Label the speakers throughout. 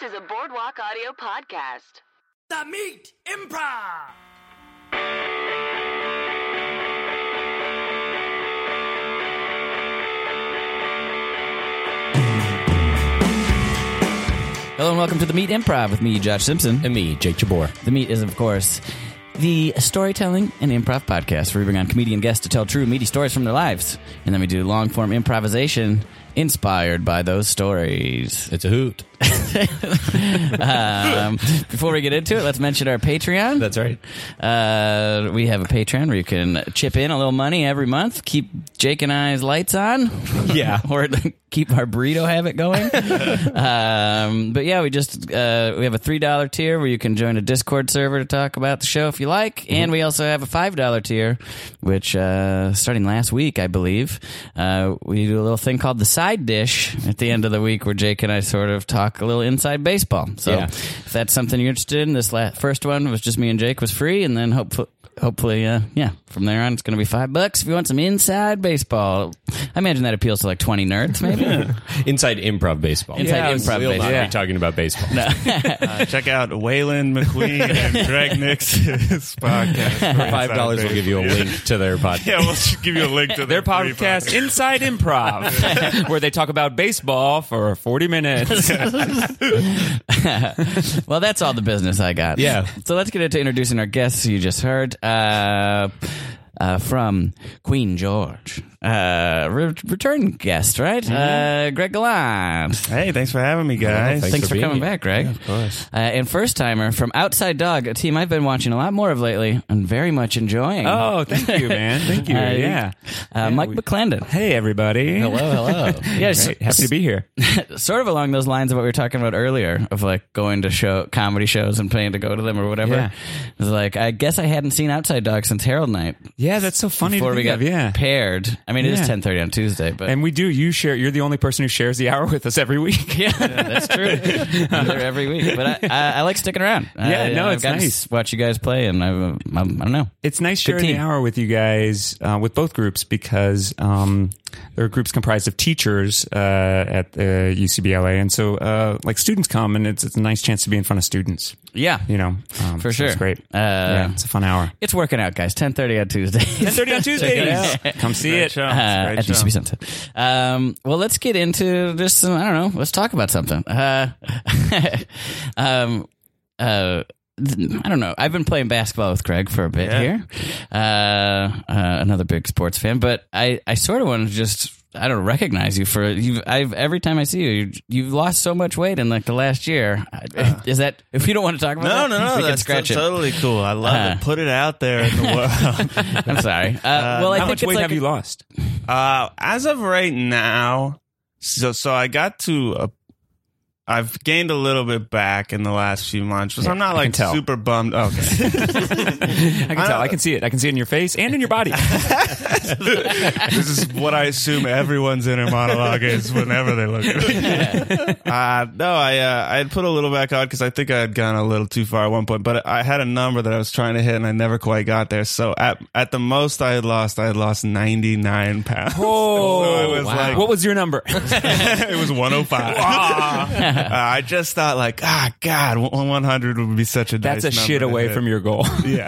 Speaker 1: to the Boardwalk Audio Podcast.
Speaker 2: The Meat Improv.
Speaker 3: Hello and welcome to the Meat Improv with me, Josh Simpson.
Speaker 4: And me, Jake Jabor.
Speaker 3: The Meat is, of course, the storytelling and improv podcast where we bring on comedian guests to tell true meaty stories from their lives, and then we do long form improvisation inspired by those stories.
Speaker 4: It's a hoot.
Speaker 3: Um, before we get into it, let's mention our Patreon.
Speaker 4: That's right.
Speaker 3: Uh, we have a Patreon where you can chip in a little money every month, keep Jake and I's lights on.
Speaker 4: Yeah.
Speaker 3: or keep our burrito habit going. um, but yeah, we just uh, we have a three dollar tier where you can join a Discord server to talk about the show if you like, and we also have a five dollar tier, which uh, starting last week I believe uh, we do a little thing called the side dish at the end of the week where Jake and I sort of talk a little inside baseball. So
Speaker 4: Yeah.
Speaker 3: if that's something you're interested in, this la first one was just me and Jake was free, and then hopefully. Hopefully, uh, yeah. From there on, it's going to be five bucks if you want some inside baseball. I imagine that appeals to like twenty nerds, maybe.
Speaker 4: Inside improv baseball.
Speaker 3: Inside Yeah, improv
Speaker 4: We'll not
Speaker 3: baseball.
Speaker 4: be talking about baseball.
Speaker 5: Check out Waylon McLean and Greg Nix's podcast. for
Speaker 4: Five
Speaker 5: Inside
Speaker 4: dollars will
Speaker 5: Baseball.
Speaker 4: give you a link to their podcast.
Speaker 5: Yeah, we'll just give you a link to
Speaker 6: Their
Speaker 5: the free
Speaker 6: podcast, Inside Improv, where they talk about baseball for 40 minutes.
Speaker 3: Well, that's all the business I got.
Speaker 4: Yeah.
Speaker 3: So let's get into introducing our guests who you just heard. Uh, uh, from Queen George, uh, re- return guest, right? Uh, Greg Gallant.
Speaker 5: Hey, thanks for having me, guys.
Speaker 4: thanks.
Speaker 3: Thanks for,
Speaker 4: for being
Speaker 3: coming
Speaker 4: here.
Speaker 3: back, Greg. of course. Uh, and first timer from Outside Dog, a team I've been watching a lot more of lately and very much enjoying.
Speaker 6: oh, thank you, man. Thank you.
Speaker 3: Uh,
Speaker 6: yeah.
Speaker 3: uh, Mike
Speaker 6: we-
Speaker 3: McClendon.
Speaker 6: Hey, everybody.
Speaker 4: Hello, hello.
Speaker 3: Yeah,
Speaker 6: Great. Happy to be here.
Speaker 3: sort of along those lines of what we were talking about earlier of like going to show comedy shows and paying to go to them or whatever.
Speaker 6: Yeah.
Speaker 3: It's like I guess I hadn't seen Outside Dog since Herald Night
Speaker 6: Yeah, that's so funny.
Speaker 3: before
Speaker 6: to
Speaker 3: we
Speaker 6: think
Speaker 3: got
Speaker 6: of, yeah.
Speaker 3: paired. I mean, it is
Speaker 6: Yeah.
Speaker 3: ten thirty on Tuesday, but
Speaker 6: and we do. You share. You're the only person who shares the hour with us every week.
Speaker 3: yeah, that's true. I'm there every week, but I, I, I like sticking around.
Speaker 6: Yeah,
Speaker 3: I,
Speaker 6: no,
Speaker 3: I've
Speaker 6: it's
Speaker 3: gotten to
Speaker 6: nice.
Speaker 3: s- watch you guys play, and I, I'm, I don't know.
Speaker 6: It's nice sharing
Speaker 3: team.
Speaker 6: the hour with you guys, uh, with both groups, because um, there are groups comprised of teachers uh, at the UCBLA, and so uh, like students come, and it's, it's a nice chance to be in front of students.
Speaker 3: Yeah,
Speaker 6: You know, um,
Speaker 3: For
Speaker 6: so
Speaker 3: sure.
Speaker 6: it's great.
Speaker 3: Uh,
Speaker 6: yeah, it's a fun hour.
Speaker 3: it's working out, guys. Ten thirty on Tuesday.
Speaker 6: 10:30 on Tuesdays. Come see it.
Speaker 5: Show.
Speaker 3: uh,
Speaker 5: Great
Speaker 3: at
Speaker 5: show.
Speaker 3: UCB Sunset. Um, well, let's get into just some, I don't know. Let's talk about something. Uh, um, uh, th- I don't know. I've been playing basketball with Craig for a bit here. Uh, uh, another big sports fan, but I, I sort of want to just I don't recognize you for you. I've every time I see you, you, you've lost so much weight in like the last year. I Is that if you don't want to talk about?
Speaker 5: Uh. No,
Speaker 3: that,
Speaker 5: no, no.
Speaker 3: we can
Speaker 5: That's
Speaker 3: scratch
Speaker 5: t-
Speaker 3: it.
Speaker 5: totally cool. I love
Speaker 3: Uh-huh.
Speaker 5: it. Put it out there in the world.
Speaker 3: I'm sorry. Uh, well, I
Speaker 6: How
Speaker 3: think
Speaker 6: much
Speaker 3: it's
Speaker 6: weight
Speaker 3: like
Speaker 6: have you lost?
Speaker 5: uh, as of right now, so so I got to. A, I've gained a little bit back in the last few months, but I'm not
Speaker 6: I can
Speaker 5: like
Speaker 6: tell.
Speaker 5: super bummed. Okay,
Speaker 6: I can tell. I can see it. I can see it in your face and in your body.
Speaker 5: this is what I assume everyone's inner monologue is whenever they look at me. Uh, no, I uh, I had put a little back on because I think I had gone a little too far at one point, but I had a number that I was trying to hit and I never quite got there. So at at the most I had lost, I had lost ninety nine pounds. so I was like,
Speaker 6: Oh, what was your number?
Speaker 5: it was one hundred five. uh, I just thought like, ah, God, one hundred would be such a
Speaker 6: That's a
Speaker 5: nice
Speaker 6: shit
Speaker 5: number to
Speaker 6: away
Speaker 5: hit.
Speaker 6: from your goal.
Speaker 5: Yeah,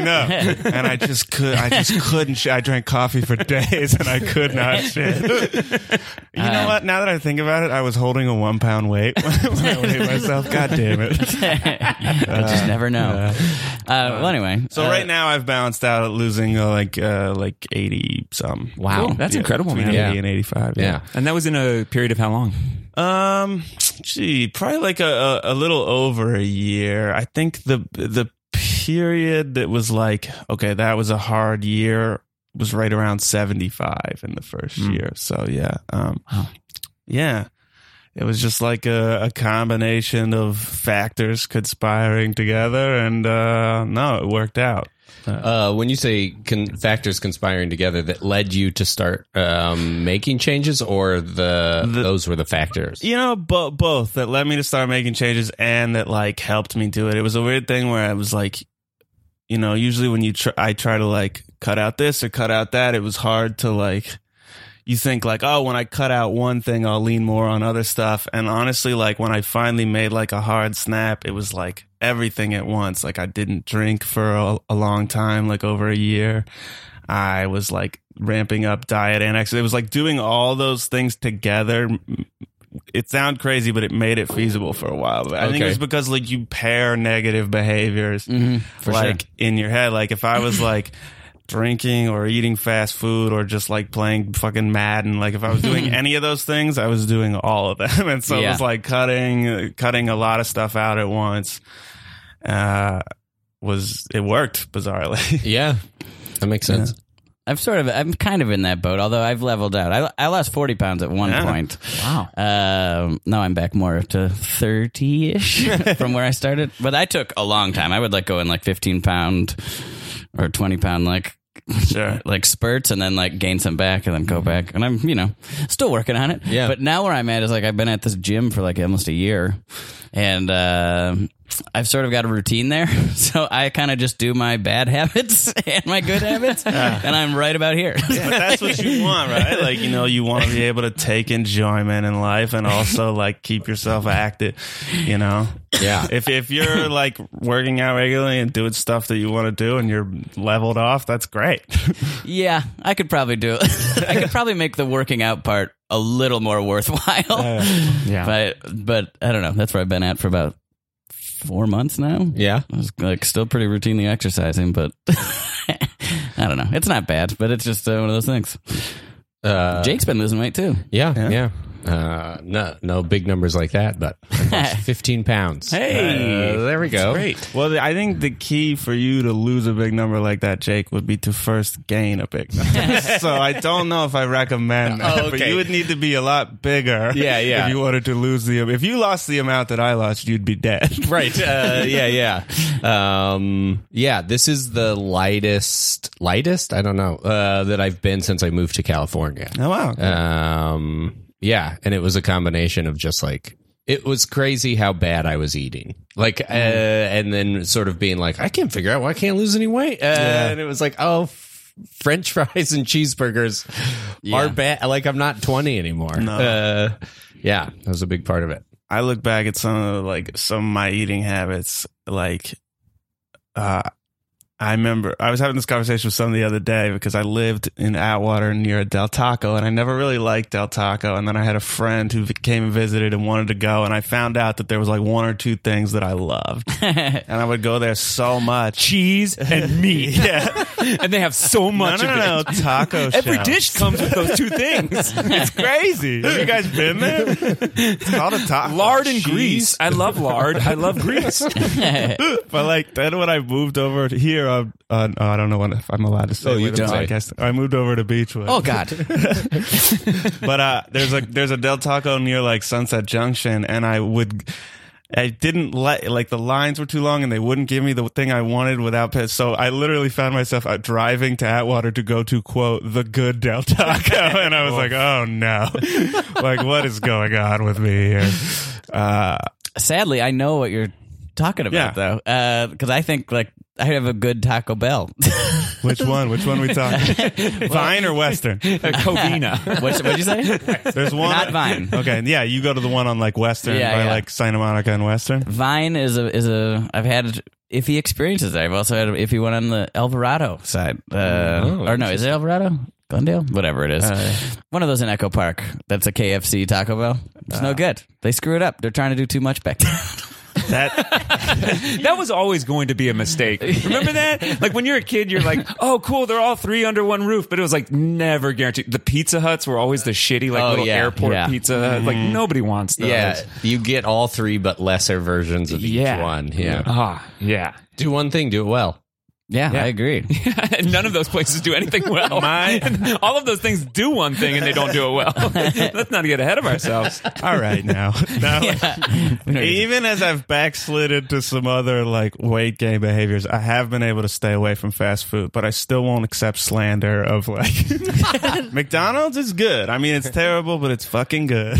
Speaker 5: know. And I just could, I just couldn't. Sh- I drank coffee for days, and I could not shit. You
Speaker 6: Uh.
Speaker 5: know what? Now that I think about it, I was holding a one pound weight when I weighed myself. God damn it!
Speaker 3: I just never know. Uh, well, anyway.
Speaker 5: So
Speaker 3: uh,
Speaker 5: right now, I've balanced out at losing uh, like uh, like eighty some.
Speaker 3: Wow.
Speaker 6: Cool. That's incredible,
Speaker 5: between
Speaker 6: man.
Speaker 5: Eighty
Speaker 6: Yeah.
Speaker 5: and eighty five.
Speaker 4: yeah.
Speaker 6: And that was in a period of how long?
Speaker 5: Um, gee, probably like a, a, a little over a year. I think the the period that was like, okay, that was a hard year was right around 75 in the first
Speaker 6: Mm.
Speaker 5: year. So yeah. Um
Speaker 6: Wow.
Speaker 5: yeah. It was just like a, a combination of factors conspiring together and uh no, it worked out.
Speaker 4: Uh, when you say con- factors conspiring together that led you to start um, making changes, or the, those were the factors?
Speaker 5: You know, bo- both that led me to start making changes and that like helped me do it. It was a weird thing where I was like, you know, usually when you tr- I try to like cut out this or cut out that, it was hard to like. you think like, oh, when I cut out one thing, I'll lean more on other stuff. And honestly, like when I finally made like a hard snap, it was like everything at once. Like I didn't drink for a, a long time, like over a year. I was like ramping up diet and exercise. It was like doing all those things together. It sounded crazy, but it made it feasible for a while. But I think it
Speaker 4: Okay.
Speaker 5: was because like you pair negative behaviors
Speaker 3: Mm-hmm. for
Speaker 5: like in your head. Like if I was like drinking or eating fast food or just like playing fucking Madden, like if I was doing any of those things, I was doing all of them. And so it was
Speaker 3: Yeah.
Speaker 5: like cutting, cutting a lot of stuff out at once. Uh, was it worked bizarrely?
Speaker 4: Yeah, that makes sense.
Speaker 3: I've sort of, I'm kind of in that boat, although I've leveled out. I, I lost 40 pounds at one
Speaker 5: Yeah.
Speaker 3: point.
Speaker 7: Wow.
Speaker 3: Um, now I'm back more to 30 ish from where I started. But I took a long time. I would let go in like 15 pound or 20 pound, like,
Speaker 5: sure.
Speaker 3: like spurts and then like gain some back and then go back. And I'm, you know, still working on it.
Speaker 4: Yeah.
Speaker 3: But now where I'm at is like I've been at this gym for like almost a year and uh, I've sort of got a routine there. So I kind of just do my bad habits and my good habits and I'm right about here.
Speaker 5: But that's what you want, right? Like, you know, you want to be able to take enjoyment in life and also like keep yourself active, you know?
Speaker 4: Yeah.
Speaker 5: If if you're like working out regularly and doing stuff that you want to do and you're leveled off, that's great.
Speaker 3: Yeah, I could probably do it. I could probably make the working out part a little more worthwhile.
Speaker 6: yeah.
Speaker 3: But but I don't know. That's where I've been at for about four months now.
Speaker 4: Yeah.
Speaker 3: I was like still pretty routinely exercising, but I don't know. It's not bad, but it's just uh, one of those things.
Speaker 4: Uh,
Speaker 3: Jake's been losing weight too.
Speaker 4: Yeah, yeah. Uh, no, no big numbers like that, but I lost 15 pounds.
Speaker 3: Hey.
Speaker 4: Uh, there we go.
Speaker 5: Well, I think the key for you to lose a big number like that, Jake, would be to first gain a big number. so I don't know if I recommend that,
Speaker 4: Oh,
Speaker 5: but
Speaker 4: okay.
Speaker 5: you would need to be a lot bigger.
Speaker 4: Yeah, yeah.
Speaker 5: If you wanted to lose the if you lost the amount that I lost, you'd be dead.
Speaker 4: Right. Uh, yeah, yeah. Um, yeah, this is the lightest, lightest, I don't know, uh, that I've been since I moved to California.
Speaker 5: Oh wow.
Speaker 4: Um, yeah, and it was a combination of just like it was crazy how bad I was eating, like,
Speaker 3: Mm-hmm.
Speaker 4: uh, and then sort of being like, I can't figure out why I can't lose any weight, uh, and it was like, oh. f- French fries and cheeseburgers are bad. Like I'm not 20 anymore. Uh, yeah, that was a big part of it.
Speaker 5: I look back at some of the, like some of my eating habits. Like, uh, I remember I was having this conversation with someone the other day because I lived in Atwater near a Del Taco, and I never really liked Del Taco. And then I had a friend who came and visited and wanted to go, and I found out that there was like one or two things that I loved, and I would go there so much.
Speaker 6: cheese and meat.
Speaker 5: Yeah,
Speaker 6: and they have so
Speaker 5: no,
Speaker 6: much
Speaker 5: no,
Speaker 6: of
Speaker 5: no,
Speaker 6: it.
Speaker 5: no, taco.
Speaker 6: Every
Speaker 5: shell.
Speaker 6: dish comes with those two things. It's crazy.
Speaker 5: Have you guys been there? It's called a taco.
Speaker 6: Lard and
Speaker 5: Cheese.
Speaker 6: grease. I love lard. I love grease. Uh,
Speaker 5: but like then when I moved over to here, uh, uh, no, I don't know what, if I'm allowed to say.
Speaker 4: Oh, you
Speaker 5: with the
Speaker 4: don't.
Speaker 5: podcast. I moved over to Beechwood.
Speaker 3: Oh God,
Speaker 5: but uh, there's a there's a Del Taco near like Sunset Junction, and I would. I didn't let like the lines were too long and they wouldn't give me the thing I wanted without piss. So I literally found myself out driving to Atwater to go to quote the good Del Taco, and I was like, oh no, like what is going on with me here? Uh,
Speaker 3: sadly, I know what you're talking about though, because I think like I have a good Taco Bell.
Speaker 5: which one? Which one we talking? Vine or Western?
Speaker 6: Covina.
Speaker 3: What's, what'd you say?
Speaker 5: There's one
Speaker 3: Not Vine.
Speaker 5: Okay, yeah, you go to the one on like Western
Speaker 3: Yeah,
Speaker 5: by
Speaker 3: yeah.
Speaker 5: like Santa Monica and Western.
Speaker 3: Vine is a is a I've had iffy experiences there. I've also had iffy one on the Alvarado side. Uh, or no, is it Alvarado? Glendale? Whatever it is. one of those in Echo Park. That's a KFC Taco Bell. It's no good. They screw it up. They're trying to do too much back there.
Speaker 5: That
Speaker 6: That was always going to be a mistake. Remember that? Like when you're a kid, you're like, oh, cool, they're all three under one roof. But it was like never guaranteed. The Pizza Huts were always the shitty, like
Speaker 4: Oh,
Speaker 6: little
Speaker 4: yeah,
Speaker 6: airport
Speaker 3: yeah.
Speaker 6: pizza. Hut. Like
Speaker 5: Mm-hmm.
Speaker 6: nobody wants those.
Speaker 4: Yeah, you get all three, but lesser versions of
Speaker 6: Yeah.
Speaker 4: each one. Yeah, Uh,
Speaker 6: Ah, yeah.
Speaker 4: do one thing, do it well.
Speaker 3: yeah, I agree.
Speaker 6: And None of those places do anything well. And all of those things do one thing and they don't do it well. Let's not get ahead of ourselves.
Speaker 5: all right now. Now,
Speaker 3: We don't need
Speaker 5: Even as I've backslid into some other like weight gain behaviors, I have been able to stay away from fast food, but I still won't accept slander of like McDonald's is good. I mean, it's terrible, but it's fucking good.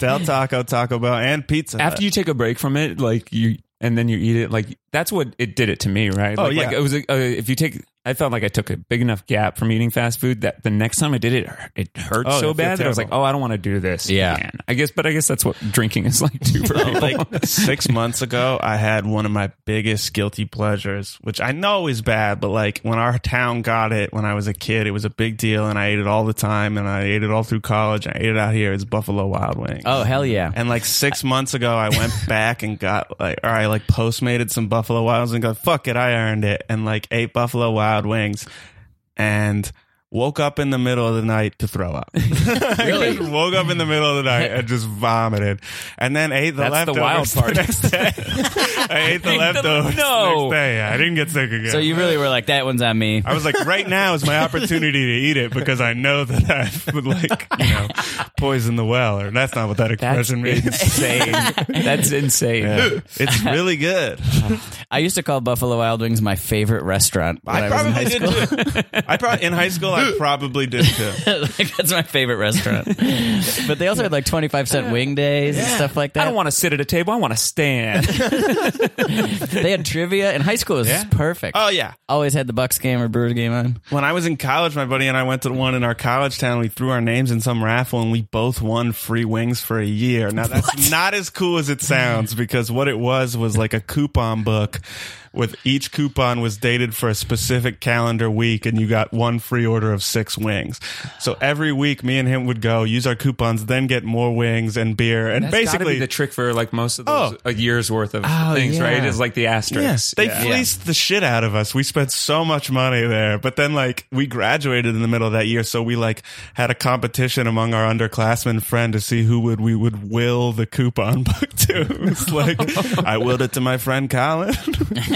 Speaker 5: Del Taco, Taco Bell, and Pizza. Hut.
Speaker 6: After you take a break from it, like you, and then you eat it, like that's what it did it to me, right?
Speaker 5: Oh,
Speaker 6: like,
Speaker 5: yeah.
Speaker 6: Like it was, a, uh, if you take I felt like I took a big enough gap from eating fast food that the next time I did it, it hurt
Speaker 5: Oh,
Speaker 6: so
Speaker 5: it feels
Speaker 6: bad that I was like,
Speaker 5: terrible.
Speaker 6: "Oh, I don't want to do this."
Speaker 4: Yeah.
Speaker 6: again. I guess, but I guess that's what drinking is like too for people.
Speaker 5: like six months ago, I had one of my biggest guilty pleasures, which I know is bad, but like when our town got it when I was a kid, it was a big deal, and I ate it all the time, and I ate it all through college, and I ate it out here. It's Buffalo Wild Wings.
Speaker 3: Oh hell yeah!
Speaker 5: And like six months ago, I went back and got like, or I like postmated some Buffalo Wilds and go, fuck it, I earned it. And like ate Buffalo Wild Wings and woke up in the middle of the night to throw up. really? just woke up in the middle of the night and just vomited. And then ate the
Speaker 6: That's the
Speaker 5: leftovers
Speaker 6: wild part.
Speaker 5: next day. I ate the leftovers
Speaker 3: no.
Speaker 5: next day. I didn't get sick again.
Speaker 3: So you really were like that one's on me.
Speaker 5: I was like, right now is my opportunity to eat it because I know that I would like, you know, poison the well. Or that's not what that expression means.
Speaker 6: insane. That's insane.
Speaker 5: It's really good.
Speaker 3: I used to call Buffalo Wild Wings my favorite restaurant. when
Speaker 5: I
Speaker 3: was in
Speaker 5: probably
Speaker 3: high
Speaker 5: did too. I probably in high school I probably did too.
Speaker 3: like that's my favorite restaurant. but they also had like twenty five cent wing days and stuff like that.
Speaker 6: I don't want to sit at a table. I want to stand.
Speaker 3: they had trivia in high school. It was perfect.
Speaker 5: Oh yeah.
Speaker 3: Always had the Bucks game or Brewers game on.
Speaker 5: When I was in college, my buddy and I went to the one in our college town. We threw our names in some raffle and we both won free wings for a year. Now that's not as cool as it sounds because what it was was like a coupon book with each coupon was dated for a specific calendar week and you got one free order of six wings. So every week me and him would go use our coupons, then get more wings and beer and
Speaker 6: That's gotta
Speaker 5: basically
Speaker 6: be the trick for like most of those
Speaker 5: Oh.
Speaker 6: a year's worth of things,
Speaker 3: yeah.
Speaker 6: right? Is like the asterisks.
Speaker 5: They
Speaker 6: Oh, Yeah.
Speaker 5: fleeced the shit out of us. We spent so much money there, but then like we graduated in the middle of that year, so we like had a competition among our underclassmen friend to see who would we would will the coupon book to. It was like I willed it to my friend Colin.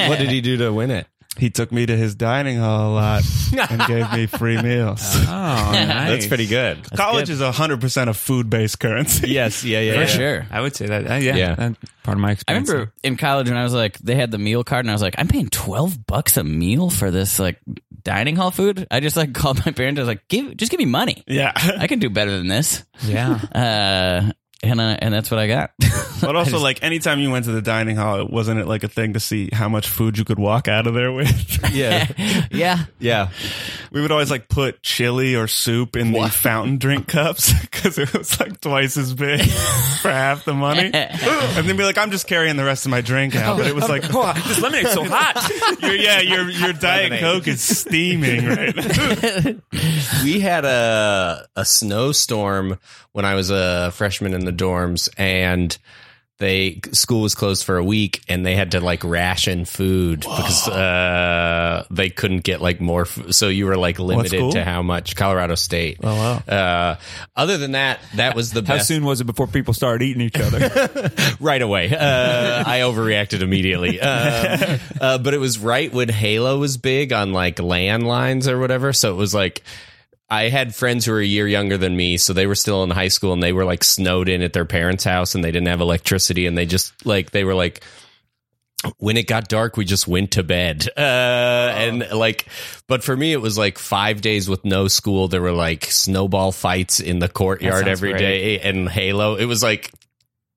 Speaker 4: what did he do to win it?
Speaker 5: he took me to his dining hall a lot and gave me free meals.
Speaker 6: Oh, nice.
Speaker 4: That's pretty good.
Speaker 5: College is hundred percent a food based currency.
Speaker 4: Yes, yeah, yeah.
Speaker 3: For
Speaker 4: yeah.
Speaker 3: sure.
Speaker 6: I would say that. Uh, yeah,
Speaker 4: Yeah.
Speaker 6: that's part of my
Speaker 3: I
Speaker 6: experience.
Speaker 3: remember in college when I was like, they had the meal card, and I was like, I'm paying twelve bucks a meal for this like dining hall food. I just like called my parents. I was like, give just give me money.
Speaker 5: Yeah.
Speaker 3: I can do better than this.
Speaker 6: Yeah.
Speaker 3: Uh, and uh, and that's what I got.
Speaker 5: But also, like, anytime you went to the dining hall, it wasn't it like a thing to see how much food you could walk out of there with?
Speaker 4: Yeah.
Speaker 3: yeah.
Speaker 4: Yeah.
Speaker 5: We would always like put chili or soup in the fountain drink cups because it was like twice as big for half the money. and then be like, I'm just carrying the rest of my drink out. But it was like,
Speaker 6: this lemonade's so hot.
Speaker 5: your- yeah, your your Diet Coke is steaming right now.
Speaker 4: we had a a snowstorm when I was a freshman in the dorms, and they school was closed for a week, and they had to like ration food because uh, they couldn't get like more. F- so you were like limited
Speaker 5: school?
Speaker 4: to how much Colorado State. Oh wow! Uh, other than that, that was the
Speaker 6: How
Speaker 4: best.
Speaker 6: soon was it before people started eating each other?
Speaker 4: right away. Uh, I overreacted immediately. Um, uh, but it was right when Halo was big on like landlines or whatever. So it was like. I had friends who were a year younger than me, so they were still in high school and they were like snowed in at their parents' house and they didn't have electricity and they just like they were like when it got dark we just went to bed. Uh and like but for me it was like 5 days with no school. There were like snowball fights in the courtyard
Speaker 6: sounds
Speaker 4: every
Speaker 6: great.
Speaker 4: day and Halo. It was like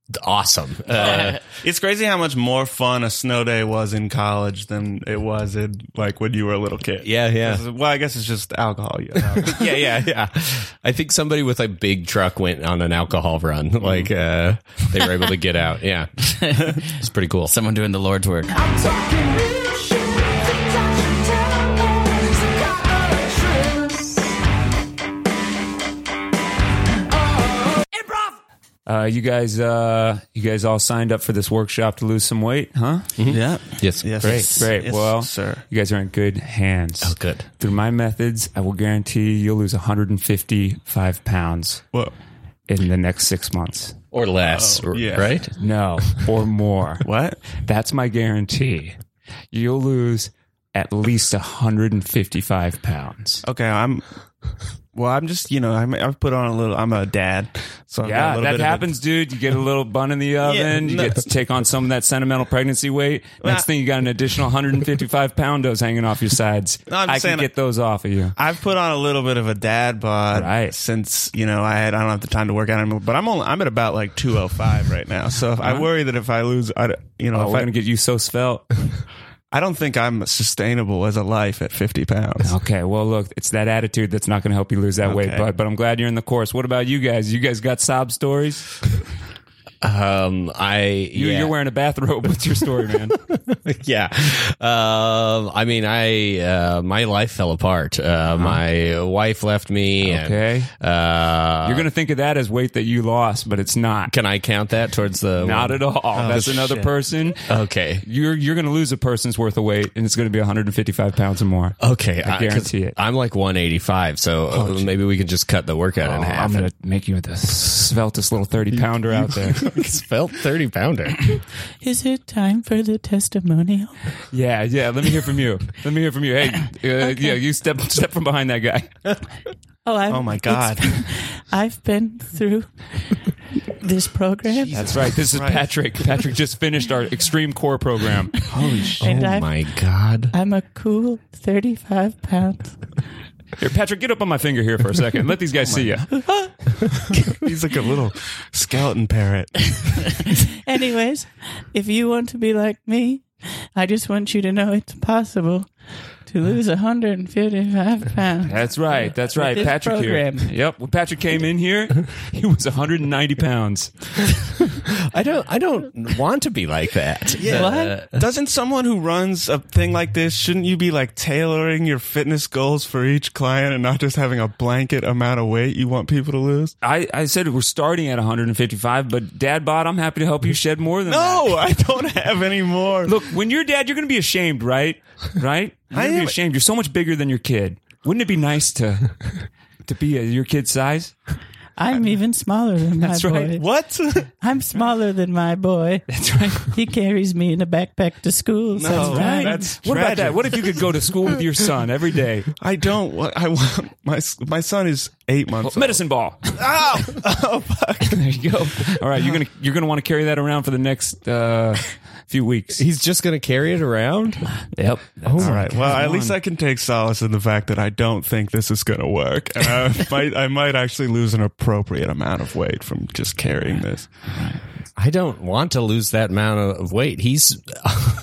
Speaker 4: awesome. Uh,
Speaker 5: It's crazy how much more fun a snow day was in college than it was in like when you were a little kid.
Speaker 4: yeah, yeah.
Speaker 5: Well, I guess it's just alcohol. Yeah.
Speaker 4: yeah, yeah, yeah. I think somebody with a big truck went on an alcohol run.
Speaker 6: Mm-hmm.
Speaker 4: Like uh, they were able to get out. Yeah, it's pretty cool.
Speaker 3: Someone doing the Lord's work.
Speaker 2: Improv.
Speaker 6: uh, you guys, uh, you guys all signed up for this workshop to lose some weight, huh?
Speaker 5: yeah.
Speaker 4: Yes,
Speaker 5: Yes.
Speaker 4: great.
Speaker 6: Great.
Speaker 5: Yes,
Speaker 6: well,
Speaker 5: sir.
Speaker 6: you guys are in good hands.
Speaker 4: Oh, good.
Speaker 6: Through my methods, I will guarantee you'll lose 155 pounds
Speaker 5: Well,
Speaker 6: in the next six months.
Speaker 4: Or less, r-
Speaker 5: Oh, yeah.
Speaker 4: right?
Speaker 6: No, or more.
Speaker 5: what?
Speaker 6: That's my guarantee. You'll lose at least 155 pounds.
Speaker 5: Okay, I'm. Well, I'm just you know I'm, I've put on a little. I'm a dad, so I've got a
Speaker 6: Yeah,
Speaker 5: Oh, little
Speaker 6: that
Speaker 5: bit of a-
Speaker 6: happens, dude. You get a little bun in the oven. you
Speaker 5: no.
Speaker 6: get to take on some of that sentimental pregnancy weight. Next
Speaker 5: I-
Speaker 6: thing, you got an additional 155 poundos hanging off your sides.
Speaker 5: No, I'm
Speaker 6: I
Speaker 5: just
Speaker 6: can
Speaker 5: saying-
Speaker 6: get those off of you.
Speaker 5: I've put on a little bit of a dad bod
Speaker 6: Right.
Speaker 5: since you know I had I don't have the time to work out anymore. But I'm only I'm at about like 205 right now. So if I worry that if I lose, I you know
Speaker 6: Uh-huh. Oh,
Speaker 5: if
Speaker 6: we're
Speaker 5: I
Speaker 6: gonna get you so svelte.
Speaker 5: I don't think I'm sustainable as a life at 50 pounds.
Speaker 6: Okay, well, look, it's that attitude that's not going to help you lose that weight,
Speaker 5: Okay.
Speaker 6: but but I'm glad you're in the course. What about you guys? You guys got sob stories?
Speaker 4: Um, I
Speaker 6: You,
Speaker 4: yeah.
Speaker 6: You're wearing a bathrobe. What's your story, man?
Speaker 4: yeah. Um, I mean, I uh, my life fell apart. Uh, My wife left me. and,
Speaker 6: Uh-huh. Okay.
Speaker 4: uh,
Speaker 6: you're going to think of that as weight that you lost, but it's not.
Speaker 4: can I count that towards the
Speaker 6: Not at all. that's another person.
Speaker 4: Okay.
Speaker 6: You're you're going to lose a person's worth of weight, and it's going to be 155 pounds or more.
Speaker 4: Okay,
Speaker 6: I
Speaker 4: 'cause
Speaker 6: guarantee it.
Speaker 4: I'm like 185, so uh, maybe we can just cut the workout in
Speaker 6: Oh,
Speaker 4: half.
Speaker 6: I'm going to make you the sveltest little 30 pounder out there.
Speaker 4: it's felt 30 pounder.
Speaker 8: Is it time for the testimonial?
Speaker 6: Yeah, yeah. Let me hear from you. Let me hear from you. Hey, uh, yeah, you step step from behind that guy.
Speaker 8: Oh, i
Speaker 5: Oh my God.
Speaker 8: I've been through this program,
Speaker 6: That's right. This is Patrick. Patrick just finished our extreme core program.
Speaker 4: Holy shit.
Speaker 8: And
Speaker 4: Oh
Speaker 8: I've-
Speaker 4: my God.
Speaker 8: I'm a cool 35 pounds.
Speaker 6: Here, Patrick, get up on my finger here for a second. Let these guys see you.
Speaker 5: He's like a little skeleton parrot.
Speaker 8: Anyways, if you want to be like me, I just want you to know it's possible to lose 155 pounds.
Speaker 6: That's right. That's right.
Speaker 8: this
Speaker 6: Patrick here.
Speaker 8: program.
Speaker 6: Yep. When Patrick came in here, he was 190 pounds.
Speaker 4: I don't I don't want to be like that. Yeah.
Speaker 3: Uh,
Speaker 8: What?
Speaker 5: Doesn't someone who runs a thing like this, shouldn't you be like tailoring your fitness goals for each client and not just having a blanket amount of weight you want people to lose?
Speaker 6: I, I said we're starting at 155, but Dad Bod, I'm happy to help you shed more than that.
Speaker 5: No, I don't have any more.
Speaker 6: Look, when you're dad, you're going to be ashamed, right? Right? You're
Speaker 5: I
Speaker 6: going to be
Speaker 5: am-
Speaker 6: ashamed. You're so much bigger than your kid. Wouldn't it be nice to to be uh your kid's size?
Speaker 8: I'm even smaller than my
Speaker 6: That's right.
Speaker 8: boy.
Speaker 5: what?
Speaker 8: I'm smaller than my boy.
Speaker 6: That's right.
Speaker 8: He carries me in a backpack to school. sometimes.
Speaker 5: Right.
Speaker 6: That's
Speaker 5: That's
Speaker 6: what about
Speaker 5: tragic.
Speaker 6: that? What if you could go to school with your son every day?
Speaker 5: I don't want. I want my my son is eight months. old.
Speaker 6: Medicine ball.
Speaker 5: Ow! Oh, fuck.
Speaker 6: There you go. All right, you're gonna you're gonna want to carry that around for the next uh, few weeks.
Speaker 4: He's just going to carry it around?
Speaker 6: Yep.
Speaker 5: All right. Well, at
Speaker 6: on.
Speaker 5: least I can take solace in the fact that I don't think this is going to work, and I might I might actually lose an appropriate amount of weight from just carrying this.
Speaker 4: I don't want to lose that amount of weight. He's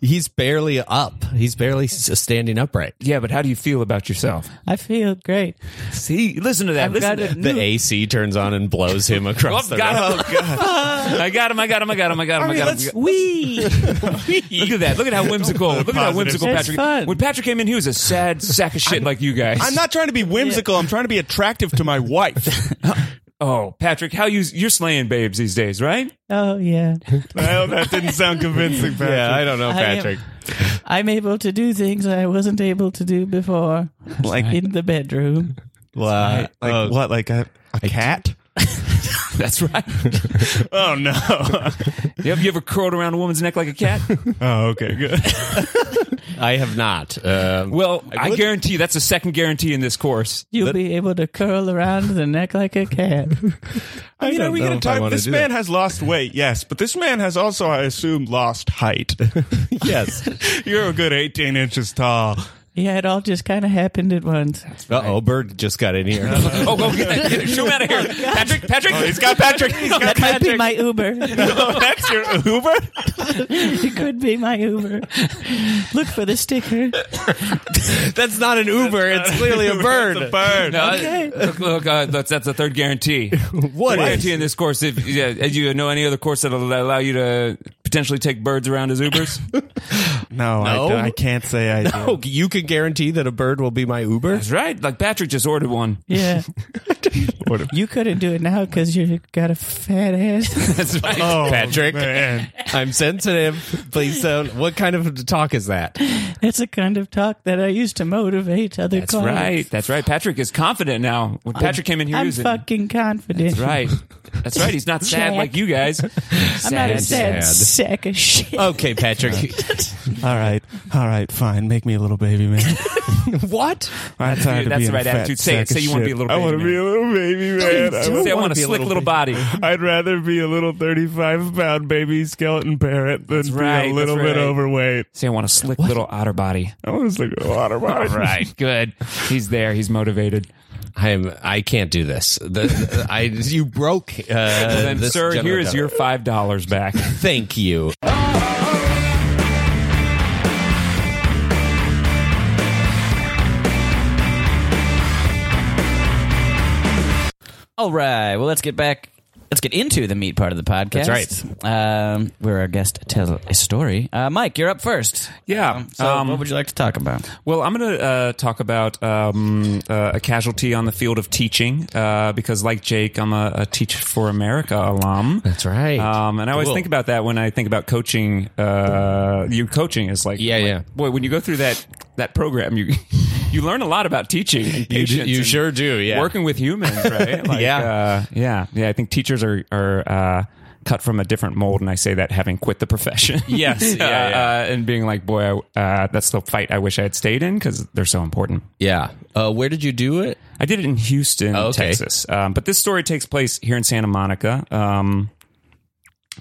Speaker 4: he's barely up. He's barely s- standing upright.
Speaker 6: Yeah, but how do you feel about yourself?
Speaker 8: I feel great.
Speaker 6: See, listen to that.
Speaker 8: I've
Speaker 6: listen
Speaker 8: got
Speaker 6: to
Speaker 8: a
Speaker 6: that.
Speaker 4: The AC turns on and blows him across the room.
Speaker 6: Oh, got him. Oh, I got him. I got him. I got him. I got him. I, got him.
Speaker 8: Wee!
Speaker 6: Look at that. Look at how whimsical. Look at how whimsical
Speaker 8: It's
Speaker 6: Patrick.
Speaker 8: fun.
Speaker 6: When Patrick came in, he was a sad sack of shit like you guys.
Speaker 5: I'm not trying to be whimsical. I'm trying to be attractive to my wife.
Speaker 6: Oh, Patrick, how you you're slaying babes these days, right?
Speaker 8: Oh, yeah.
Speaker 5: well, that didn't sound convincing, Patrick.
Speaker 4: Yeah, I don't know,
Speaker 8: I am-
Speaker 4: Patrick.
Speaker 8: I'm able to do things I wasn't able to do before, like in the bedroom.
Speaker 4: Wow.
Speaker 5: Like
Speaker 4: Oh,
Speaker 5: what? Like a, a cat?
Speaker 6: That's right.
Speaker 5: Oh no!
Speaker 6: Have you ever curled around a woman's neck like a cat?
Speaker 5: oh, okay, good.
Speaker 4: I have not. Um,
Speaker 6: Well, I,
Speaker 4: would-
Speaker 6: guarantee you that's the second guarantee in this course.
Speaker 8: You'll be able to curl around the neck like a cat.
Speaker 5: I mean,
Speaker 4: don't
Speaker 5: are we
Speaker 4: know
Speaker 5: going
Speaker 4: if
Speaker 5: to
Speaker 4: I
Speaker 5: talk?
Speaker 4: wanna
Speaker 5: This
Speaker 4: do
Speaker 5: man
Speaker 4: that.
Speaker 5: has lost weight, yes, but this man has also, I assume, lost height.
Speaker 4: yes.
Speaker 5: You're a good 18 inches tall.
Speaker 8: Yeah, it all just kind of happened at once.
Speaker 4: Uh oh, Bird just got in here.
Speaker 6: Oh, go get that. Get it. Shoo him out of here. Patrick, Patrick.
Speaker 5: Oh, He's got Patrick. He's got
Speaker 8: That might be my Uber.
Speaker 5: Oh, that's your Uber.
Speaker 8: it could be my Uber. Look for the sticker.
Speaker 4: That's not an Uber. It's clearly a bird.
Speaker 5: It's a bird.
Speaker 6: Uh,
Speaker 8: Okay.
Speaker 6: Look, look uh, that's, that's the third guarantee.
Speaker 4: What is-
Speaker 6: guarantee in this course? If yeah, do you know any other course that'll allow you to potentially take birds around as Ubers?
Speaker 5: No, I
Speaker 4: No.
Speaker 5: don't- I, can't say I. do.
Speaker 4: Oh, you can guarantee that a bird will be my Uber?
Speaker 6: That's right. Like Patrick just ordered one.
Speaker 8: Yeah. you couldn't do it now because you got a fat ass.
Speaker 6: That's right.
Speaker 5: Oh,
Speaker 4: Patrick.
Speaker 5: man.
Speaker 4: I'm sensitive. Please don't. What kind of talk is that?
Speaker 8: That's a kind of talk that I used to motivate other
Speaker 6: That's
Speaker 8: clients.
Speaker 6: right. That's right. Patrick is confident now. When Patrick came in here, he
Speaker 8: I'm
Speaker 6: was in-
Speaker 8: fucking confident.
Speaker 6: That's right. That's right. He's not sad
Speaker 8: Jack.
Speaker 6: like you guys.
Speaker 8: I'm not a
Speaker 4: Sad,
Speaker 8: sad,
Speaker 4: sad.
Speaker 8: sack of shit.
Speaker 4: Okay, Patrick.
Speaker 5: All right, all right, fine. Make me a little baby man.
Speaker 4: what?
Speaker 5: I'm tired of
Speaker 6: that's
Speaker 5: being
Speaker 6: the right
Speaker 5: fat
Speaker 6: attitude. Say it.
Speaker 5: sack of
Speaker 6: Say you wanna
Speaker 5: shit.
Speaker 6: be a little
Speaker 5: I want
Speaker 6: baby
Speaker 5: to be a little baby man. I
Speaker 6: Say, I
Speaker 5: wanna
Speaker 6: want a
Speaker 5: be
Speaker 6: slick little, body.
Speaker 5: I'd rather be a little 35 pound baby skeleton parrot than
Speaker 6: right,
Speaker 5: be
Speaker 6: that's
Speaker 5: a little
Speaker 6: right.
Speaker 5: bit overweight.
Speaker 6: Say I want a slick little otter body.
Speaker 5: I want to sleep in a water bottle.
Speaker 6: Right. Good. He's there. He's
Speaker 4: Uh,
Speaker 6: motivated.
Speaker 4: I'm. I can't do this. The, I. You broke. Uh,
Speaker 6: Then,
Speaker 4: this
Speaker 6: sir,
Speaker 4: gentleman
Speaker 6: here is
Speaker 4: down.
Speaker 6: your five dollars back.
Speaker 4: Thank you.
Speaker 3: All right. Well, let's get back. Let's get into the meat part of the podcast.
Speaker 4: That's
Speaker 3: right. Um, where our guest tells a story. Uh, Mike, you're up first.
Speaker 6: Yeah.
Speaker 3: Um, so,
Speaker 6: Um,
Speaker 3: what would you like to talk about?
Speaker 6: Well, I'm going to uh, talk about um, uh, a casualty on the field of teaching uh, because, like Jake, I'm a, a Teach for America alum.
Speaker 4: That's right.
Speaker 6: Um, and I always
Speaker 4: Cool.
Speaker 6: think about that when I think about coaching. Uh, you coaching is like,
Speaker 4: Yeah,
Speaker 6: like,
Speaker 4: yeah.
Speaker 6: Boy, when you go through that that program, you you learn a lot about teaching. And
Speaker 4: You do-
Speaker 6: patience
Speaker 4: you
Speaker 6: and
Speaker 4: sure do, yeah.
Speaker 6: Working with humans, right? Like,
Speaker 4: Yeah.
Speaker 6: uh, yeah, yeah. I think teachers are are uh, cut from a different mold, and I say that having quit the profession.
Speaker 4: Yes, yeah,
Speaker 6: Uh,
Speaker 4: yeah.
Speaker 6: Uh, and being like, boy, I, uh, that's the fight I wish I had stayed in because they're so important.
Speaker 4: yeah. Uh, where did you do it?
Speaker 6: I did it in Houston,
Speaker 4: Oh, okay.
Speaker 6: Texas. Um, but this story takes place here in Santa Monica. Um,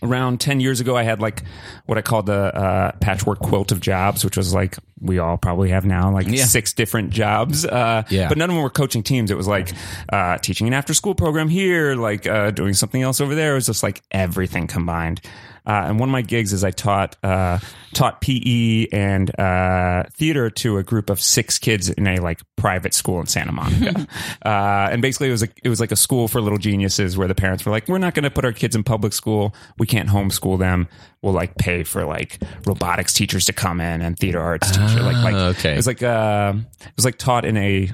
Speaker 6: around 10 years ago, I had like what I called the uh, patchwork quilt of jobs, which was like we all probably have now, like
Speaker 3: Yeah.
Speaker 6: six different jobs. Uh,
Speaker 4: Yeah.
Speaker 6: But none of them were coaching teams. It was like uh, teaching an after school program here, like uh, doing something else over there. It was just like everything combined. Uh, and one of my gigs is I taught uh, taught PE and uh, theater to a group of six kids in a like private school in Santa Monica, uh, and basically it was a, it was like a school for little geniuses where the parents were like, we're not going to put our kids in public school, we can't homeschool them, we'll like pay for like robotics teachers to come in and theater arts teacher like like
Speaker 4: Ah, okay.
Speaker 6: it was like uh, it was like taught in a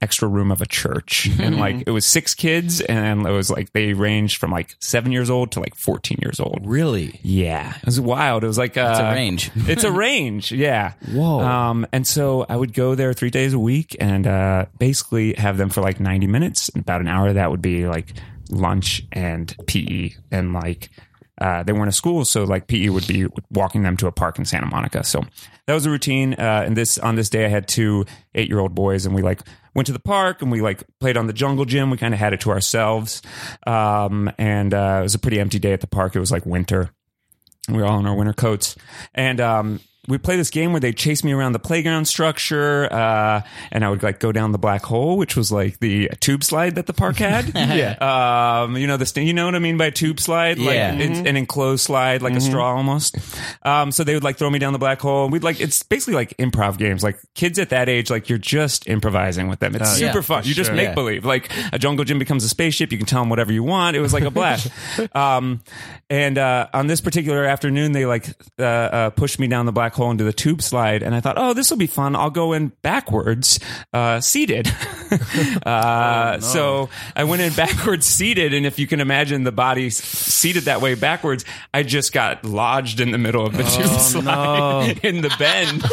Speaker 6: extra room of a church
Speaker 4: Mm-hmm.
Speaker 6: and like it was six kids and it was like they ranged from like seven years old to like 14 years old
Speaker 4: Really?
Speaker 6: yeah, it was wild. It was like uh,
Speaker 3: It's a range.
Speaker 6: it's a range. Yeah.
Speaker 4: Whoa.
Speaker 6: Um, and so I would go there three days a week and uh, basically have them for like ninety minutes. And about an hour of that would be like lunch and PE and like. Uh, they weren't a school, so like PE would be walking them to a park in Santa Monica. So that was a routine. Uh, and this on this day, I had two eight year old boys, and we like went to the park and we like played on the jungle gym. We kind of had it to ourselves, um, and uh, it was a pretty empty day at the park. It was like winter, we were all in our winter coats and um we play this game where they chase me around the playground structure, uh, and I would like go down the black hole, which was like the tube slide that the park had. yeah, um, you know this thing. You know what I mean by tube slide? Like
Speaker 3: Yeah. Mm-hmm.
Speaker 6: it's an enclosed slide, like a straw almost. Um, so they would like throw me down the black hole, and we'd like it's basically like improv games. Like kids at that age, like you're just improvising with them. It's
Speaker 3: Oh, yeah,
Speaker 6: super fun.
Speaker 5: for
Speaker 6: You just
Speaker 5: sure.
Speaker 6: make
Speaker 3: Yeah.
Speaker 6: believe. Like a jungle gym becomes a spaceship. You can tell them whatever you want. It was like a blast. um, and uh, on this particular afternoon, they like uh, uh, pushed me down the black hole into the tube slide, and I thought, oh, this will be fun. I'll go in backwards, uh, seated. uh, So I went in backwards, seated, and if you can imagine the body s- seated that way backwards, I just got lodged in the middle of the tube slide in the bend.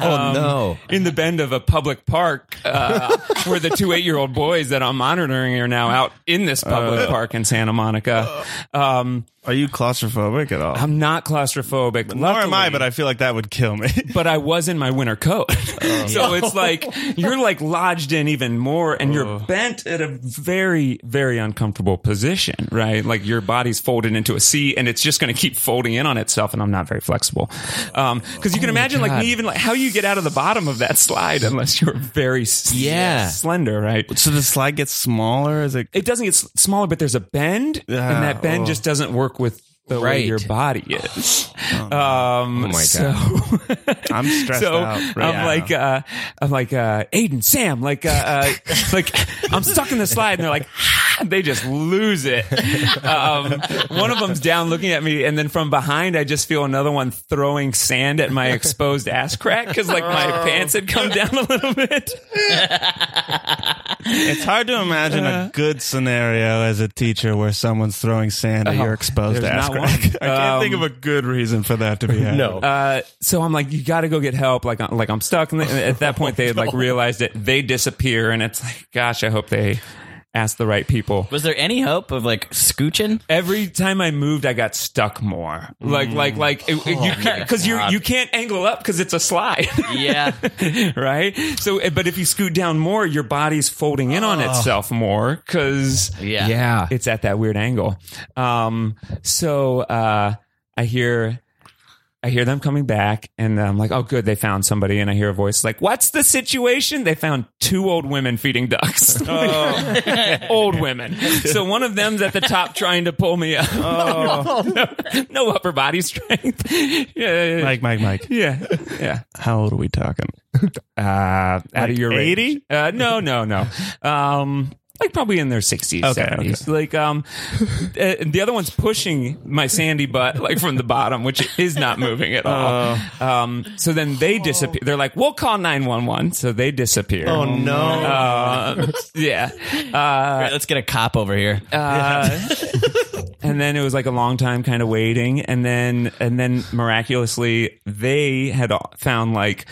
Speaker 3: Um,
Speaker 4: oh no.
Speaker 6: in the bend of a public park uh, where the two eight year old boys that I'm monitoring are now out in this
Speaker 5: Uh.
Speaker 6: public park in Santa Monica. Um,
Speaker 5: Are you claustrophobic at all?
Speaker 6: I'm not claustrophobic.
Speaker 5: Nor am I,
Speaker 6: luckily,
Speaker 5: but I feel like that would kill me.
Speaker 6: But I was in my winter coat.
Speaker 5: Uh.
Speaker 6: so it's like you're like lodged in even more and you're
Speaker 5: Uh.
Speaker 6: bent at a very, very uncomfortable position, right? Like your body's folded into a C and it's just going to keep folding in on itself. And I'm not very flexible. Um, cause
Speaker 5: Oh
Speaker 6: you can imagine like me even like how you get out of the bottom of that slide unless you're very s-
Speaker 4: Yeah.
Speaker 6: slender, right?
Speaker 5: so the slide gets smaller as it.
Speaker 6: It doesn't get s- smaller, but there's a bend and that bend just doesn't work with the way
Speaker 4: Right.
Speaker 6: your body is. Um,
Speaker 4: Oh my
Speaker 6: so-
Speaker 5: I'm stressed
Speaker 6: so
Speaker 5: out. Right
Speaker 6: I'm
Speaker 5: now.
Speaker 6: like, uh, I'm like, uh, Aiden, Sam, like, uh, uh, like I'm stuck in the slide, and they're like, they just lose it. Um, one of them's down looking at me, and then from behind, I just feel another one throwing sand at my exposed ass crack because like my pants had come down a little bit.
Speaker 5: it's hard to imagine a good scenario as a teacher where someone's throwing sand at your exposed
Speaker 6: there's
Speaker 5: ass
Speaker 6: not
Speaker 5: crack.
Speaker 6: one.
Speaker 5: I can't think of a good reason for that to be happening.
Speaker 4: No.
Speaker 6: Uh, so I'm like, you got to go get help. Like, I'm- like I'm stuck. And at that point, they had like realized it. They disappear, and it's like, gosh, I hope they ask the right people.
Speaker 3: Was there any hope of like scooching?
Speaker 6: every time I moved, I got stuck more. Like, like, like, it, it- you can't, cause you, you can't angle up cause it's a slide,
Speaker 3: Yeah.
Speaker 6: right? So, eh, but if you scoot down more, your body's folding in on itself more cause
Speaker 3: Yeah.
Speaker 4: yeah.
Speaker 6: it's at that weird angle. Um, so, uh, I hear, I hear them coming back and I'm like, oh, good. They found somebody. And I hear a voice like, what's the situation? They found two old women feeding ducks. old women. So one of them's at the top trying to pull me up. no, no upper body strength. yeah, yeah, yeah.
Speaker 5: Mike, Mike, Mike.
Speaker 6: yeah, yeah.
Speaker 5: How old are we talking?
Speaker 6: Uh, out of your range.
Speaker 5: 80?
Speaker 6: Uh, no, no, no. Um, like probably in their 60s,
Speaker 5: Okay,
Speaker 6: 70s. Like, um, uh, the other one's pushing my sandy butt like from the bottom, which is not moving at all.
Speaker 5: Uh.
Speaker 6: um, so then they disappear. They're like, we'll call 911. So they disappear.
Speaker 4: Oh no!
Speaker 6: Uh, yeah. Uh,
Speaker 3: Let's get a cop over here.
Speaker 6: and then it was like a long time kind of waiting and then and then miraculously they had uh, found like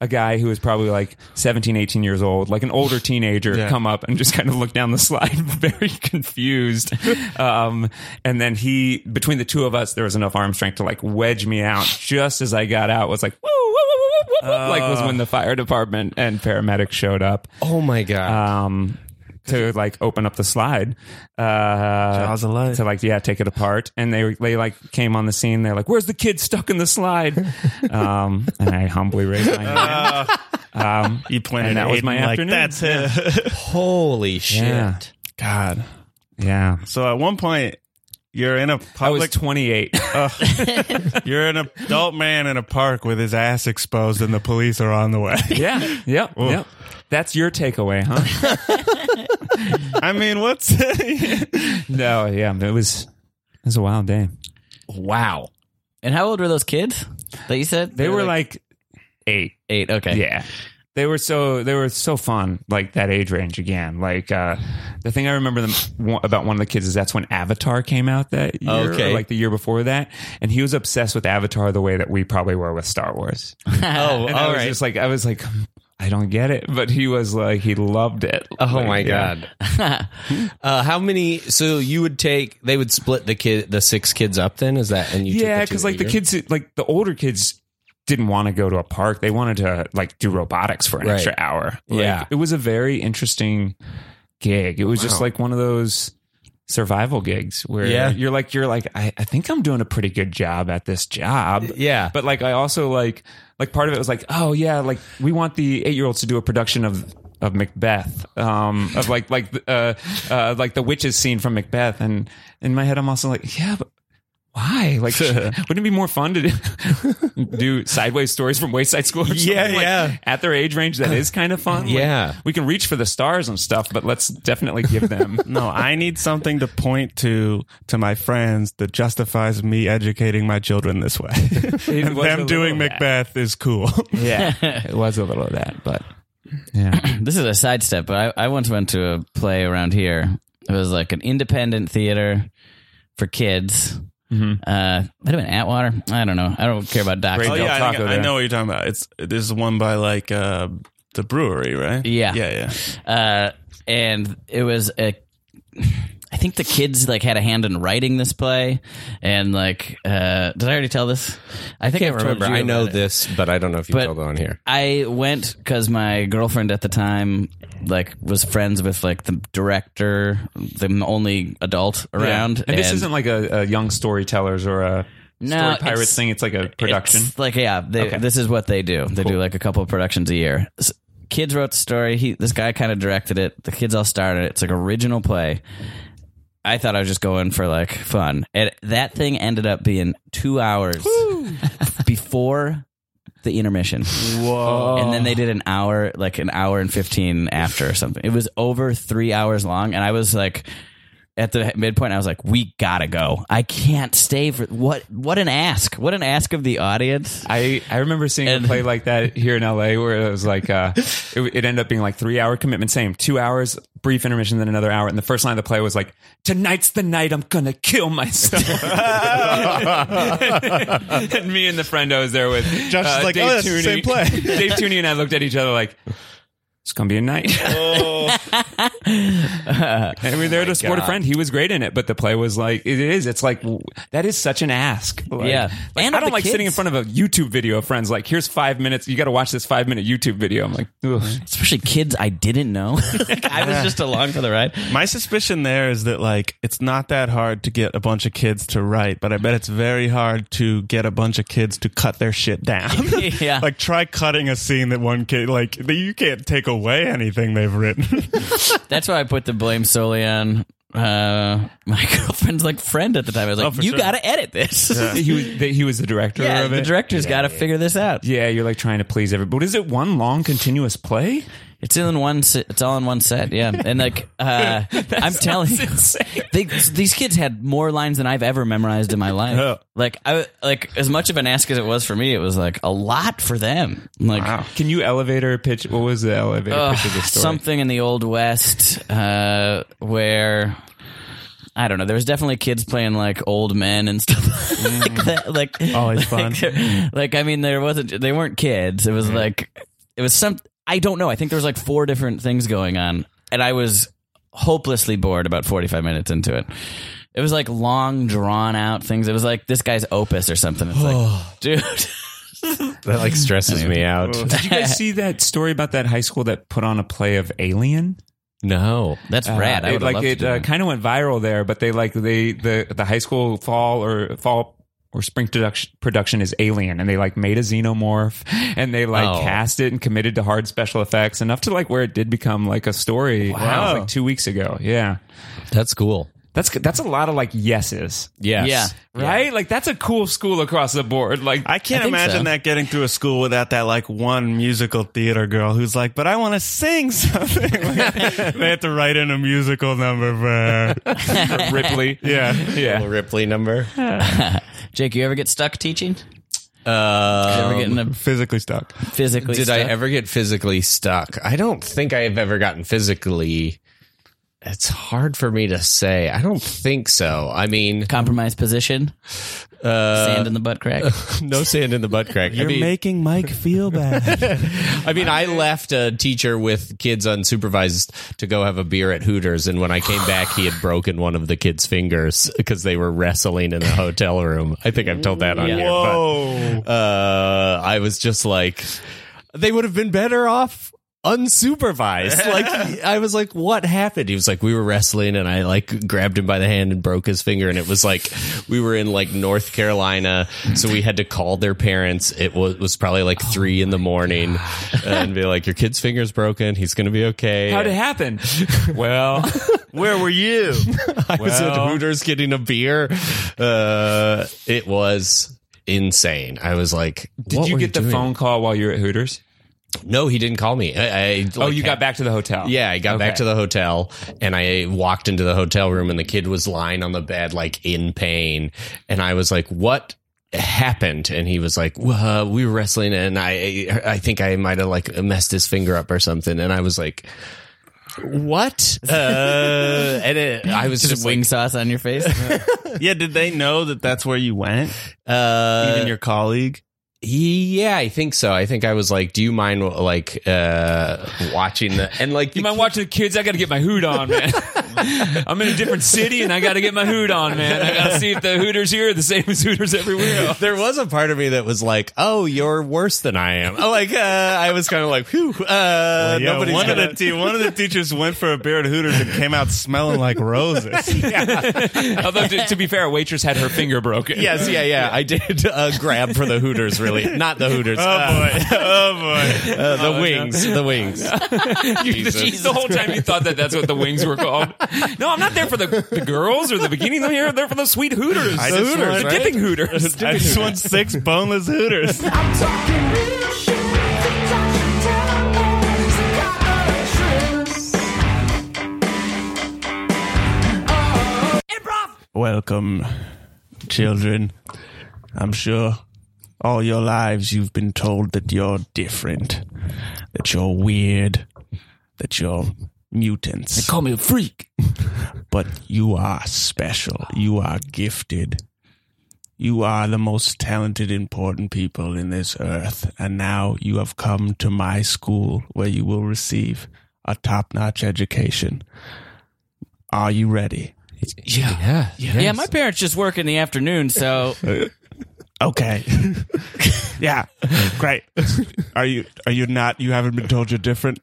Speaker 6: a guy who was probably like 17 18 years old like an older teenager come up and just kind of look down the slide very confused um, and then he between the two of us there was enough arm strength to like wedge me out just as i got out was like woo, woo, woo, woo, woo, woo, like was when the fire department and paramedics showed up
Speaker 4: oh my god!
Speaker 6: um, to like open up the slide, uh,
Speaker 5: Jaws of life.
Speaker 6: to like yeah take it apart, and they they like came on the scene. They're like, "Where's the kid stuck in the slide?" um, and I humbly raised my hand.
Speaker 5: You planted
Speaker 6: And that was my
Speaker 5: Aiden, like,
Speaker 6: afternoon.
Speaker 5: That's it.
Speaker 4: Holy shit!
Speaker 6: Yeah.
Speaker 5: God.
Speaker 6: Yeah,
Speaker 5: So at one point, you're in a
Speaker 6: I was
Speaker 5: public.
Speaker 6: 28.
Speaker 5: you're an adult man in a park with his ass exposed, and the police are on the way.
Speaker 6: yeah, yep, yep. That's your takeaway, huh?
Speaker 5: I mean, what's
Speaker 6: no, yeah, it was it was a wild day.
Speaker 4: Wow.
Speaker 3: And how old were those kids that you said?
Speaker 6: They were like eight.
Speaker 3: eight. Okay.
Speaker 6: Yeah. They were so they were so fun, like that age range again. Like uh, the thing I remember them one, about one of the kids is that's when Avatar came out that year, or,
Speaker 3: Okay.
Speaker 6: like the year before that, and he was obsessed with Avatar the way that we probably were with Star Wars.
Speaker 3: Oh,
Speaker 6: And I
Speaker 3: all
Speaker 6: was
Speaker 3: right.
Speaker 6: just like I was like, "Hmm, I don't get it, but he was like he loved it.
Speaker 4: Oh
Speaker 6: Like,
Speaker 4: my
Speaker 6: yeah.
Speaker 4: god! uh, how many? So you would take? They would split the kid, the six kids up. Then is that? And you took
Speaker 6: Yeah,
Speaker 4: two
Speaker 6: because like the
Speaker 4: that
Speaker 6: kids, like the older kids didn't want to go to a park. They wanted to like do robotics for an
Speaker 4: Right.
Speaker 6: extra hour. Like,
Speaker 4: Yeah.
Speaker 6: It was a very interesting gig. It was just
Speaker 4: Wow.
Speaker 6: like one of those survival gigs where
Speaker 4: Yeah.
Speaker 6: you're like, you're like, I, I think I'm doing a pretty good job at this job.
Speaker 4: year? Yeah,
Speaker 6: But like, I also like, like part of it was like, oh yeah, like we want the eight year olds to do a production of, of Macbeth, um, of like, like, uh, uh, like the witches scene from Macbeth. And in my head, I'm also like, yeah, but why? Like, wouldn't it be more fun to do, do sideways stories from Wayside School? Or something?
Speaker 4: Yeah,
Speaker 6: Like,
Speaker 4: yeah.
Speaker 6: At their age range, that is kind of fun. Like,
Speaker 4: Yeah.
Speaker 6: we can reach for the stars and stuff, but let's definitely give them.
Speaker 5: No, I need something to point to to my friends that justifies me educating my children this way. and
Speaker 6: was a little
Speaker 5: them doing
Speaker 6: bit.
Speaker 5: Macbeth is cool.
Speaker 6: yeah, it was a little of that, but yeah,
Speaker 3: this is a sidestep, but I, I once went to a play around here. It was like an independent theater for kids. Uh, might have been Atwater. I don't know. I don't care about docs.
Speaker 6: Great. Oh, yeah, I think- I know
Speaker 5: what you're talking about. It's this is one by like uh the brewery, right?
Speaker 3: Yeah.
Speaker 5: Yeah, yeah.
Speaker 3: Uh, and it was a. I think the kids like had a hand in writing this play, and like, uh, did I already tell this? I think I
Speaker 4: I
Speaker 3: told
Speaker 4: remember.
Speaker 3: you
Speaker 4: I know
Speaker 3: about it.
Speaker 4: this, but I don't know if you
Speaker 3: But-
Speaker 4: told it on here.
Speaker 3: I went because my girlfriend at the time, like, was friends with like the director, the only adult around.
Speaker 6: And, this isn't like a, a young storytellers or a
Speaker 3: No,
Speaker 6: story
Speaker 3: it's-
Speaker 6: pirates thing. It's like a production.
Speaker 3: It's like yeah, they,
Speaker 6: Okay.
Speaker 3: this is what they do. They do like a couple of productions a year. S kids wrote the story. He this guy kind of directed it. The kids all started it. It's like original play. I thought I was just going for like fun, and that thing ended up being two hours before the intermission. Whoa! And then they did an hour, like an hour and fifteen after or something. It was over three hours long, and I was like at the midpoint, I was like, "We gotta go. I can't stay for what? What an ask! What an ask of the audience."
Speaker 6: I, I remember seeing a play like that here in LA where it was like uh, it, it ended up being like three hour commitment, same two hours brief intermission, then another hour, and the first line of the play was like, "Tonight's the night I'm gonna kill myself." and me and the friend I was there with, uh,
Speaker 5: Josh is like, "Oh, that's the same play."
Speaker 6: Dave Tooney and I looked at each other like, "It's gonna be a night." and we were
Speaker 3: Oh
Speaker 6: there to support a friend. He was great in it, but the play was like it is. It's like w- that is such an ask. Like,
Speaker 3: Yeah.
Speaker 6: like,
Speaker 3: And
Speaker 6: I
Speaker 3: of
Speaker 6: don't
Speaker 3: the
Speaker 6: like sitting in
Speaker 3: kids.
Speaker 6: front of a YouTube video of friends. Like here's five minutes. You got to watch this five minute YouTube video. I'm like, ugh.
Speaker 3: Especially kids I didn't know. Like, I was just along for the ride.
Speaker 5: My suspicion there is that like it's not that hard to get a bunch of kids to write, but I bet it's very hard to get a bunch of kids to cut their shit down.
Speaker 3: Yeah.
Speaker 5: like try cutting a scene that one kid like that you can't take away anything they've written.
Speaker 3: That's why I put the blame solely on uh, my girlfriend's like friend at the time. I was like,
Speaker 5: Oh, for
Speaker 3: "You
Speaker 5: sure.
Speaker 3: gotta edit this." Yeah,
Speaker 6: he was the, he was the director of
Speaker 3: the
Speaker 6: it.
Speaker 3: director's got to figure this out.
Speaker 6: yeah, you're like trying to please everybody. But is it one long continuous play?
Speaker 3: It's in one. se- It's all in one set. Yeah, and like uh, I'm telling you, they, these kids had more lines than I've ever memorized in my life.
Speaker 5: Yeah.
Speaker 3: Like I like as much of an ask as it was for me, it was like a lot for them. Like
Speaker 6: Can you elevator pitch? What was the elevator
Speaker 3: Ugh,
Speaker 6: pitch of the story?
Speaker 3: something in the old west uh, where I don't know. There was definitely kids playing like old men and stuff like that. Like
Speaker 6: Mm. Always Mm.
Speaker 3: like, Like I mean, there wasn't. They weren't kids. It was like it was some. I don't know. I think there was like four different things going on, and I was hopelessly bored about forty five minutes into it. It was like long, drawn out things. It was like this guy's opus or something. It's like, dude.
Speaker 4: That like stresses me out.
Speaker 6: Did you guys see that story about that high school that put on a play of Alien?
Speaker 4: No.
Speaker 3: That's rad.
Speaker 6: Uh,
Speaker 3: I
Speaker 6: it,
Speaker 3: would
Speaker 6: like
Speaker 3: love
Speaker 6: it
Speaker 3: to do
Speaker 6: uh,
Speaker 3: that.
Speaker 6: kind of went viral there, but they like they the the high school fall or fall or spring production production is Alien, and they like made a xenomorph and they like
Speaker 3: Oh.
Speaker 6: cast it and committed to hard special effects enough to like where it did become like a story. Wow, like two weeks ago. Yeah,
Speaker 4: That's cool.
Speaker 6: that's that's a lot of like yeses.
Speaker 4: Yes.
Speaker 3: Yeah.
Speaker 6: Right, like that's a cool school across the board. Like
Speaker 5: I can't
Speaker 3: I think
Speaker 5: imagine
Speaker 3: so.
Speaker 5: that getting through a school without that like one musical theater girl who's like, "But I want to sing something." they have to write in a musical number for her.
Speaker 6: Ripley.
Speaker 5: yeah.
Speaker 6: yeah,
Speaker 4: Ripley number.
Speaker 3: Jake, you ever get stuck teaching? You ever
Speaker 4: Uh,
Speaker 3: get in a
Speaker 6: Um,
Speaker 5: Physically stuck.
Speaker 3: physically?
Speaker 4: did I
Speaker 3: stuck?
Speaker 4: ever get physically stuck? I don't think I have ever gotten physically. It's hard for me to say. I don't think so. I mean,
Speaker 3: compromise position? Sand in the butt crack.
Speaker 4: no sand in the butt crack. I
Speaker 5: You're
Speaker 4: mean,
Speaker 5: making Mike feel bad.
Speaker 4: I mean, I left a teacher with kids unsupervised to go have a beer at Hooters, and when I came back, he had broken one of the kids' fingers because they were wrestling in the hotel room. I think I've told that on here.
Speaker 5: Whoa.
Speaker 4: But, uh, I was just like, they would have been better off unsupervised. like, I was like, what happened? He was like, we were wrestling, and I like grabbed him by the hand and broke his finger, and it was like we were in like North Carolina, so we had to call their parents. It was was probably like
Speaker 6: Oh
Speaker 4: three in the morning, and be like, your kid's finger's broken. He's gonna be okay.
Speaker 6: how'd it happen? well,
Speaker 5: Where were you?
Speaker 4: I was
Speaker 6: Well-
Speaker 4: at Hooters getting a beer. Uh, it was insane. I was like,
Speaker 6: did
Speaker 4: what
Speaker 6: you
Speaker 4: were
Speaker 6: get the
Speaker 4: doing?
Speaker 6: phone call while you were at Hooters?
Speaker 4: No, he didn't call me. I, I,
Speaker 6: oh,
Speaker 4: like,
Speaker 6: you
Speaker 4: had-
Speaker 6: got back to the hotel.
Speaker 4: Yeah, I got back
Speaker 6: Okay.
Speaker 4: to the hotel and I walked into the hotel room and the kid was lying on the bed like in pain and I was like, "What happened?" And he was like, well, uh, "We were wrestling and I I think I might have like messed his finger up or something." And I was like, "What?" Uh, and it, I was
Speaker 3: Just
Speaker 4: just
Speaker 3: wing
Speaker 4: like,
Speaker 3: sauce on your face.
Speaker 5: yeah. Did they know that that's where you went?
Speaker 4: uh,
Speaker 5: Even your colleague?
Speaker 4: yeah, I think so. I think I was like, "Do you mind like uh watching the and like
Speaker 6: You mind watching the kids? I got to get my hoot on, man. I'm in a different city and I got to get my hoot on, man. I got to see if the Hooters here are the same as Hooters everywhere else.
Speaker 4: there was a part of me that was like, "Oh, you're worse than I am." Oh, like uh, I was kind of like, "Whew, uh,
Speaker 5: Yeah,
Speaker 4: nobody's
Speaker 5: one
Speaker 4: gonna."
Speaker 5: of the te- one of the teachers went for a beer at Hooters and came out smelling like roses.
Speaker 6: Although, to, to be fair, a waitress had her finger broken.
Speaker 4: yes, yeah, yeah. I did uh, grab for the Hooters, really, not the Hooters. uh,
Speaker 5: oh boy.
Speaker 4: uh, the wings, the wings.
Speaker 6: You-
Speaker 4: Jesus.
Speaker 6: the whole time you thought that that's what the wings were called. No, I'm not there for the, the girls or the bikini. I'm here. They're for the sweet Hooters.
Speaker 5: I
Speaker 6: the
Speaker 5: just
Speaker 6: Hooters, the
Speaker 5: wanted-
Speaker 6: dipping Hooters.
Speaker 5: I just want six boneless Hooters.
Speaker 2: I'm talking real shit. Think I should tell them it's got a trace. Oh.
Speaker 5: Welcome, children. I'm sure all your lives you've been told that you're different, that you're weird, that you're mutants.
Speaker 6: call me a freak.
Speaker 5: But you are special. You are gifted. You are the most talented, important people in this earth. And now you have come to my school where you will receive a top notch education. Are you ready?
Speaker 4: Yeah,
Speaker 3: yeah, my parents just work in the afternoon, so uh,
Speaker 5: Okay. yeah. Great. Are you are you not you haven't been told you're different?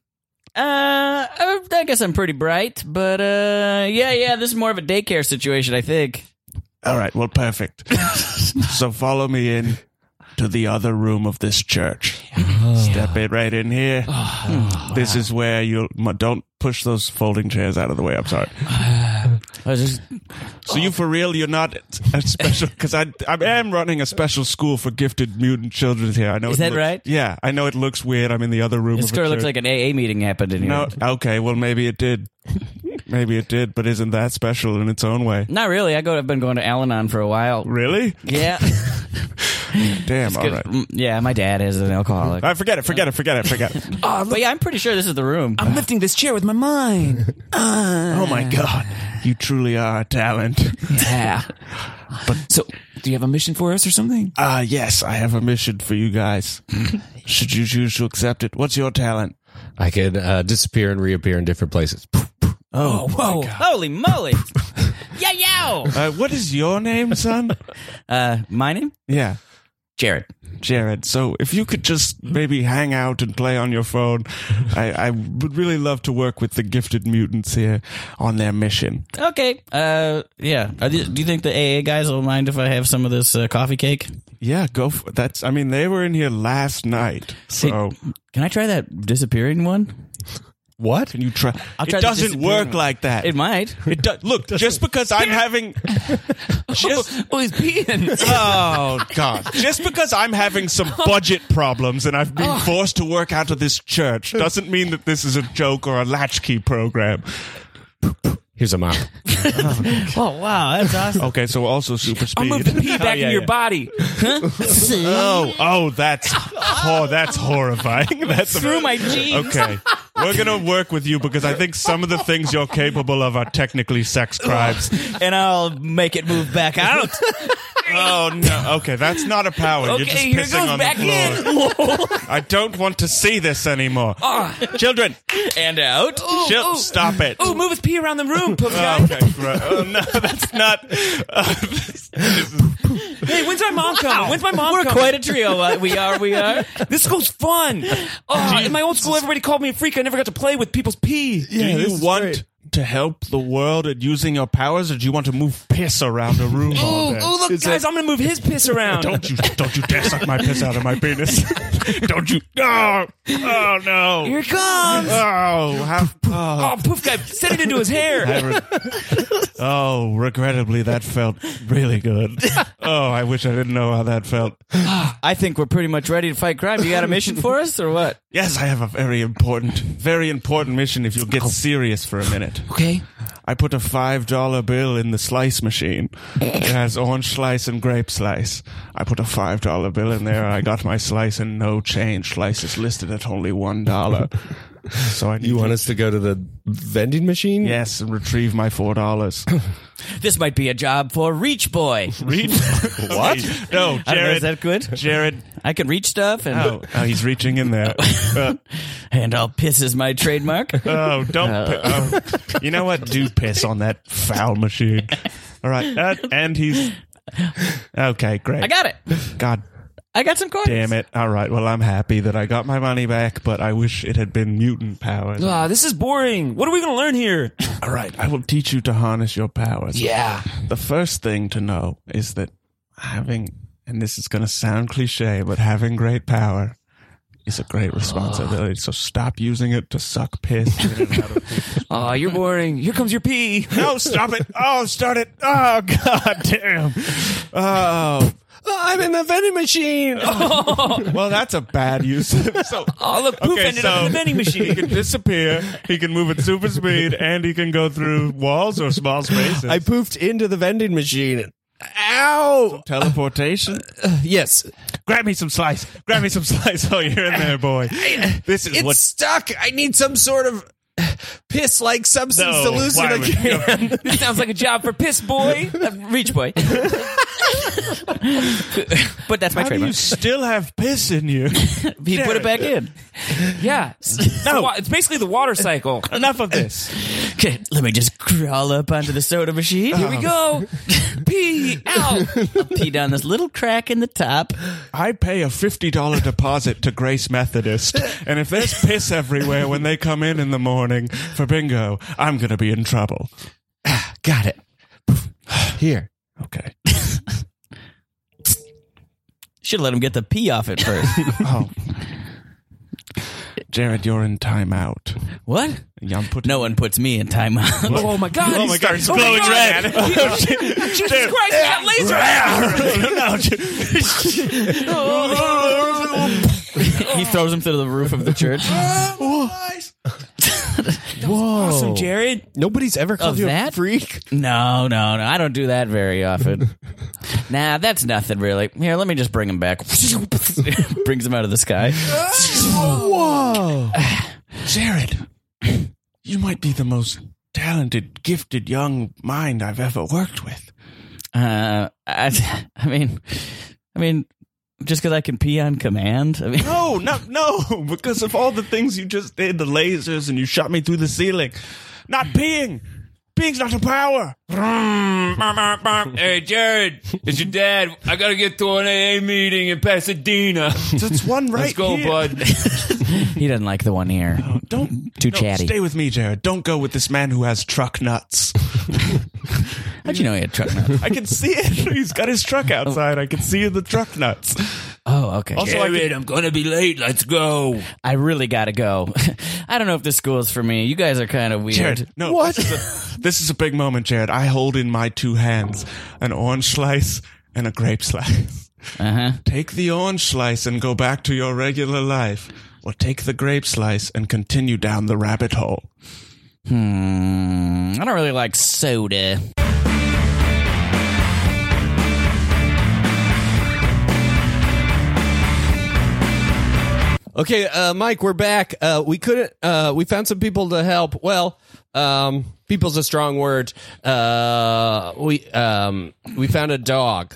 Speaker 3: uh, I I guess I'm pretty bright. But uh, yeah, yeah, this is more of a daycare situation, I think.
Speaker 5: All right, well perfect. so follow me in to the other room of this church.
Speaker 3: Oh.
Speaker 5: Step it right in here. this is where you'll m- don't push those folding chairs out of the way. I'm sorry.
Speaker 3: I was just
Speaker 5: So you for real? You're not a special because I I am running a special school for gifted mutant children here. I know
Speaker 3: Is
Speaker 5: it
Speaker 3: that
Speaker 5: looks-
Speaker 3: right?
Speaker 5: Yeah, I know it looks weird. I'm in the other room.
Speaker 3: This
Speaker 5: of a
Speaker 3: girl looks
Speaker 5: church.
Speaker 3: like an AA meeting happened in here.
Speaker 5: no. Okay, well maybe it did. Maybe it did, but isn't that special in its own way?
Speaker 3: Not really. I go. I've been going to Al-Anon for a while.
Speaker 5: Really?
Speaker 3: Yeah.
Speaker 5: Damn. All right.
Speaker 3: Mm, Yeah, my dad is an alcoholic. Oh,
Speaker 5: I forget it. Forget it. Forget it. Forget it.
Speaker 3: but yeah, I'm pretty sure this is the room.
Speaker 6: I'm lifting this chair with my mind.
Speaker 5: oh my god, you truly are a talent.
Speaker 6: Yeah. But so, do you have a mission for us or something?
Speaker 5: Ah, yes, I have a mission for you guys. Should you choose to accept it? What's your talent?
Speaker 4: I could uh, disappear and reappear in different places.
Speaker 3: oh, whoa! Holy moly! yeah, yeah.
Speaker 5: Uh, what is your name, son?
Speaker 3: Uh, my name
Speaker 5: yeah.
Speaker 3: Jared.
Speaker 5: Jared. So if you could just maybe hang out and play on your phone, I, I would really love to work with the gifted mutants here on their mission.
Speaker 3: Okay. Uh, yeah. Are these, do you think the AA guys will mind if I have some of this uh, coffee cake?
Speaker 5: Yeah, go for that's I mean they were in here last night. So
Speaker 3: Can I try that disappearing one?
Speaker 5: what? Can you try?
Speaker 3: I'll
Speaker 5: it
Speaker 3: try the
Speaker 5: doesn't
Speaker 3: disappearing
Speaker 5: work
Speaker 3: one.
Speaker 5: like that.
Speaker 3: It might.
Speaker 5: It do- look, just because I'm having just
Speaker 6: Oh, he's peeing.
Speaker 5: Oh God! Just because I'm having some budget problems and I've
Speaker 6: Oh.
Speaker 5: been forced to work out of this church doesn't mean that this is a joke or a latchkey program.
Speaker 4: Here's a mop.
Speaker 3: Oh wow, that's awesome.
Speaker 5: Okay, so also super
Speaker 6: I'll
Speaker 5: speed.
Speaker 6: move the pee back in your body.
Speaker 5: Oh, oh, that's oh, that's horrifying. That's
Speaker 3: Through my jeans.
Speaker 5: Okay, we're gonna work with you because I think some of the things you're capable of are technically sex crimes.
Speaker 3: and I'll make it move back out.
Speaker 5: Oh no! Okay, that's not a power. you're just
Speaker 3: Okay, here
Speaker 5: pissing
Speaker 3: it goes
Speaker 5: on
Speaker 3: back
Speaker 5: the floor.
Speaker 3: in. Ah.
Speaker 5: I don't want to see this anymore. Children,
Speaker 3: and out.
Speaker 5: chil- stop it.
Speaker 6: Oh, move his pee around the room, poof guy.
Speaker 5: Oh, okay, right. Oh, no, that's not.
Speaker 6: Hey, when's my mom coming? When's my mom
Speaker 3: We're
Speaker 6: coming?
Speaker 3: quite a trio. Uh, we are. We are.
Speaker 6: This school's fun. Oh, in my old school, everybody called me a freak. I never got to play with people's pee.
Speaker 5: do you want to help the world at using your powers, or do you want to move piss around a room all
Speaker 6: Ooh,
Speaker 5: day?
Speaker 6: ooh, look, guys, I'm gonna move his piss around.
Speaker 5: Don't you don't you dare suck my piss out of my penis. don't you No Oh no.
Speaker 6: Here it comes.
Speaker 5: Oh, how, oh,
Speaker 6: Oh, poof guy, set it into his hair.
Speaker 5: I re- oh, regrettably, that felt really good. Oh, I wish I didn't know how that felt.
Speaker 3: I think we're pretty much ready to fight crime. You got a mission for us or what?
Speaker 5: Yes, I have a very important, very important mission if you'll get serious for a minute.
Speaker 6: Okay.
Speaker 5: I put a five dollar bill in the slice machine. It has orange slice and grape slice. I put a five dollar bill in there. I got my slice and no change. Slice is listed at only one dollar. So I need
Speaker 4: You want
Speaker 5: to
Speaker 4: us to go to the vending machine?
Speaker 5: yes and retrieve my four dollars.
Speaker 3: This might be a job for Reach Boy.
Speaker 5: Read what? No,
Speaker 3: I don't know, is
Speaker 5: Jared.
Speaker 3: that good?
Speaker 5: Jared.
Speaker 3: I can reach stuff and
Speaker 5: Oh, oh, he's reaching in there. Uh,
Speaker 3: and I'll piss is my trademark.
Speaker 5: oh, don't. pi- oh. You know what? Do piss on that foul machine. All right, uh, and he's okay. Great.
Speaker 3: I got it.
Speaker 5: God
Speaker 3: I got some coins.
Speaker 5: Damn it. All right. Well, I'm happy that I got my money back, but I wish it had been mutant powers.
Speaker 6: Ah, this is boring. What are we gonna learn here?
Speaker 5: All right. I will teach you to harness your powers.
Speaker 6: Yeah.
Speaker 5: The first thing to know is that having, and this is going to sound cliche, but having great power is a great responsibility. So stop using it to suck piss. in and out of people.
Speaker 6: Oh, you're boring. Here comes your pee.
Speaker 5: no, stop it. Oh, start it. Oh, god damn. Oh. I'm in the vending machine. well, that's a bad use. so,
Speaker 6: Oh, look, poof
Speaker 5: Okay,
Speaker 6: ended up
Speaker 5: so-
Speaker 6: in the vending
Speaker 5: he
Speaker 6: machine.
Speaker 5: can disappear. He can move at super speed, and he can go through walls or small spaces.
Speaker 4: I poofed into the vending machine. Ow!
Speaker 5: Teleportation.
Speaker 4: Yes.
Speaker 5: Grab me some slice. Grab me some slice. Oh, you're in there, boy. This is
Speaker 4: It's
Speaker 5: what.
Speaker 4: stuck. I need some sort of piss like substance
Speaker 5: No,
Speaker 4: to loosen
Speaker 5: why
Speaker 4: it
Speaker 5: would you-
Speaker 4: again.
Speaker 6: this sounds like a job for piss boy.
Speaker 3: Reach Boy. but that's my
Speaker 5: How do you
Speaker 3: trademark.
Speaker 5: still have piss in you?
Speaker 3: He put it back in.
Speaker 6: Yeah. No, it's basically the water cycle.
Speaker 5: Enough of this.
Speaker 3: Okay, let me just crawl up onto the soda machine.
Speaker 6: Here we go. Pee out.
Speaker 3: Pee down this little crack in the top.
Speaker 5: I pay a fifty dollar deposit to Grace Methodist, and if there's piss everywhere when they come in in the morning for bingo, I'm gonna be in trouble.
Speaker 4: Got it. Here.
Speaker 5: Okay.
Speaker 3: Should let him get the pee off at first.
Speaker 5: Oh. Jared, you're in timeout.
Speaker 3: What?
Speaker 5: Yeah, I'm putting.
Speaker 3: No one puts me in timeout.
Speaker 6: Oh my god!
Speaker 5: Oh my God, it's glowing red. Oh, shit. Dude.
Speaker 3: he throws him through the roof of the church.
Speaker 6: Awesome, Jared.
Speaker 4: Nobody's ever called
Speaker 3: Of
Speaker 4: you a
Speaker 3: that?
Speaker 4: freak.
Speaker 3: No, no, no. I don't do that very often. nah, that's nothing really. Here, let me just bring him back. Brings him out of the sky.
Speaker 5: Whoa, Jared, you might be the most talented, gifted young mind I've ever worked with.
Speaker 3: Uh, I, I mean, I mean, just because I can pee on command. I mean,
Speaker 5: No, no, no, because of all the things you just did, the lasers, and you shot me through the ceiling. Not peeing. Peeing's not a power.
Speaker 6: Hey, Jared, it's your dad. I gotta get to an AA meeting in Pasadena.
Speaker 5: That's one right
Speaker 6: Let's go,
Speaker 5: here.
Speaker 6: bud.
Speaker 3: he doesn't like the one here.
Speaker 5: Don't
Speaker 3: Too
Speaker 5: no,
Speaker 3: chatty.
Speaker 5: Stay with me, Jared. Don't go with this man who has truck nuts.
Speaker 3: How'd you know he had truck nuts?
Speaker 5: I can see it. He's got his truck outside. I can see the truck nuts.
Speaker 3: Oh, okay.
Speaker 5: Also, I can,
Speaker 6: I'm gonna be late. Let's go.
Speaker 3: I really gotta go. I don't know if this school is for me. You guys are kind of weird.
Speaker 5: Jared, no.
Speaker 4: What?
Speaker 5: This is, a, this is a big moment, Jared. I hold in my two hands an orange slice and a grape slice.
Speaker 3: Uh huh.
Speaker 5: Take the orange slice and go back to your regular life, or take the grape slice and continue down the rabbit hole.
Speaker 3: Hmm. I don't really like soda.
Speaker 4: Okay, uh, Mike, we're back. Uh, we couldn't. Uh, we found some people to help. Well, um, people's a strong word. Uh, we um, we found a dog.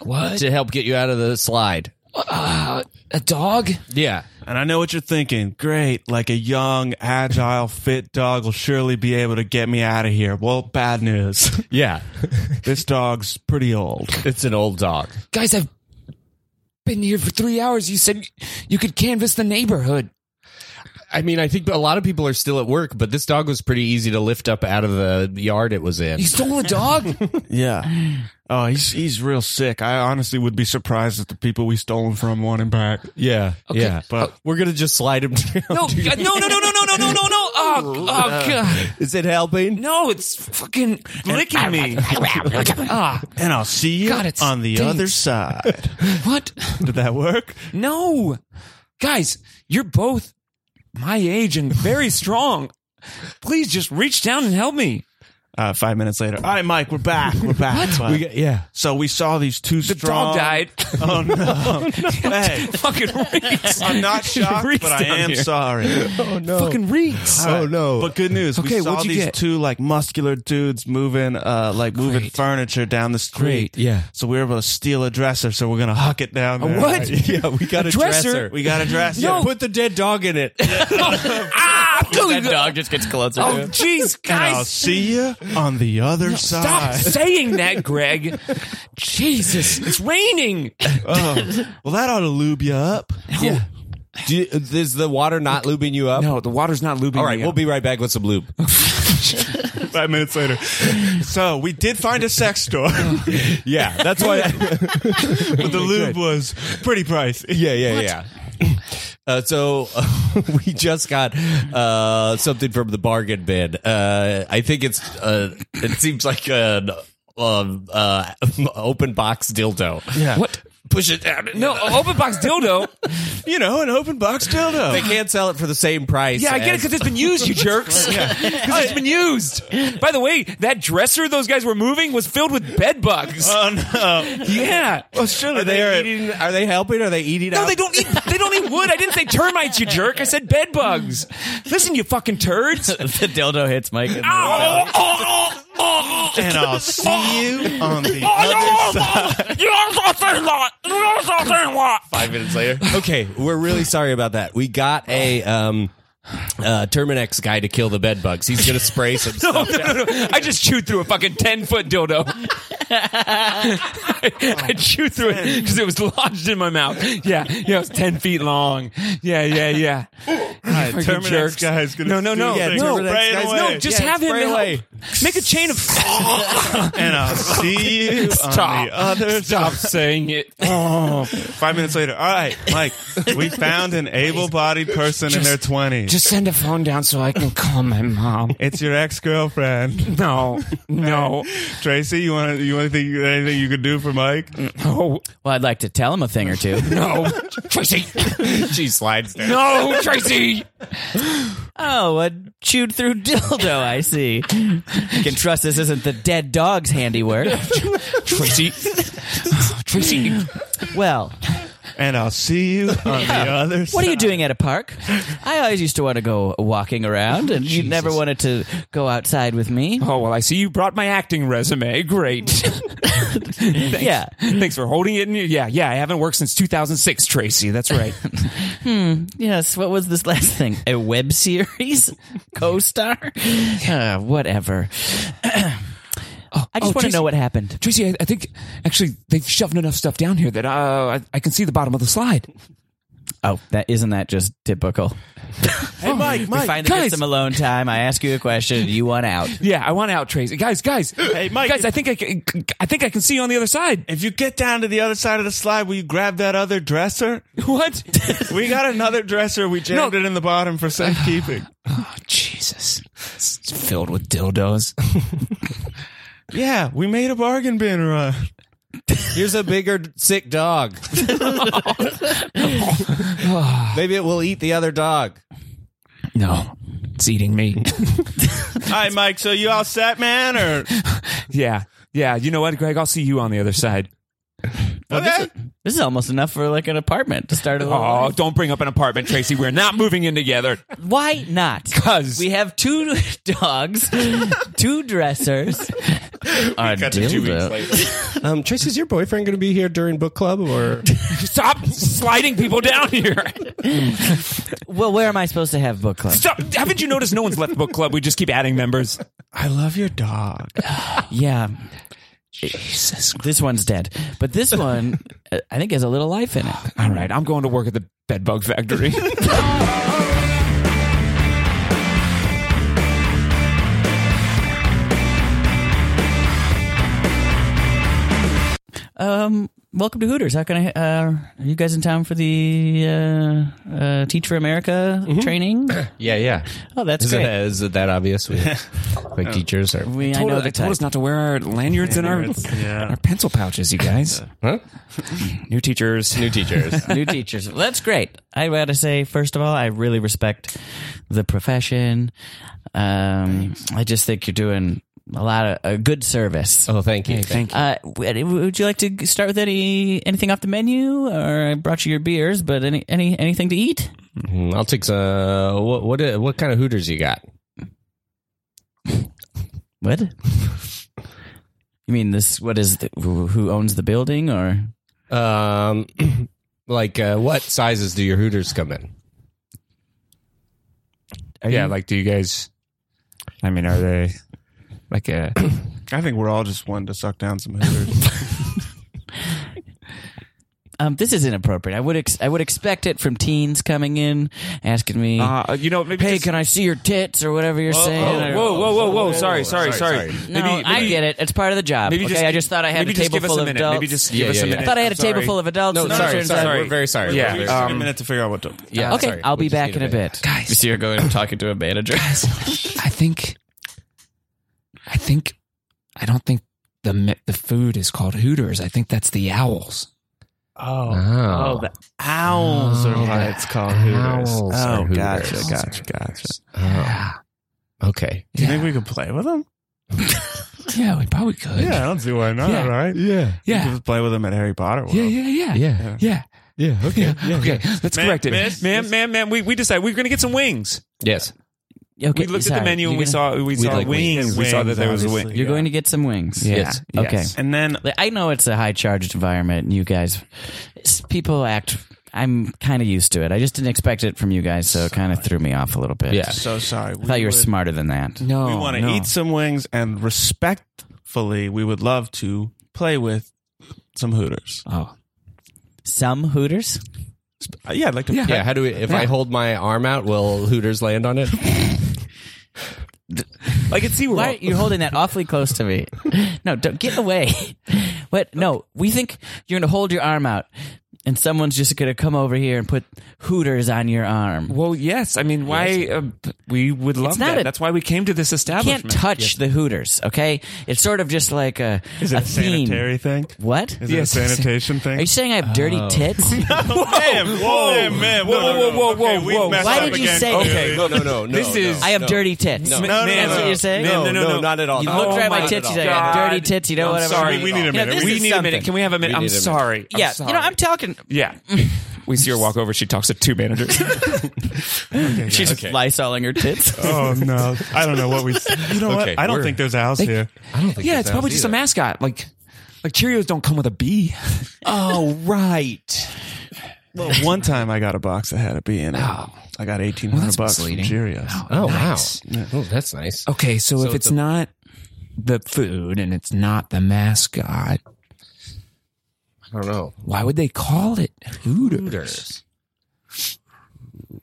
Speaker 4: What to help get you out of the slide?
Speaker 7: A dog?
Speaker 4: Yeah,
Speaker 5: And I know what you're thinking. Great, like a young, agile, fit dog will surely be able to get me out of here. Well, bad news.
Speaker 4: yeah.
Speaker 5: this dog's pretty old.
Speaker 4: it's an old dog.
Speaker 7: Guys, I've been here for three hours. You said you could canvass the neighborhood.
Speaker 4: I mean, I think a lot of people are still at work, but this dog was pretty easy to lift up out of the yard it was in.
Speaker 7: You stole a dog?
Speaker 5: Yeah. Oh, he's he's real sick. I honestly would be surprised if the people we stole him from want him back.
Speaker 4: Yeah, yeah.
Speaker 5: But
Speaker 4: We're gonna just slide him down. Uh,
Speaker 7: No, God, no, no, no, no, no, no, no, no, no. Oh, oh God.
Speaker 4: Is it helping?
Speaker 7: No, it's fucking licking me. Ah,
Speaker 5: and I'll see you
Speaker 7: God, it
Speaker 5: on the
Speaker 7: stinks.
Speaker 5: other side.
Speaker 7: what?
Speaker 5: Did that work?
Speaker 7: No. Guys, you're both my age and very strong. Please just reach down and help me.
Speaker 5: Uh, five minutes later. All right, Mike, we're back. We're back. But-
Speaker 4: yeah.
Speaker 5: so we saw these two
Speaker 7: The
Speaker 5: strong.
Speaker 7: dog died.
Speaker 5: Oh no! hey,
Speaker 7: fucking reeks.
Speaker 5: I'm not shocked,
Speaker 7: Reeks
Speaker 5: but I
Speaker 7: down
Speaker 5: am
Speaker 7: here.
Speaker 5: sorry.
Speaker 4: Oh no.
Speaker 7: Fucking reeks.
Speaker 4: Oh no.
Speaker 5: But good news.
Speaker 7: Okay,
Speaker 5: we saw
Speaker 7: what'd you
Speaker 5: these
Speaker 7: get?
Speaker 5: two like muscular dudes moving, uh, like moving
Speaker 7: Great.
Speaker 5: furniture down the street.
Speaker 7: Great, yeah.
Speaker 5: So we were able to steal a dresser. So we're gonna huck it down. There.
Speaker 7: what?
Speaker 4: yeah, we got a,
Speaker 7: dresser?
Speaker 4: dresser.
Speaker 5: We got a dresser.
Speaker 4: Yeah, put the dead dog in it.
Speaker 7: Ah,
Speaker 3: That
Speaker 7: dude.
Speaker 3: dog just gets closer.
Speaker 7: Oh,
Speaker 3: to him.
Speaker 7: jeez,
Speaker 5: And I'll
Speaker 7: guys.
Speaker 5: see you on the other
Speaker 7: Stop
Speaker 5: side.
Speaker 7: saying that, Greg. Jesus, it's raining.
Speaker 5: Oh, well, that ought to lube you up.
Speaker 4: Yeah. Do you, is the water not lubing you up?
Speaker 7: No, the water's not lubing.
Speaker 4: All right,
Speaker 7: me
Speaker 4: we'll
Speaker 7: up.
Speaker 4: be right back with some lube.
Speaker 5: Five minutes later. So we did find a sex store,
Speaker 4: yeah, that's why.
Speaker 5: but the lube was pretty pricey.
Speaker 4: yeah, yeah, yeah. Uh, so we just got uh, something from the bargain bin. Uh, I think it's. Uh, it seems like an um, uh, open box dildo.
Speaker 5: Yeah.
Speaker 4: What? Push it down.
Speaker 7: No, a open box dildo.
Speaker 5: You know, an open box dildo.
Speaker 4: They can't sell it for the same price.
Speaker 7: Yeah, I get it
Speaker 4: as-
Speaker 7: because it's been used, you jerks. Because it's been used. By the way, that dresser those guys were moving was filled with bed bugs.
Speaker 5: Oh no!
Speaker 7: yeah.
Speaker 5: Well, surely
Speaker 4: Are they,
Speaker 5: are.
Speaker 4: eating? Are they helping? Are they eating?
Speaker 7: No,
Speaker 4: out?
Speaker 7: they don't eat. They don't eat wood. I didn't say termites, you jerk. I said bed bugs. Listen, you fucking turds.
Speaker 3: the dildo hits Mike. in the-
Speaker 7: Oh, oh, oh, oh.
Speaker 5: and I'll see you on the
Speaker 7: Oh,
Speaker 5: other side.
Speaker 7: oh, oh. You are something lot. You are something lot.
Speaker 4: five minutes later. Okay, we're really sorry about that. We got a um, uh, Terminex guy to kill the bed bugs. He's gonna spray some
Speaker 7: No,
Speaker 4: stuff.
Speaker 7: no, no, no. I just chewed through a fucking 10 foot dildo. I, I chewed through it because it was lodged in my mouth. Yeah, yeah, it was 10 feet long. Yeah, yeah, yeah.
Speaker 5: God,
Speaker 6: fucking
Speaker 5: Terminator
Speaker 6: jerks.
Speaker 5: guy is gonna
Speaker 6: no, no,
Speaker 5: do
Speaker 6: no,
Speaker 5: things.
Speaker 6: no,
Speaker 5: Spray it
Speaker 6: Terminator-
Speaker 5: away.
Speaker 6: no. Just
Speaker 5: Yeah,
Speaker 6: have him
Speaker 5: spray
Speaker 6: help.
Speaker 5: away.
Speaker 6: make a chain of.
Speaker 5: and I'll see you on the other
Speaker 6: Stop saying it.
Speaker 5: Five minutes later, all right, Mike, we found an able-bodied person in their twenties.
Speaker 6: Just send a phone down so I can call my mom.
Speaker 5: it's your ex-girlfriend,
Speaker 6: No, no,
Speaker 5: Tracy. You want to? You want to think anything you could do for Mike?
Speaker 6: no,
Speaker 3: Well, I'd like to tell him a thing or two.
Speaker 6: no, Tracy.
Speaker 4: she slides down.
Speaker 6: No, Tracy.
Speaker 3: oh, a chewed through dildo, I see. You can trust this isn't the dead dog's handiwork.
Speaker 6: Tracy. Oh, Tracy.
Speaker 3: Well,
Speaker 5: And I'll see you on the other.
Speaker 3: what are you doing at a park? I always used to want to go walking around, and you never wanted to go outside with me.
Speaker 6: Oh, well, I see you brought my acting resume. Great. Thanks.
Speaker 3: Yeah.
Speaker 6: Thanks for holding it. In your, yeah, yeah. I haven't worked since 2006, Tracy. That's right.
Speaker 3: Yes, what was this last thing? A web series? Co star? Uh, whatever. I just
Speaker 6: oh,
Speaker 3: want to
Speaker 6: Tracy-
Speaker 3: know what happened.
Speaker 6: Tracy, I, I think actually they've shoved enough stuff down here that uh, I, I can see the bottom of the slide.
Speaker 3: Oh, that isn't that just typical?
Speaker 5: Hey, Mike,
Speaker 3: We finally get
Speaker 6: guys.
Speaker 3: some alone time. I ask you a question. You want out.
Speaker 6: Yeah, I want out, Tracy. Guys, guys. Hey,
Speaker 5: Mike,
Speaker 6: Guys, I think I, can, I think I can see you on the other side.
Speaker 5: If you get down to the other side of the slide, will you grab that other dresser?
Speaker 6: What?
Speaker 5: We got another dresser. We jammed it in the bottom for safekeeping.
Speaker 6: oh, Jesus. It's filled with dildos.
Speaker 5: yeah, we made a bargain bin run.
Speaker 4: Here's a bigger d- sick dog. Maybe it will eat the other dog.
Speaker 6: No, it's eating me.
Speaker 5: All right, Mike. So you all set, man? Or
Speaker 6: yeah. Yeah, you know what, Greg? I'll see you on the other side.
Speaker 5: okay?
Speaker 3: This is almost enough for like an apartment to start a little.
Speaker 6: Oh,
Speaker 3: life.
Speaker 6: don't bring up an apartment, Tracy. We're not moving in together.
Speaker 3: Why not?
Speaker 6: 'Cause-
Speaker 3: we have two dogs, two dressers, a dildo.
Speaker 4: Um, Trace, is your boyfriend going to be here during book club or?
Speaker 6: Stop sliding people down here.
Speaker 3: Well, where am I supposed to have book club?
Speaker 6: Stop. Haven't you noticed no one's left the book club? We just keep adding members.
Speaker 5: I love your dog.
Speaker 3: Yeah. Jesus. This one's dead, but this one, uh, I think, has a little life in it.
Speaker 6: All right, I'm going to work at the bedbug factory.
Speaker 3: Um, welcome to Hooters. How can I? Uh, are you guys in town for the uh, uh, Teach for America training?
Speaker 4: Yeah, yeah.
Speaker 3: Oh, that's
Speaker 4: Is it,
Speaker 3: great.
Speaker 4: is it that obvious? We, like teachers are.
Speaker 3: We, I know the
Speaker 6: told
Speaker 3: type.
Speaker 6: us not to wear our lanyards and our,
Speaker 5: yeah.
Speaker 6: our pencil pouches, you guys.
Speaker 4: Huh?
Speaker 6: New teachers.
Speaker 4: New teachers.
Speaker 3: new teachers. Well, That's great. I gotta say, first of all, I really respect the profession. Um, I just think you're doing a lot of a good service.
Speaker 4: oh, thank you.
Speaker 6: Thank you.
Speaker 3: Uh, w- would you like to start with any anything off the menu, or I brought you your beers, but any any anything to eat?
Speaker 4: Mm, I'll take uh, what what what kind of Hooters you got?
Speaker 3: What? you mean this? What is the, who who owns the building? Or
Speaker 4: Um, like uh, what sizes do your Hooters come in?
Speaker 3: are
Speaker 6: yeah,
Speaker 3: you-
Speaker 6: like, do you guys? I mean, are they like a?
Speaker 5: I think we're all just wanting to suck down some hooters.
Speaker 3: um, this is inappropriate. I would ex- I would expect it from teens coming in asking me.
Speaker 4: Uh-huh.
Speaker 6: Uh, you know, maybe.
Speaker 3: Hey,
Speaker 6: just-
Speaker 3: can I see your tits or whatever you're saying?
Speaker 6: whoa,
Speaker 3: or-
Speaker 6: whoa, whoa, whoa, whoa! Sorry, sorry, sorry.
Speaker 3: No, I get it. It's part of the job.
Speaker 6: Maybe
Speaker 3: okay,
Speaker 6: just-
Speaker 3: I just thought I had
Speaker 6: maybe
Speaker 3: a
Speaker 6: just
Speaker 3: table
Speaker 6: give us
Speaker 3: full
Speaker 6: a
Speaker 3: of
Speaker 6: minute.
Speaker 3: adults.
Speaker 6: Maybe just give
Speaker 4: Yeah,
Speaker 6: us
Speaker 4: yeah,
Speaker 6: a
Speaker 4: yeah.
Speaker 6: minute.
Speaker 3: I thought I had a
Speaker 6: Sorry.
Speaker 3: table full of adults.
Speaker 4: No,
Speaker 3: and it
Speaker 4: sorry,
Speaker 3: turns
Speaker 4: sorry.
Speaker 3: out-
Speaker 4: We're very sorry.
Speaker 6: Yeah,
Speaker 4: We're very
Speaker 5: a
Speaker 6: um,
Speaker 5: minute to figure out what to.
Speaker 4: Yeah,
Speaker 3: okay,
Speaker 4: sorry.
Speaker 3: I'll
Speaker 4: We
Speaker 3: be
Speaker 4: just
Speaker 3: back
Speaker 4: need
Speaker 3: in a bit.
Speaker 6: Guys.
Speaker 3: so you're going and talking to a manager.
Speaker 6: I think, I think, I don't think the mi- the food is called Hooters. I think that's the owls.
Speaker 4: Oh,
Speaker 5: Owls
Speaker 6: Oh,
Speaker 5: are why it's called hooters.
Speaker 4: Owls are
Speaker 5: oh, gotcha,
Speaker 4: Hooters.
Speaker 5: gotcha, gotcha.
Speaker 4: Oh. Okay.
Speaker 5: Do you think we could play with them?
Speaker 6: Yeah, we probably could.
Speaker 5: Yeah, I don't see why not.
Speaker 6: Yeah.
Speaker 5: Right? Yeah,
Speaker 6: Yeah.
Speaker 5: You could play with them at Harry Potter World.
Speaker 6: yeah, yeah, yeah,
Speaker 4: Yeah.
Speaker 6: yeah.
Speaker 4: Yeah.
Speaker 6: Yeah, okay, let's
Speaker 5: Ma'am,
Speaker 6: correct it.
Speaker 5: miss,
Speaker 6: ma'am,
Speaker 5: miss.
Speaker 6: ma'am, ma'am, we, we decided we were going to get some wings.
Speaker 4: Yes.
Speaker 3: Okay,
Speaker 6: We looked at
Speaker 3: sorry.
Speaker 6: the menu and
Speaker 3: You're
Speaker 6: we
Speaker 3: gonna-
Speaker 6: saw, we saw
Speaker 4: like
Speaker 6: wings.
Speaker 5: wings.
Speaker 6: We saw that there was a
Speaker 5: Wings,
Speaker 6: wing.
Speaker 5: obviously.
Speaker 3: You're
Speaker 5: Yeah.
Speaker 3: going to get some wings.
Speaker 6: Yeah.
Speaker 4: Yes.
Speaker 3: Okay.
Speaker 5: And then
Speaker 3: Like, I know it's a high charged environment, and you guys, s- people act. I'm kind of used to it. I just didn't expect it from you guys, so it kind of threw me off a little bit.
Speaker 4: Yeah.
Speaker 5: so sorry. We
Speaker 3: I thought you were
Speaker 5: would-
Speaker 3: smarter than that.
Speaker 6: No,
Speaker 5: We want to
Speaker 6: no.
Speaker 5: eat some wings and respectfully, we would love to play with some hooters.
Speaker 6: Oh,
Speaker 3: Some Hooters.
Speaker 5: Uh, yeah, I'd like to.
Speaker 4: Yeah. how do we? If I hold my arm out, will Hooters land on it?
Speaker 6: Like it's SeaWorld.
Speaker 3: Why are you holding that awfully close to me? No, don't get away. What? No, we think you're going to hold your arm out, and someone's just going to come over here and put Hooters on your arm.
Speaker 6: Well, yes. I mean, why? Uh, we would love
Speaker 3: not
Speaker 6: that.
Speaker 3: a-
Speaker 6: That's why we came to this establishment.
Speaker 3: Can't touch the Hooters. Okay, it's sort of just like a
Speaker 5: Is it
Speaker 3: a
Speaker 5: a,
Speaker 3: theme.
Speaker 5: sanitary thing?
Speaker 3: What?
Speaker 5: Is it a sanitation thing?
Speaker 3: Are you saying I have dirty tits?
Speaker 5: Damn, whoa, damn, man, whoa,
Speaker 6: whoa, whoa, whoa,
Speaker 5: we've
Speaker 6: whoa.
Speaker 5: messed
Speaker 3: Why
Speaker 5: up
Speaker 3: did you
Speaker 5: again.
Speaker 3: say-
Speaker 4: Okay, no, no, no, no.
Speaker 6: This
Speaker 4: no,
Speaker 6: is-
Speaker 3: I have
Speaker 4: no.
Speaker 3: dirty tits.
Speaker 4: No.
Speaker 6: No, no,
Speaker 3: That's
Speaker 6: no,
Speaker 3: what
Speaker 6: no.
Speaker 3: you're saying.
Speaker 6: No, no, no, no.
Speaker 4: not at all.
Speaker 3: You
Speaker 4: No,
Speaker 3: looked right at my
Speaker 4: not
Speaker 3: tits.
Speaker 4: at
Speaker 3: You said I
Speaker 4: all.
Speaker 3: got
Speaker 6: Oh God.
Speaker 3: dirty tits. You know
Speaker 6: I'm
Speaker 3: what?
Speaker 6: sorry.
Speaker 5: We- we need a minute.
Speaker 3: Yeah, this
Speaker 6: we need
Speaker 3: is
Speaker 6: a minute.
Speaker 3: something.
Speaker 6: Can we have a minute? I'm
Speaker 4: need a minute.
Speaker 6: sorry. I'm
Speaker 3: Yeah, you
Speaker 6: sorry.
Speaker 3: know I'm talking.
Speaker 6: Yeah. we see her walk over. She talks to two managers.
Speaker 3: She's
Speaker 4: Okay.
Speaker 3: lysoling her tits.
Speaker 5: Oh no, I don't know what we. You know
Speaker 4: Okay,
Speaker 5: what? I don't
Speaker 4: we're-
Speaker 5: think there's a house here.
Speaker 6: yeah, it's probably just a mascot. Like, like Cheerios don't come with a B.
Speaker 4: Oh, right.
Speaker 5: Well, one time I got a box that had a bee in it.
Speaker 6: Oh.
Speaker 5: I got eighteen hundred bucks from Cheerios.
Speaker 4: Oh, wow. Oh, that's nice.
Speaker 6: Okay, so, if it's
Speaker 4: the-
Speaker 6: not the food and it's not the mascot,
Speaker 4: I don't know.
Speaker 6: why would they call it Hooters?
Speaker 4: Hooters.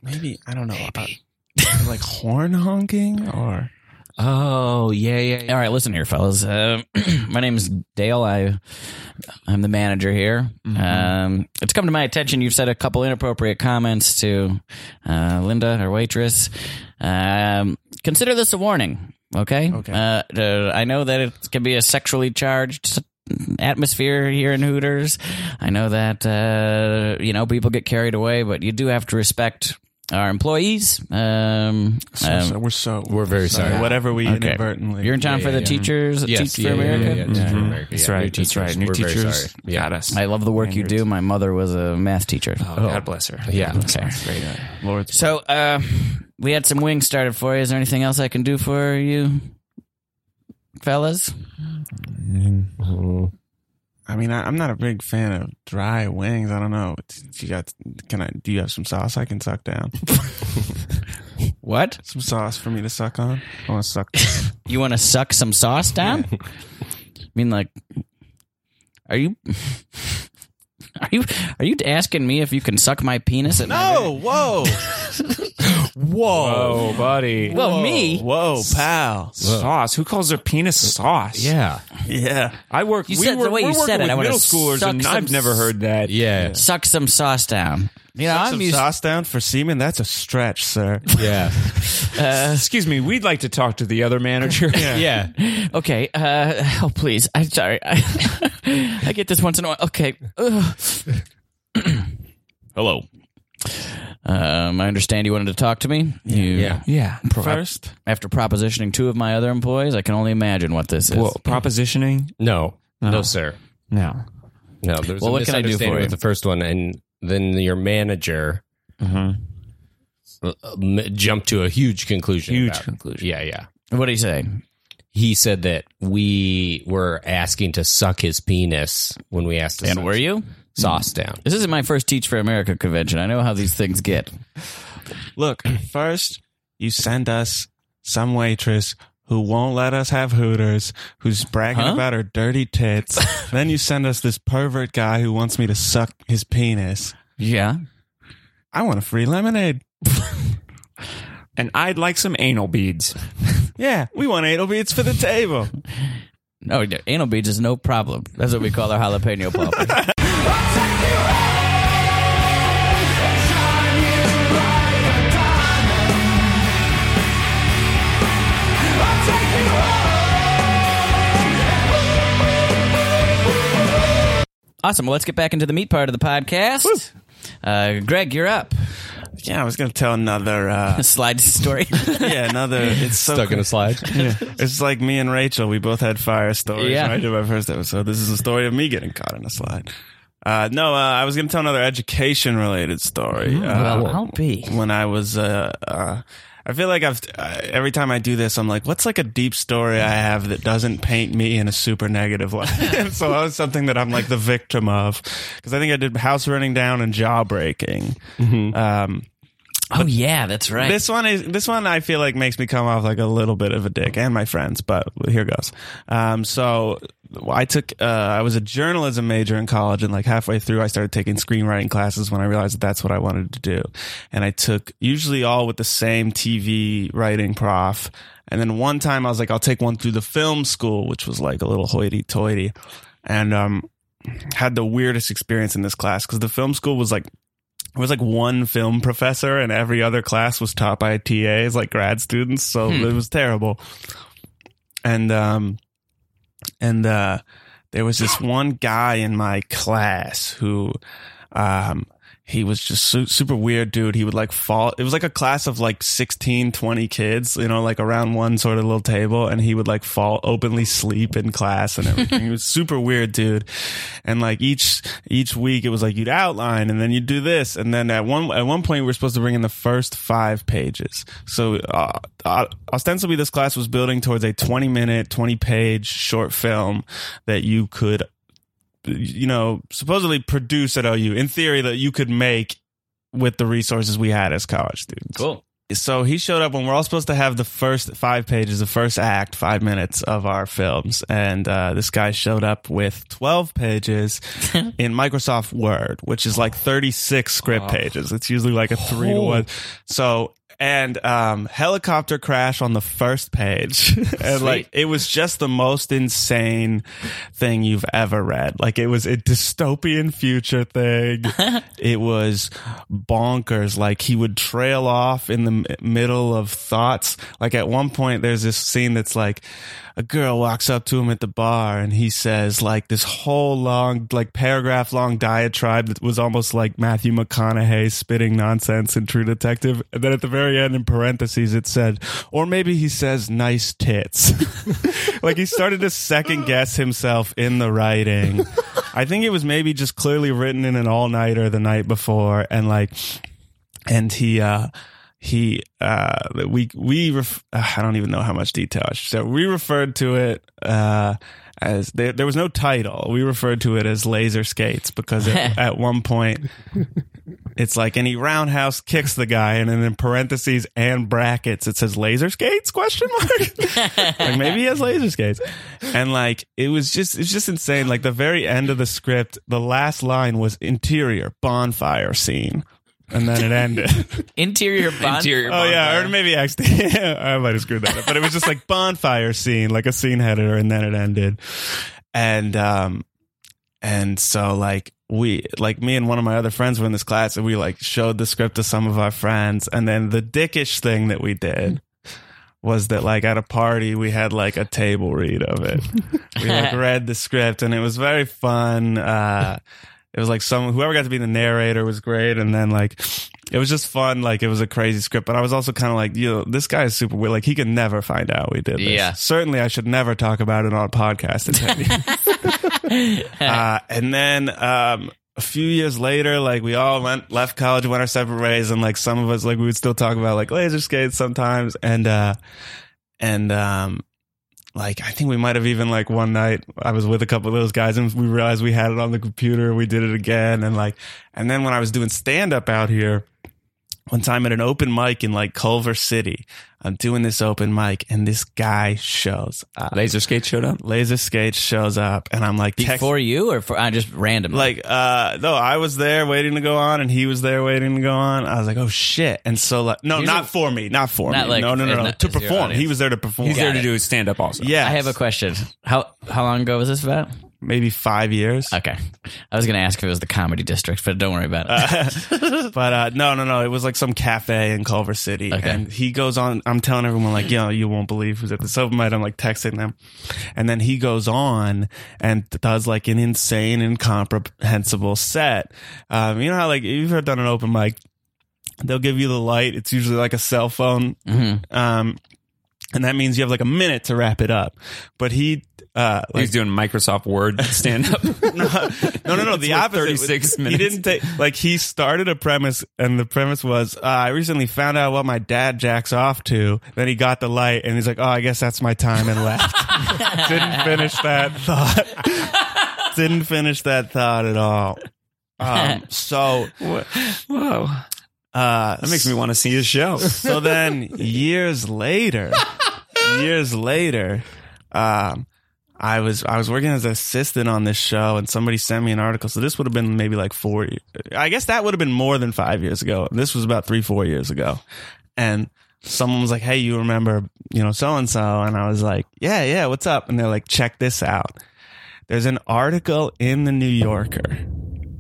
Speaker 5: Maybe I don't know about like horn honking or
Speaker 4: Oh, yeah, yeah.
Speaker 3: All right, listen here, fellas. Um, my name's Dale. I, I'm the manager here.
Speaker 4: Mm-hmm.
Speaker 3: Um, it's come to my attention you've said a couple inappropriate comments to uh, Linda, our waitress. Um, consider this a warning, okay? Okay. Uh, uh, I know that it can be a sexually charged atmosphere here in Hooters. I know that uh, you know people get carried away, but you do have to respect our employees. Um, um,
Speaker 5: so we're so
Speaker 4: We're very sorry.
Speaker 5: Whatever we
Speaker 3: Okay.
Speaker 5: inadvertently.
Speaker 3: You're in town for the teachers,
Speaker 4: Yes,
Speaker 3: Teach for
Speaker 4: yeah, yeah, yeah,
Speaker 3: America.
Speaker 4: yeah, Teach for
Speaker 6: Mhm.
Speaker 4: America,
Speaker 6: That's
Speaker 4: yeah.
Speaker 6: right.
Speaker 4: New
Speaker 6: that's right.
Speaker 4: teachers.
Speaker 6: New
Speaker 4: We're very
Speaker 6: teachers
Speaker 4: sorry. Yeah.
Speaker 6: got us.
Speaker 3: I love the work you do. My mother was a math teacher.
Speaker 6: oh, God bless her.
Speaker 4: Yeah.
Speaker 6: God bless her.
Speaker 3: So, uh, we had some wings started for you. Is there anything else I can do for you, fellas?
Speaker 5: I mean, I, I'm not a big fan of dry wings. I don't know. It's- You got? Can I? Do you have some sauce I can suck down?
Speaker 3: What?
Speaker 5: Some sauce for me to suck on? I want to suck.
Speaker 3: You want to suck some sauce down? I mean, like, are you? Are you are you asking me if you can suck my penis? At no,
Speaker 5: whoa,
Speaker 4: Whoa.
Speaker 6: Oh, buddy.
Speaker 3: well, me.
Speaker 5: whoa, pal.
Speaker 6: Sauce. Who calls their penis sauce?
Speaker 4: Yeah.
Speaker 5: Yeah.
Speaker 6: I work.
Speaker 3: You
Speaker 6: we
Speaker 3: said- the
Speaker 6: were,
Speaker 3: way
Speaker 6: we're
Speaker 3: you said
Speaker 6: working
Speaker 3: it,
Speaker 6: with
Speaker 3: I wanna
Speaker 6: middle schoolers,
Speaker 3: suck
Speaker 6: and
Speaker 3: some
Speaker 6: I've never heard that.
Speaker 4: Yeah.
Speaker 3: Suck some sauce down. You know,
Speaker 5: some
Speaker 3: I'm used.
Speaker 5: sauce down for semen. That's a stretch, sir.
Speaker 4: Yeah.
Speaker 6: Excuse me. We'd like to talk to the other manager.
Speaker 4: Yeah.
Speaker 3: Okay. Uh, oh, please. I'm sorry. I, I get this once in a while. Okay. Ugh. Hello. Um, I understand you wanted to talk to me. You,
Speaker 4: Yeah.
Speaker 6: yeah.
Speaker 5: First,
Speaker 3: After propositioning two of my other employees, I can only imagine what this is.
Speaker 6: Well, propositioning.
Speaker 4: No. No, sir.
Speaker 6: No.
Speaker 4: No, there was
Speaker 3: Well,
Speaker 4: a
Speaker 3: what can I do
Speaker 4: misunderstanding
Speaker 3: for you?
Speaker 4: with the first one, and then your manager Mm-hmm. uh, m- jumped to a huge conclusion.
Speaker 6: Huge
Speaker 4: about it.
Speaker 6: conclusion.
Speaker 4: Yeah, yeah.
Speaker 3: what do you say?
Speaker 4: He said that we were asking to suck his penis when we asked to
Speaker 3: And
Speaker 4: suck
Speaker 3: were you?
Speaker 4: sauce down.
Speaker 3: This isn't my first Teach for America convention. I know how these things get.
Speaker 5: look, first, you send us some waitress who won't let us have Hooters, who's bragging
Speaker 3: Huh?
Speaker 5: about her dirty tits. then you send us this pervert guy who wants me to suck his penis.
Speaker 3: Yeah.
Speaker 5: I want a free lemonade.
Speaker 6: And I'd like some anal beads.
Speaker 5: Yeah, we want anal beads for the table.
Speaker 3: No, anal beads is no problem. That's what we call our jalapeno poppers. Awesome. Well, let's get back into the meat part of the podcast. Uh, Greg, you're up.
Speaker 5: Yeah, I was gonna tell another. Uh,
Speaker 3: Slide story.
Speaker 5: yeah, another. It's so
Speaker 4: Stuck in
Speaker 5: cool.
Speaker 4: a slide.
Speaker 5: It's like me and Rachel. We both had fire stories
Speaker 3: Yeah.
Speaker 5: when I did my first episode. This is a story of me getting caught in a slide. Uh, no, uh, I was going to tell another education related story. uh,
Speaker 3: well, I'll be.
Speaker 5: When I was, uh, uh, I feel like I've, uh, every time I do this, I'm like, what's like a deep story I have that doesn't paint me in a super negative light? and so that was something that I'm like the victim of. Cause I think I did house running down and jawbreaking. Um,
Speaker 3: Oh yeah, that's right.
Speaker 5: this one is this one I feel like makes me come off like a little bit of a dick and my friends, but here goes. Um, so I took uh, I was a journalism major in college, and like halfway through, I started taking screenwriting classes when I realized that that's what I wanted to do. And I took usually all with the same TV writing prof. And then one time I was like, I'll take one through the film school, which was like a little hoity-toity, and um, had the weirdest experience in this class because the film school was like it was like one film professor and every other class was taught by TAs, like grad students. So it was terrible. And, um, and, uh, there was this one guy in my class who, um, he was just su- super weird dude. He would like fall. It was like a class of like 16, 20 kids, you know, like around one sort of little table. And he would like fall openly sleep in class and everything. he was super weird dude. And like each, each week it was like you'd outline and then you'd do this. And then at one, at one point we were supposed to bring in the first five pages. So, uh, uh, ostensibly this class was building towards a 20 minute, 20 page short film that you could you know, supposedly produce at OU in theory that you could make with the resources we had as college students.
Speaker 3: Cool.
Speaker 5: So he showed up when we're all supposed to have the first five pages, the first act, five minutes of our films. And uh, this guy showed up with 12 pages in Microsoft Word, which is like 36 script pages. It's usually like a three to one. So, and um, helicopter crash on the first page. and like, it was just the most insane thing you've ever read. Like, it was a dystopian future thing. it was bonkers. Like, he would trail off in the m- middle of thoughts. Like, at one point, there's this scene that's like, a girl walks up to him at the bar and he says like this whole long like paragraph long diatribe that was almost like Matthew McConaughey spitting nonsense in True Detective and then at the very end in parentheses it said or maybe he says nice tits like he started to second guess himself in the writing I think it was maybe just clearly written in an all-nighter the night before and like and he uh he uh we we ref- uh, I don't even know how much detail I should say. We referred to it uh as there, there was no title. We referred to it as laser skates because it, at one point it's like and he roundhouse kicks the guy and then in parentheses and brackets it says laser skates question mark like maybe he has laser skates and like it was just it's just insane like the very end of the script the last line was interior bonfire scene and then it ended
Speaker 3: Interior bond.
Speaker 5: Oh yeah, or maybe actually, I might have screwed that up. But it was just like bonfire scene, like a scene header, and then it ended. And um, and so like we, like me and one of my other friends were in this class, and we like showed the script to some of our friends, and then the dickish thing that we did. Was that like at a party we had like a table read of it? We like read the script and it was very fun. Uh, it was like some whoever got to be the narrator was great and then like it was just fun like it was a crazy script but i was also kind of like you know this guy is super weird like he could never find out we did this
Speaker 3: Yeah.
Speaker 5: certainly i should never talk about it on a podcast in 10 years. uh, and then um a few years later like we all went left college went our separate ways and like some of us like we would still talk about like laser skates sometimes and uh and um like I think we might have even like one night I was with a couple of those guys and we realized we had it on the computer. We did it again and like and then when I was doing stand up out here one time at an open mic in like Culver City, I'm doing this open mic and this guy shows
Speaker 3: Uh,
Speaker 5: up.
Speaker 6: Laser skate showed up.
Speaker 5: Laser Skate shows up and I'm like text-
Speaker 3: Before you or for uh, just randomly?
Speaker 5: like uh no i was there waiting to go on and he was there waiting to go on i was like oh shit and so like no
Speaker 3: Here's
Speaker 5: not
Speaker 3: a-
Speaker 5: for me not for
Speaker 3: Not
Speaker 5: me
Speaker 3: like-
Speaker 5: no no no
Speaker 3: as
Speaker 5: no
Speaker 3: not-
Speaker 5: to
Speaker 3: as your
Speaker 5: perform he
Speaker 3: audience.
Speaker 5: was there to perform
Speaker 6: He's there
Speaker 3: it.
Speaker 6: to do his stand up also.
Speaker 5: yeah
Speaker 3: I have a question. How how long ago was this about?
Speaker 5: maybe five years
Speaker 3: Okay, I was going to ask if it was the comedy district, but don't worry about it.
Speaker 5: But uh, no, no, no. It was like some cafe in Culver City,
Speaker 3: Okay.
Speaker 5: and he goes on. I'm telling everyone like, yo, you won't believe who's at this open mic. I'm like texting them, and then he goes on and does like an insane, incomprehensible set. Um, you know how like you've ever done an open mic, they'll give you the light. It's usually like a cell phone. Um, and that means you have like a minute to wrap it up. But he, uh, like,
Speaker 6: He's doing Microsoft Word stand up.
Speaker 5: no, no, no. The
Speaker 6: like
Speaker 5: opposite.
Speaker 6: 36
Speaker 5: He
Speaker 6: minutes.
Speaker 5: didn't take. Like he started a premise, and the premise was, uh, I recently found out what my dad jacks off to. Then he got the light, and he's like, Oh, I guess that's my time, and left. didn't finish that thought. didn't finish that thought at all. Um, so,
Speaker 6: Whoa.
Speaker 5: uh,
Speaker 6: That makes me want to see his show.
Speaker 5: so then years later, years later, um, I was I was working as an assistant on this show, and somebody sent me an article. So this would have been maybe like four. I guess that would have been more than five years ago. This was about three four years ago, and someone was like, "Hey, you remember you know so and so?" And I was like, "Yeah, yeah, what's up?" And they're like, "Check this out. There's an article in the New Yorker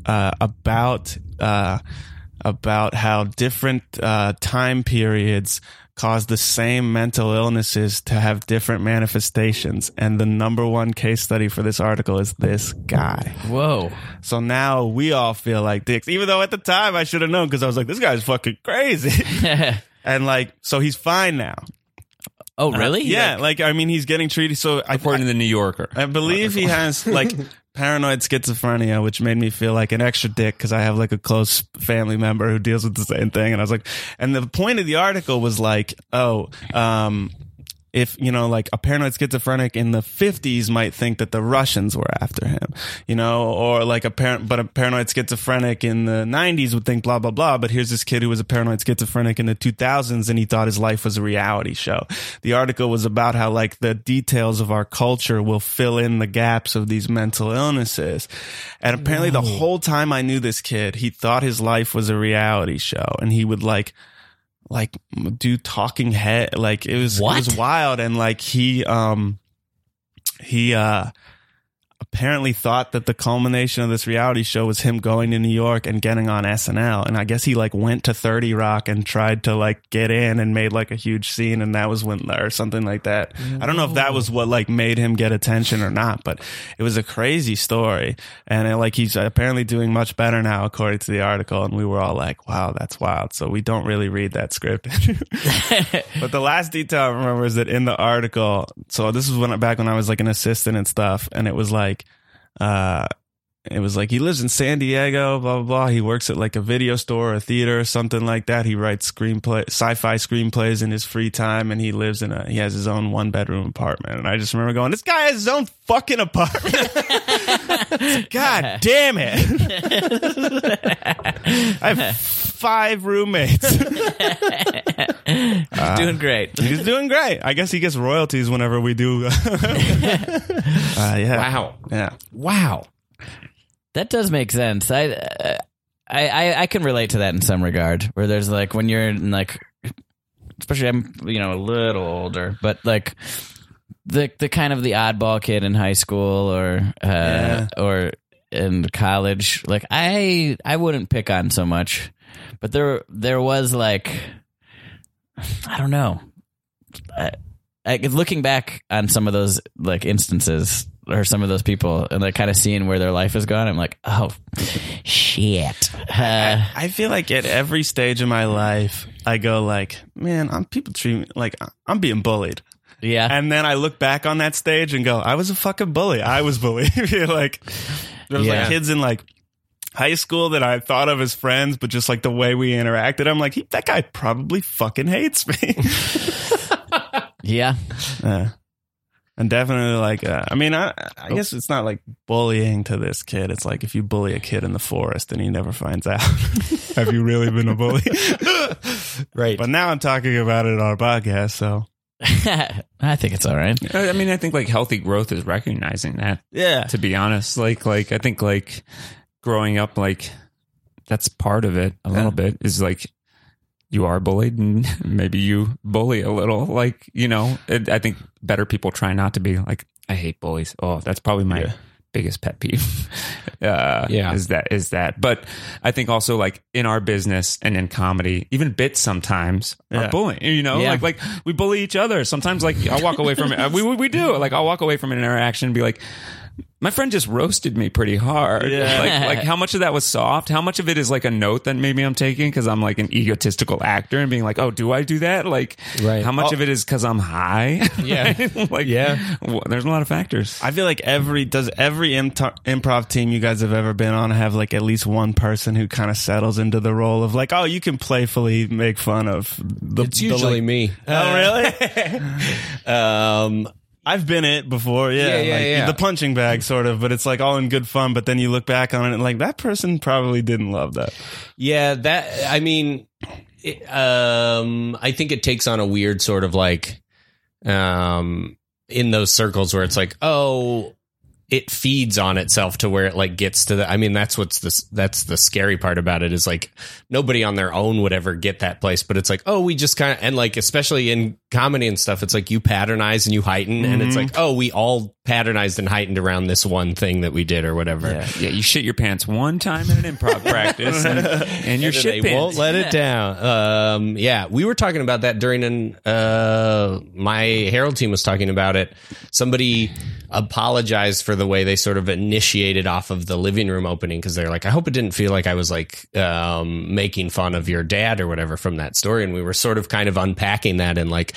Speaker 5: uh, about uh, about how different uh, time periods cause the same mental illnesses to have different manifestations. And the number one case study for this article is this guy.
Speaker 3: Whoa.
Speaker 5: So now we all feel like dicks, even though at the time I should have known because I was like, this guy's fucking crazy.
Speaker 3: Uh-huh.
Speaker 5: and like, so he's fine now.
Speaker 3: oh, really?
Speaker 5: Yeah, like, I mean, he's getting treated. So I,
Speaker 7: According to the New Yorker.
Speaker 5: I believe he has like paranoid schizophrenia, which made me feel like an extra dick because I have like a close family member who deals with the same thing. And I was like, and the point of the article was like, oh, um, if you know, like a paranoid schizophrenic in the fifties might think that the Russians were after him, you know, or like a parent, but a paranoid schizophrenic in the nineties would think blah blah blah. But here's this kid who was a paranoid schizophrenic in the two thousands, and he thought his life was a reality show. The article was about how like the details of our culture will fill in the gaps of these mental illnesses, and apparently the whole time I knew this kid, he thought his life was a reality show, and he would like like do talking head like it was
Speaker 3: What?
Speaker 5: it was wild and like he um he uh apparently thought that the culmination of this reality show was him going to New York and getting on SNL and I guess he like went to 30 Rock and tried to like get in and made like a huge scene and that was when or something like that. I don't know if that was what like made him get attention or not, but it was a crazy story and it, like he's apparently doing much better now according to the article and we were all like, "Wow, that's wild." So we don't really read that script. But the last detail I remember is that in the article, so this was when back when I was like an assistant and stuff, and it was like, uh, it was like he lives in San Diego, blah blah blah. He works at like a video store or a theater or something like that. He writes screenplay, sci-fi screenplays in his free time, and he lives in a he has his own one bedroom apartment. And I just remember going, this guy has his own fucking apartment. God damn it! I have five roommates.
Speaker 3: Doing great.
Speaker 5: He's doing great. I guess he gets royalties whenever we do. uh, yeah.
Speaker 4: Wow.
Speaker 5: Yeah.
Speaker 4: Wow.
Speaker 3: That does make sense. I, uh, I, I, I can relate to that in some regard. Where there's like when you're in like, especially I'm you know a little older, but like the the kind of the oddball kid in high school or uh,
Speaker 5: Yeah.
Speaker 3: or in college. Like I I wouldn't pick on so much, but there there was like I don't know. I, I, looking back on some of those like instances or some of those people and like kind of seeing where their life has gone, I'm like, oh shit. Uh,
Speaker 5: I feel like at every stage of my life, I go like, man, I'm people treat me like I'm being bullied.
Speaker 3: yeah,
Speaker 5: And then I look back on that stage and go, I was a fucking bully. I was bullied. You know, like there was
Speaker 3: Yeah.
Speaker 5: like kids in like high school that I thought of as friends, but just like the way we interacted, I'm like, he, that guy probably fucking hates me.
Speaker 3: yeah.
Speaker 5: Yeah. And definitely like, uh, I mean, I, I guess it's not like bullying to this kid. It's like if you bully a kid in the forest and he never finds out, have you really been a bully?
Speaker 4: Right.
Speaker 5: but now I'm talking about it on our podcast. So
Speaker 3: I think it's all right.
Speaker 7: I I mean, I think like healthy growth is recognizing that.
Speaker 5: yeah,
Speaker 7: To be honest, like like I think like growing up, like that's part of it. A little bit is like you are bullied, and maybe you bully a little. Like you know, it, I think better people try not to be like I hate bullies. Oh, that's probably my. Biggest pet peeve, uh,
Speaker 4: Yeah.
Speaker 7: is that is that. But I think also like in our business and in comedy, even bits sometimes
Speaker 5: Yeah.
Speaker 7: are bullying. You know,
Speaker 3: Yeah.
Speaker 7: like like we bully each other. Sometimes like I'll walk away from it. We, we we do. Like I'll walk away from an interaction and be like, my friend just roasted me pretty hard.
Speaker 5: Yeah.
Speaker 7: Like like how much of that was soft? How much of it is like a note that maybe I'm taking because I'm like an egotistical actor and being like, oh, do I do that? Like,
Speaker 4: Right.
Speaker 7: how much of it is because I'm high?
Speaker 4: Oh. Yeah.
Speaker 7: like
Speaker 4: Yeah.
Speaker 7: w- there's a lot of factors.
Speaker 5: I feel like every does every im- improv team you guys have ever been on have like at least one person who kind of settles into the role of like, oh, you can playfully make fun of the.
Speaker 4: It's
Speaker 5: the,
Speaker 4: usually
Speaker 5: like-
Speaker 4: me.
Speaker 5: oh, really?
Speaker 4: Um,
Speaker 5: I've been it before, yeah.
Speaker 4: Yeah, yeah,
Speaker 5: like,
Speaker 4: yeah.
Speaker 5: The punching bag, sort of, but it's like all in good fun. But then you look back on it and like that person probably didn't love that.
Speaker 4: Yeah, that I mean, it, um, I think it takes on a weird sort of like, um, in those circles where it's like, oh, it feeds on itself to where it like gets to the. I mean, that's what's this. That's the scary part about it is like nobody on their own would ever get that place, but it's like, oh, we just kind of and like especially in comedy and stuff, it's like you patternize and you heighten, and it's like, oh, we all patternized and heightened around this one thing that we did or whatever.
Speaker 6: Yeah, yeah, you shit your pants one time in an improv practice, and, and your
Speaker 4: And
Speaker 6: shit
Speaker 4: they
Speaker 6: pants.
Speaker 4: won't let it down. Um, yeah, we were talking about that during an uh, my Herald team was talking about it. Somebody apologized for the way they sort of initiated off of the living room opening because they're like, I hope it didn't feel like I was like um, making fun of your dad or whatever from that story. And we were sort of kind of unpacking that and like,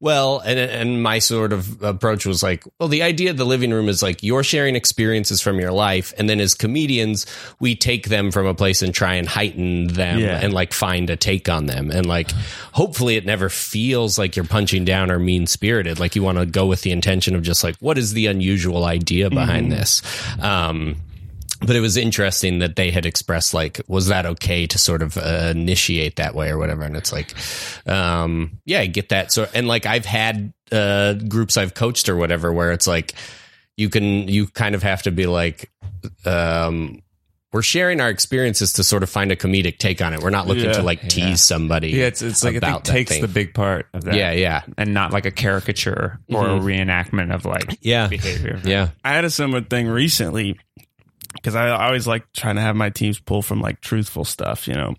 Speaker 4: well, and and my sort of approach was like, well, the idea of the living room is like you're sharing experiences from your life, and then as comedians, we take them from a place and try and heighten them
Speaker 5: Yeah.
Speaker 4: and like find a take on them, and like hopefully it never feels like you're punching down or mean spirited. Like you want to go with the intention of just like what is the unusual idea behind this. Um, but it was interesting that they had expressed like was that okay to sort of uh, initiate that way or whatever and it's like um yeah i get that so and like i've had uh groups i've coached or whatever where it's like you can you kind of have to be like um we're sharing our experiences to sort of find a comedic take on it we're not looking
Speaker 5: Yeah.
Speaker 4: to like tease somebody
Speaker 6: Yeah, it's it's like I think
Speaker 4: about that
Speaker 6: takes
Speaker 4: thing.
Speaker 6: the big part of that.
Speaker 4: yeah yeah
Speaker 6: and not like a caricature or a reenactment of like
Speaker 4: yeah
Speaker 6: behavior.
Speaker 4: yeah
Speaker 5: I had a similar thing recently because I always like trying to have my teams pull from like truthful stuff, you know,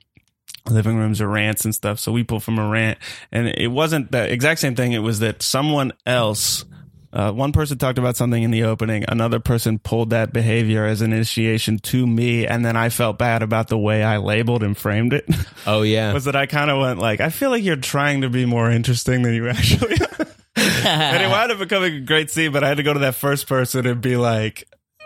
Speaker 5: living rooms or rants and stuff. So we pull from a rant, and it wasn't the exact same thing. It was that someone else. Uh, one person talked about something in the opening. Another person pulled that behavior as an initiation to me, and then I felt bad about the way I labeled and framed it.
Speaker 4: oh yeah
Speaker 5: was that I kind of went like, I feel like you're trying to be more interesting than you actually are. and it wound up becoming a great scene, but I had to go to that first person and be like,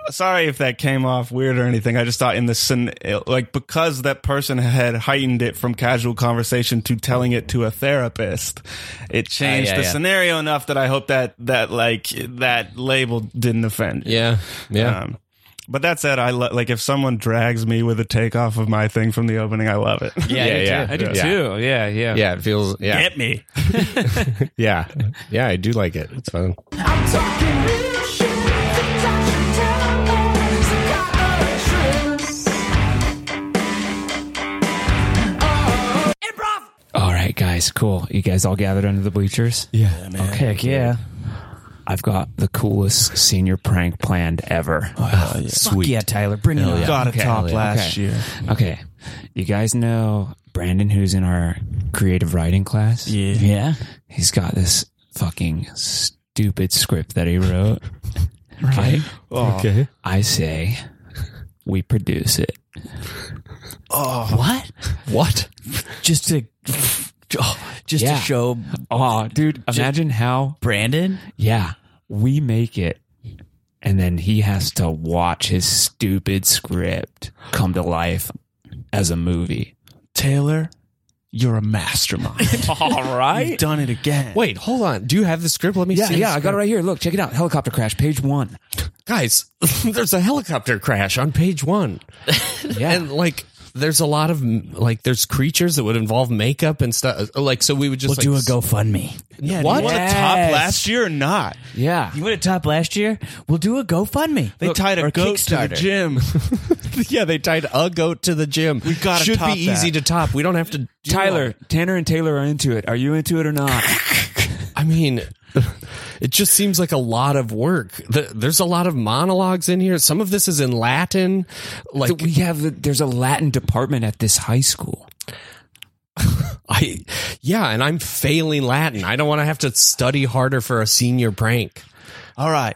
Speaker 5: sorry if that came off weird or anything. I just thought in the scen- like because that person had heightened it from casual conversation to telling it to a therapist, it changed
Speaker 4: Ah, yeah,
Speaker 5: the
Speaker 4: yeah.
Speaker 5: scenario enough that I hope that that like that label didn't offend. you.
Speaker 4: yeah yeah
Speaker 5: Um, but that said, I lo- like if someone drags me with a takeoff of my thing from the opening, I love it.
Speaker 4: yeah yeah yeah
Speaker 6: I do
Speaker 4: yeah.
Speaker 6: too. Yeah, yeah.
Speaker 4: yeah it feels yeah
Speaker 5: Get me.
Speaker 4: yeah yeah i do like it it's fun
Speaker 2: I'm talking real shit. Things I should tell is a
Speaker 6: All right, guys, cool. You guys all gathered under the bleachers? Yeah,
Speaker 5: Oh,
Speaker 6: man. Okay, yeah. I've got the coolest senior prank planned ever. Sweet. yeah, Tyler, bring it on.
Speaker 5: Got a top last year.
Speaker 6: Okay. You guys know Brandon, who's in our creative writing class? Yeah.
Speaker 3: Yeah.
Speaker 6: He's got this fucking stupid script that he wrote. right? Oh.
Speaker 4: okay
Speaker 6: I say we produce it.
Speaker 3: What?
Speaker 4: what
Speaker 3: Just to just
Speaker 6: Yeah.
Speaker 3: to show
Speaker 6: Oh, dude, imagine how
Speaker 3: Brandon.
Speaker 6: yeah, we make it. And then he has to watch his stupid script come to life as a movie.
Speaker 5: Taylor, you're a mastermind.
Speaker 6: All right.
Speaker 5: done it again.
Speaker 4: Wait, hold on. Do you have the script? Let me
Speaker 6: Yeah,
Speaker 4: see.
Speaker 6: yeah, I got it right here. Look, check it out. Helicopter crash, page one.
Speaker 4: Guys, there's a helicopter crash on page one.
Speaker 6: Yeah.
Speaker 4: And, like, there's a lot of, like, there's creatures that would involve makeup and stuff. Like, so we would
Speaker 3: We'll
Speaker 4: just
Speaker 3: do a
Speaker 4: like,
Speaker 3: GoFundMe.
Speaker 4: Yeah, what?
Speaker 5: You want a top
Speaker 6: Yes.
Speaker 5: last year or not?
Speaker 6: yeah.
Speaker 3: You went to top last year. We'll do a GoFundMe.
Speaker 5: They tied a goat to the gym.
Speaker 4: yeah, they tied a goat to the gym. We
Speaker 5: gotta
Speaker 4: Should
Speaker 5: top
Speaker 4: be easy
Speaker 5: that.
Speaker 4: to top. We don't have to. do
Speaker 6: Tyler,
Speaker 4: one.
Speaker 6: Tanner and Taylor are into it. Are you into it or not?
Speaker 4: I mean, it just seems like a lot of work. The, there's a lot of monologues in here. Some of this is in Latin. Like,
Speaker 6: we have the, there's a Latin department at this high school.
Speaker 4: I, yeah, and I'm failing Latin. I don't want to have to study harder for a senior prank.
Speaker 5: All right,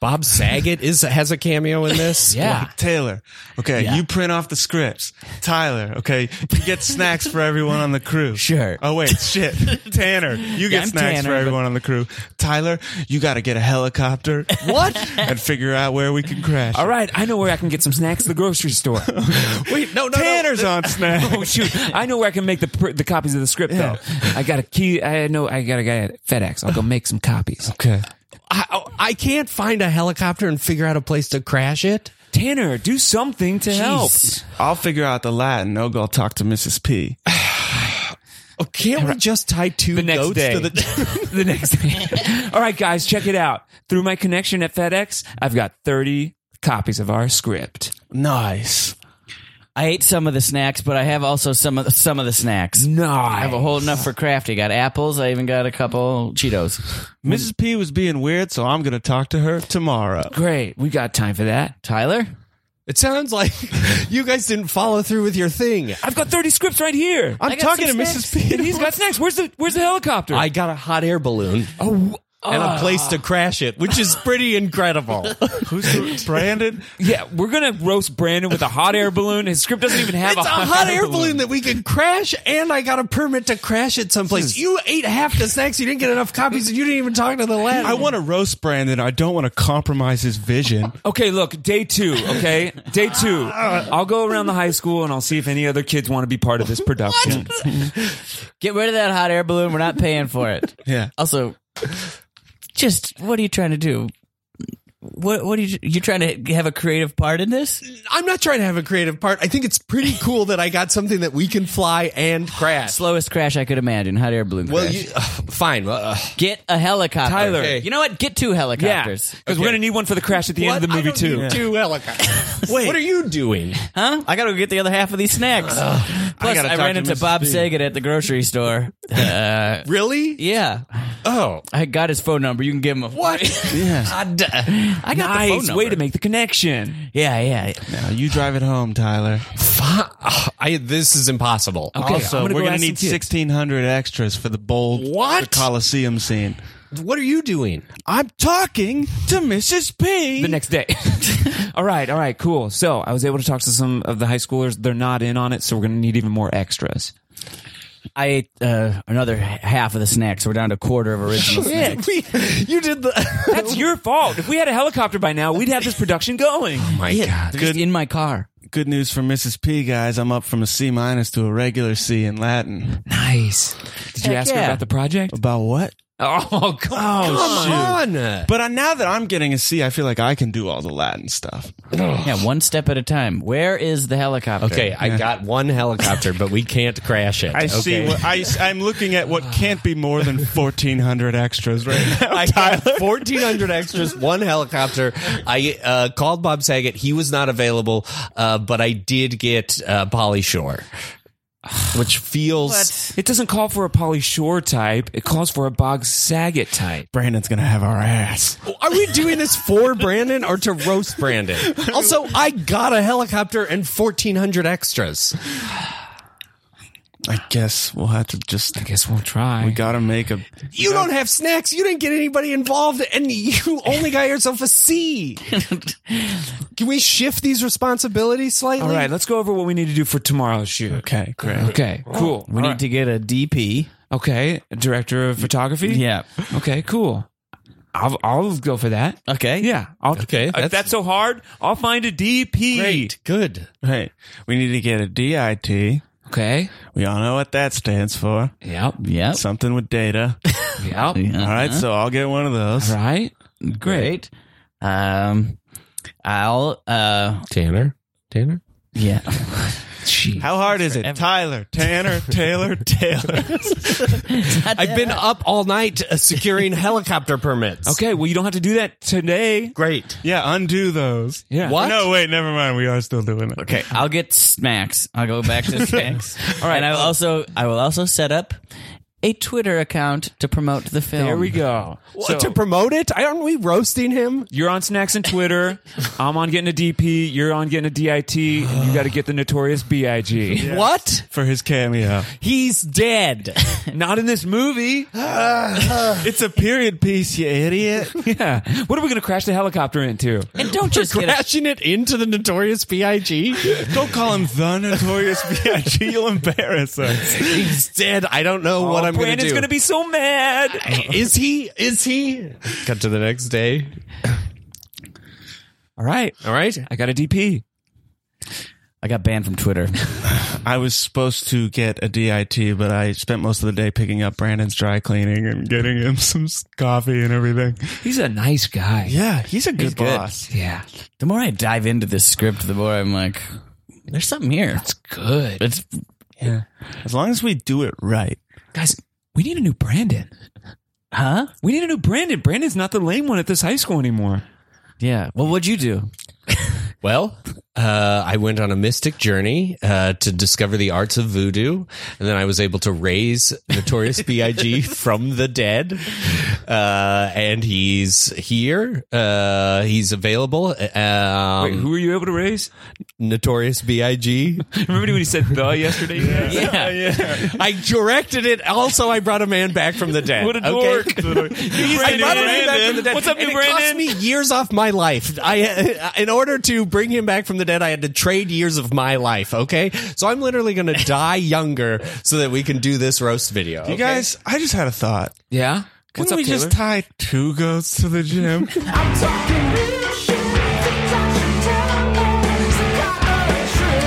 Speaker 4: Bob Saget is has a cameo in this.
Speaker 6: Yeah.
Speaker 5: Taylor. Okay, you print off the scripts. Tyler, okay, you get snacks for everyone on the crew.
Speaker 3: Sure.
Speaker 5: Oh wait, shit. Tanner, you get
Speaker 3: I'm
Speaker 5: snacks
Speaker 3: Tanner,
Speaker 5: for
Speaker 3: but-
Speaker 5: everyone on the crew. Tyler, you got to get a helicopter. what? And figure out where we can crash.
Speaker 6: All right, I know where I can get some snacks at the grocery store.
Speaker 4: Wait, no, no,
Speaker 5: Tanner's on snacks.
Speaker 6: oh shoot, I know where I can make the pr- the copies of the script though. I got a key. I know I got a guy at FedEx. I'll go make some copies.
Speaker 4: Okay. I, I can't find a helicopter and figure out a place to crash it.
Speaker 6: Tanner, do something to help.
Speaker 3: Jeez.
Speaker 5: I'll figure out the Latin. I'll go talk to Mrs. P.
Speaker 4: Oh, can't we just tie two
Speaker 7: The next
Speaker 4: goats
Speaker 7: day.
Speaker 4: to the?
Speaker 7: the next day. All right, guys, check it out. Through my connection at FedEx, I've got 30 copies of our script.
Speaker 5: Nice.
Speaker 3: I ate some of the snacks, but I have also some of some of the snacks.
Speaker 7: No.
Speaker 3: I have a whole enough for crafty. Got apples. I even got a couple Cheetos.
Speaker 5: Mrs. P was being weird, so I'm gonna talk to her tomorrow.
Speaker 7: Great. We got time for that.
Speaker 3: Tyler,
Speaker 4: it sounds like you guys didn't follow through with your thing.
Speaker 7: I've got 30 scripts right here.
Speaker 4: I'm
Speaker 7: I got
Speaker 4: talking
Speaker 7: some
Speaker 4: to
Speaker 7: snacks.
Speaker 4: Mrs. P.
Speaker 7: And he's got snacks. Where's the Where's the helicopter?
Speaker 4: I got a hot air balloon. Oh. And a place to crash it, which is pretty incredible.
Speaker 5: Who's the- Brandon?
Speaker 7: yeah, we're gonna roast Brandon with a hot air balloon. His script doesn't even have
Speaker 4: it's a hot air balloon that we can crash, and I got a permit to crash it someplace. You ate half the snacks, you didn't get enough copies, and you didn't even talk to the lad.
Speaker 5: I want to roast Brandon. I don't want to compromise his vision.
Speaker 7: Okay, look, day two. Okay, day two. I'll go around the high school and I'll see if any other kids want to be part of this production.
Speaker 3: get rid of that hot air balloon. We're not paying for it.
Speaker 5: Yeah.
Speaker 3: Also, just what are you trying to do? What what are you you trying to have a creative part in this?
Speaker 4: I'm not trying to have a creative part. I think it's pretty cool that I got something that we can fly and crash.
Speaker 3: Slowest crash I could imagine. Hot air balloon.
Speaker 4: Well,
Speaker 3: crash.
Speaker 4: you, uh, fine. Well, uh,
Speaker 3: Get a helicopter.
Speaker 7: Tyler.
Speaker 4: Okay.
Speaker 3: You know what? Get two
Speaker 7: yeah,
Speaker 3: helicopters.
Speaker 7: because we're gonna need one for the crash at the end of the
Speaker 4: what? I
Speaker 7: movie
Speaker 4: don't
Speaker 7: too.
Speaker 4: need Two helicopters. Wait, what are you doing?
Speaker 3: Huh? I gotta go get the other half of these snacks. Plus,
Speaker 5: gotta
Speaker 3: I,
Speaker 5: talk
Speaker 3: ran
Speaker 5: to
Speaker 3: into
Speaker 5: Mrs.
Speaker 3: Bob
Speaker 5: B.
Speaker 3: Saget at the grocery store.
Speaker 4: Really?
Speaker 3: yeah.
Speaker 4: Oh,
Speaker 3: I got his phone number. You can give him a
Speaker 4: what?
Speaker 3: I, d- I got the phone
Speaker 7: Nice
Speaker 3: number.
Speaker 7: way to make the connection.
Speaker 3: Yeah, yeah.
Speaker 5: Now you drive it home, Tyler.
Speaker 4: Fi- oh, I, this is impossible.
Speaker 5: also,
Speaker 7: I'm gonna
Speaker 5: we're
Speaker 7: go
Speaker 5: gonna
Speaker 7: ask some
Speaker 5: need
Speaker 7: kids.
Speaker 5: 1,600 extras for the bold
Speaker 4: What?
Speaker 5: the Coliseum scene.
Speaker 4: Uh, What are you doing?
Speaker 5: I'm talking to Mrs. P.
Speaker 7: The next day. all right, all right, cool. So I was able to talk to some of the high schoolers. They're not in on it, so we're gonna need even more extras.
Speaker 3: I ate uh, another h- half of the snacks. We're down to a quarter of original snacks.
Speaker 4: We, you did the.
Speaker 7: That's your fault. If we had a helicopter by now, we'd have this production going.
Speaker 4: my
Speaker 3: Yeah, they're just in my car.
Speaker 5: Good news for Mrs. P, guys. I'm up from a C minus to a regular C in Latin.
Speaker 7: Nice. Did you
Speaker 3: Heck
Speaker 7: ask her
Speaker 3: yeah.
Speaker 7: about the project?
Speaker 5: About what?
Speaker 7: Oh, come
Speaker 4: Come on.
Speaker 5: But I, now that I'm getting a C, I feel like I can do all the Latin stuff.
Speaker 3: Yeah, one step at a time. Where is the helicopter?
Speaker 4: Okay, I got one helicopter, but we can't crash it.
Speaker 5: I see.
Speaker 4: okay?
Speaker 5: What, I, I'm looking at what can't be more than 1,400 extras right now.
Speaker 4: I got 1,400 extras, one helicopter. I uh, called Bob Saget. He was not available, uh, but I did get uh, Polly Shore, which feels.
Speaker 7: It doesn't call for a Polly Shore type. It calls for a Bog Saget type.
Speaker 5: Brandon's going to have our ass.
Speaker 4: Are we doing this for Brandon or to roast Brandon? Also, I got a helicopter and 1,400 extras.
Speaker 5: I guess we'll have to just.
Speaker 7: I guess we'll try.
Speaker 5: We got to make a.
Speaker 4: You don't have snacks. You didn't get anybody involved, and you only got yourself a C. Can we shift these responsibilities slightly?
Speaker 7: All right, let's go over what we need to do for tomorrow's shoot.
Speaker 5: Okay, great.
Speaker 7: Okay, cool.
Speaker 3: We need to get a DP.
Speaker 7: Okay, director of photography. Okay, cool. I'll I'll go for that.
Speaker 3: Okay.
Speaker 7: Yeah. I'll,
Speaker 4: Okay,
Speaker 7: If
Speaker 4: that's-
Speaker 7: that's, so hard, I'll find a DP.
Speaker 4: Great. Good.
Speaker 5: Hey, we need to get a DIT.
Speaker 7: Okay.
Speaker 5: We all know what that stands for.
Speaker 7: Yep.
Speaker 3: Yep.
Speaker 5: Something with data.
Speaker 7: Yep.
Speaker 5: All right, so I'll get one of those.
Speaker 7: Right.
Speaker 3: Great. Um, I'll. Uh,
Speaker 4: Tanner. Tanner.
Speaker 3: yeah.
Speaker 5: How hard is it? Tyler, Tanner, Taylor, Taylor.
Speaker 4: I've been up all night uh, securing helicopter permits.
Speaker 7: Okay. Well, you don't have to do that today.
Speaker 4: Great.
Speaker 5: yeah, undo those.
Speaker 7: Yeah.
Speaker 4: What? uh,
Speaker 5: No, wait, never mind. We are still doing it.
Speaker 3: Okay, I'll get snacks. I'll go back to snacks. All right, and I will also I will also set up a Twitter account to promote the film.
Speaker 7: There we go.
Speaker 4: What, to promote it? I- Aren't we roasting him?
Speaker 7: You're on snacks and Twitter. I'm on getting a DP. You're on getting a DIT. And you got to get the notorious BIG.
Speaker 4: What?
Speaker 5: For his cameo.
Speaker 4: He's dead.
Speaker 7: Not in this movie.
Speaker 5: it's a period piece, you idiot.
Speaker 7: Yeah. What are we going to crash the helicopter into?
Speaker 3: And don't just get a,
Speaker 4: Crashing it into the notorious B.I.G.
Speaker 5: Don't call him the notorious B.I.G. You'll embarrass us.
Speaker 4: He's dead. I don't know
Speaker 7: Oh,
Speaker 4: what I'm going to
Speaker 7: Brandon's
Speaker 4: do.
Speaker 7: going to be so mad.
Speaker 4: is he? Is he? Cut to the next day.
Speaker 7: All right.
Speaker 4: All right.
Speaker 7: I got a DP.
Speaker 3: I got banned from Twitter.
Speaker 5: I was supposed to get a DIT, but I spent most of the day picking up Brandon's dry cleaning and getting him some s- coffee and everything.
Speaker 7: He's a nice guy.
Speaker 5: Yeah, he's a good
Speaker 4: good.
Speaker 5: boss.
Speaker 7: Yeah.
Speaker 3: The more I dive into this script, the more I'm like, there's something here.
Speaker 7: It's good.
Speaker 3: It's
Speaker 5: As long as we do it right.
Speaker 7: guys, we need a new Brandon.
Speaker 3: Huh?
Speaker 7: We need a new Brandon. Brandon's not the lame one at this high school anymore.
Speaker 3: Yeah. Well, what'd you do?
Speaker 4: Well, uh, I went on a mystic journey uh, to discover the arts of voodoo, and then I was able to raise Notorious B.I.G. from the dead. Uh, and he's here. Uh, he's available. Um,
Speaker 7: Wait, who were you able to raise?
Speaker 4: Notorious B.I.G.
Speaker 7: Remember when he said the yesterday? Yeah.
Speaker 5: Oh,
Speaker 3: Yeah.
Speaker 4: I directed it. Also, I brought a man back from the dead.
Speaker 7: What a dork.
Speaker 4: I brought a man back from the dead.
Speaker 7: What's up,
Speaker 4: and
Speaker 7: new
Speaker 4: it cost
Speaker 7: Brandon?
Speaker 4: me years off my life. I, uh, in order to bring him back from the dead, I had to trade years of my life. Okay, so I'm literally going to die younger so that we can do this roast video.
Speaker 5: You
Speaker 4: okay?
Speaker 5: guys, I just had a thought.
Speaker 7: yeah.
Speaker 5: Can we just tie two goats to the gym?
Speaker 2: I'm talking real shit. The touch and tell is the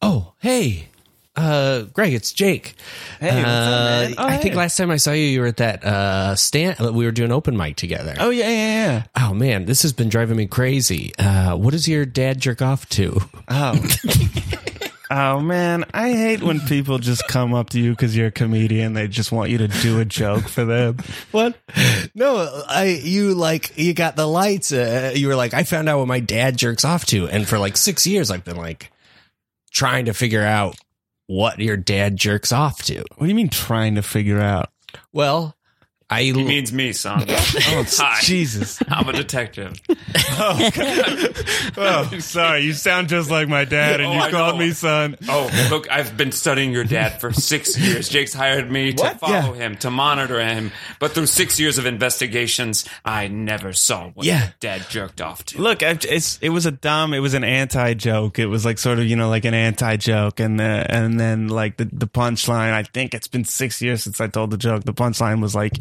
Speaker 4: Oh, hey. Uh, Greg, it's Jake. Hey,
Speaker 5: what's up, man? Oh,
Speaker 4: I
Speaker 5: hey.
Speaker 4: think last time I saw you, you were at that uh stand. We were doing open mic together.
Speaker 5: oh yeah, yeah, yeah.
Speaker 4: Oh man, this has been driving me crazy. Uh, what does your dad jerk off to?
Speaker 5: Oh man, I hate when people just come up to you because you're a comedian. They just want you to do a joke for them.
Speaker 4: What? No, I you like you got the lights. Uh, you were like, I found out what my dad jerks off to, and for like six years, I've been like trying to figure out what your dad jerks off to.
Speaker 5: What do you mean trying to figure out?
Speaker 4: Well, I
Speaker 7: He means me, son. Hi.
Speaker 5: Jesus.
Speaker 7: I'm a detective.
Speaker 5: Oh, sorry. You sound just like my dad, and
Speaker 7: Oh,
Speaker 5: you
Speaker 7: I
Speaker 5: called
Speaker 7: know.
Speaker 5: me son.
Speaker 7: Oh, look, I've been studying your dad for six years. Jake's hired me to follow him, to monitor him. But through six years of investigations, I never saw what
Speaker 4: Yeah.
Speaker 7: your dad jerked off to.
Speaker 5: Look, I- it's it was a dumb. It was an anti joke. It was like sort of you know like an anti joke, and the, and then like the the punchline. I think it's been six years since I told the joke. The punchline was like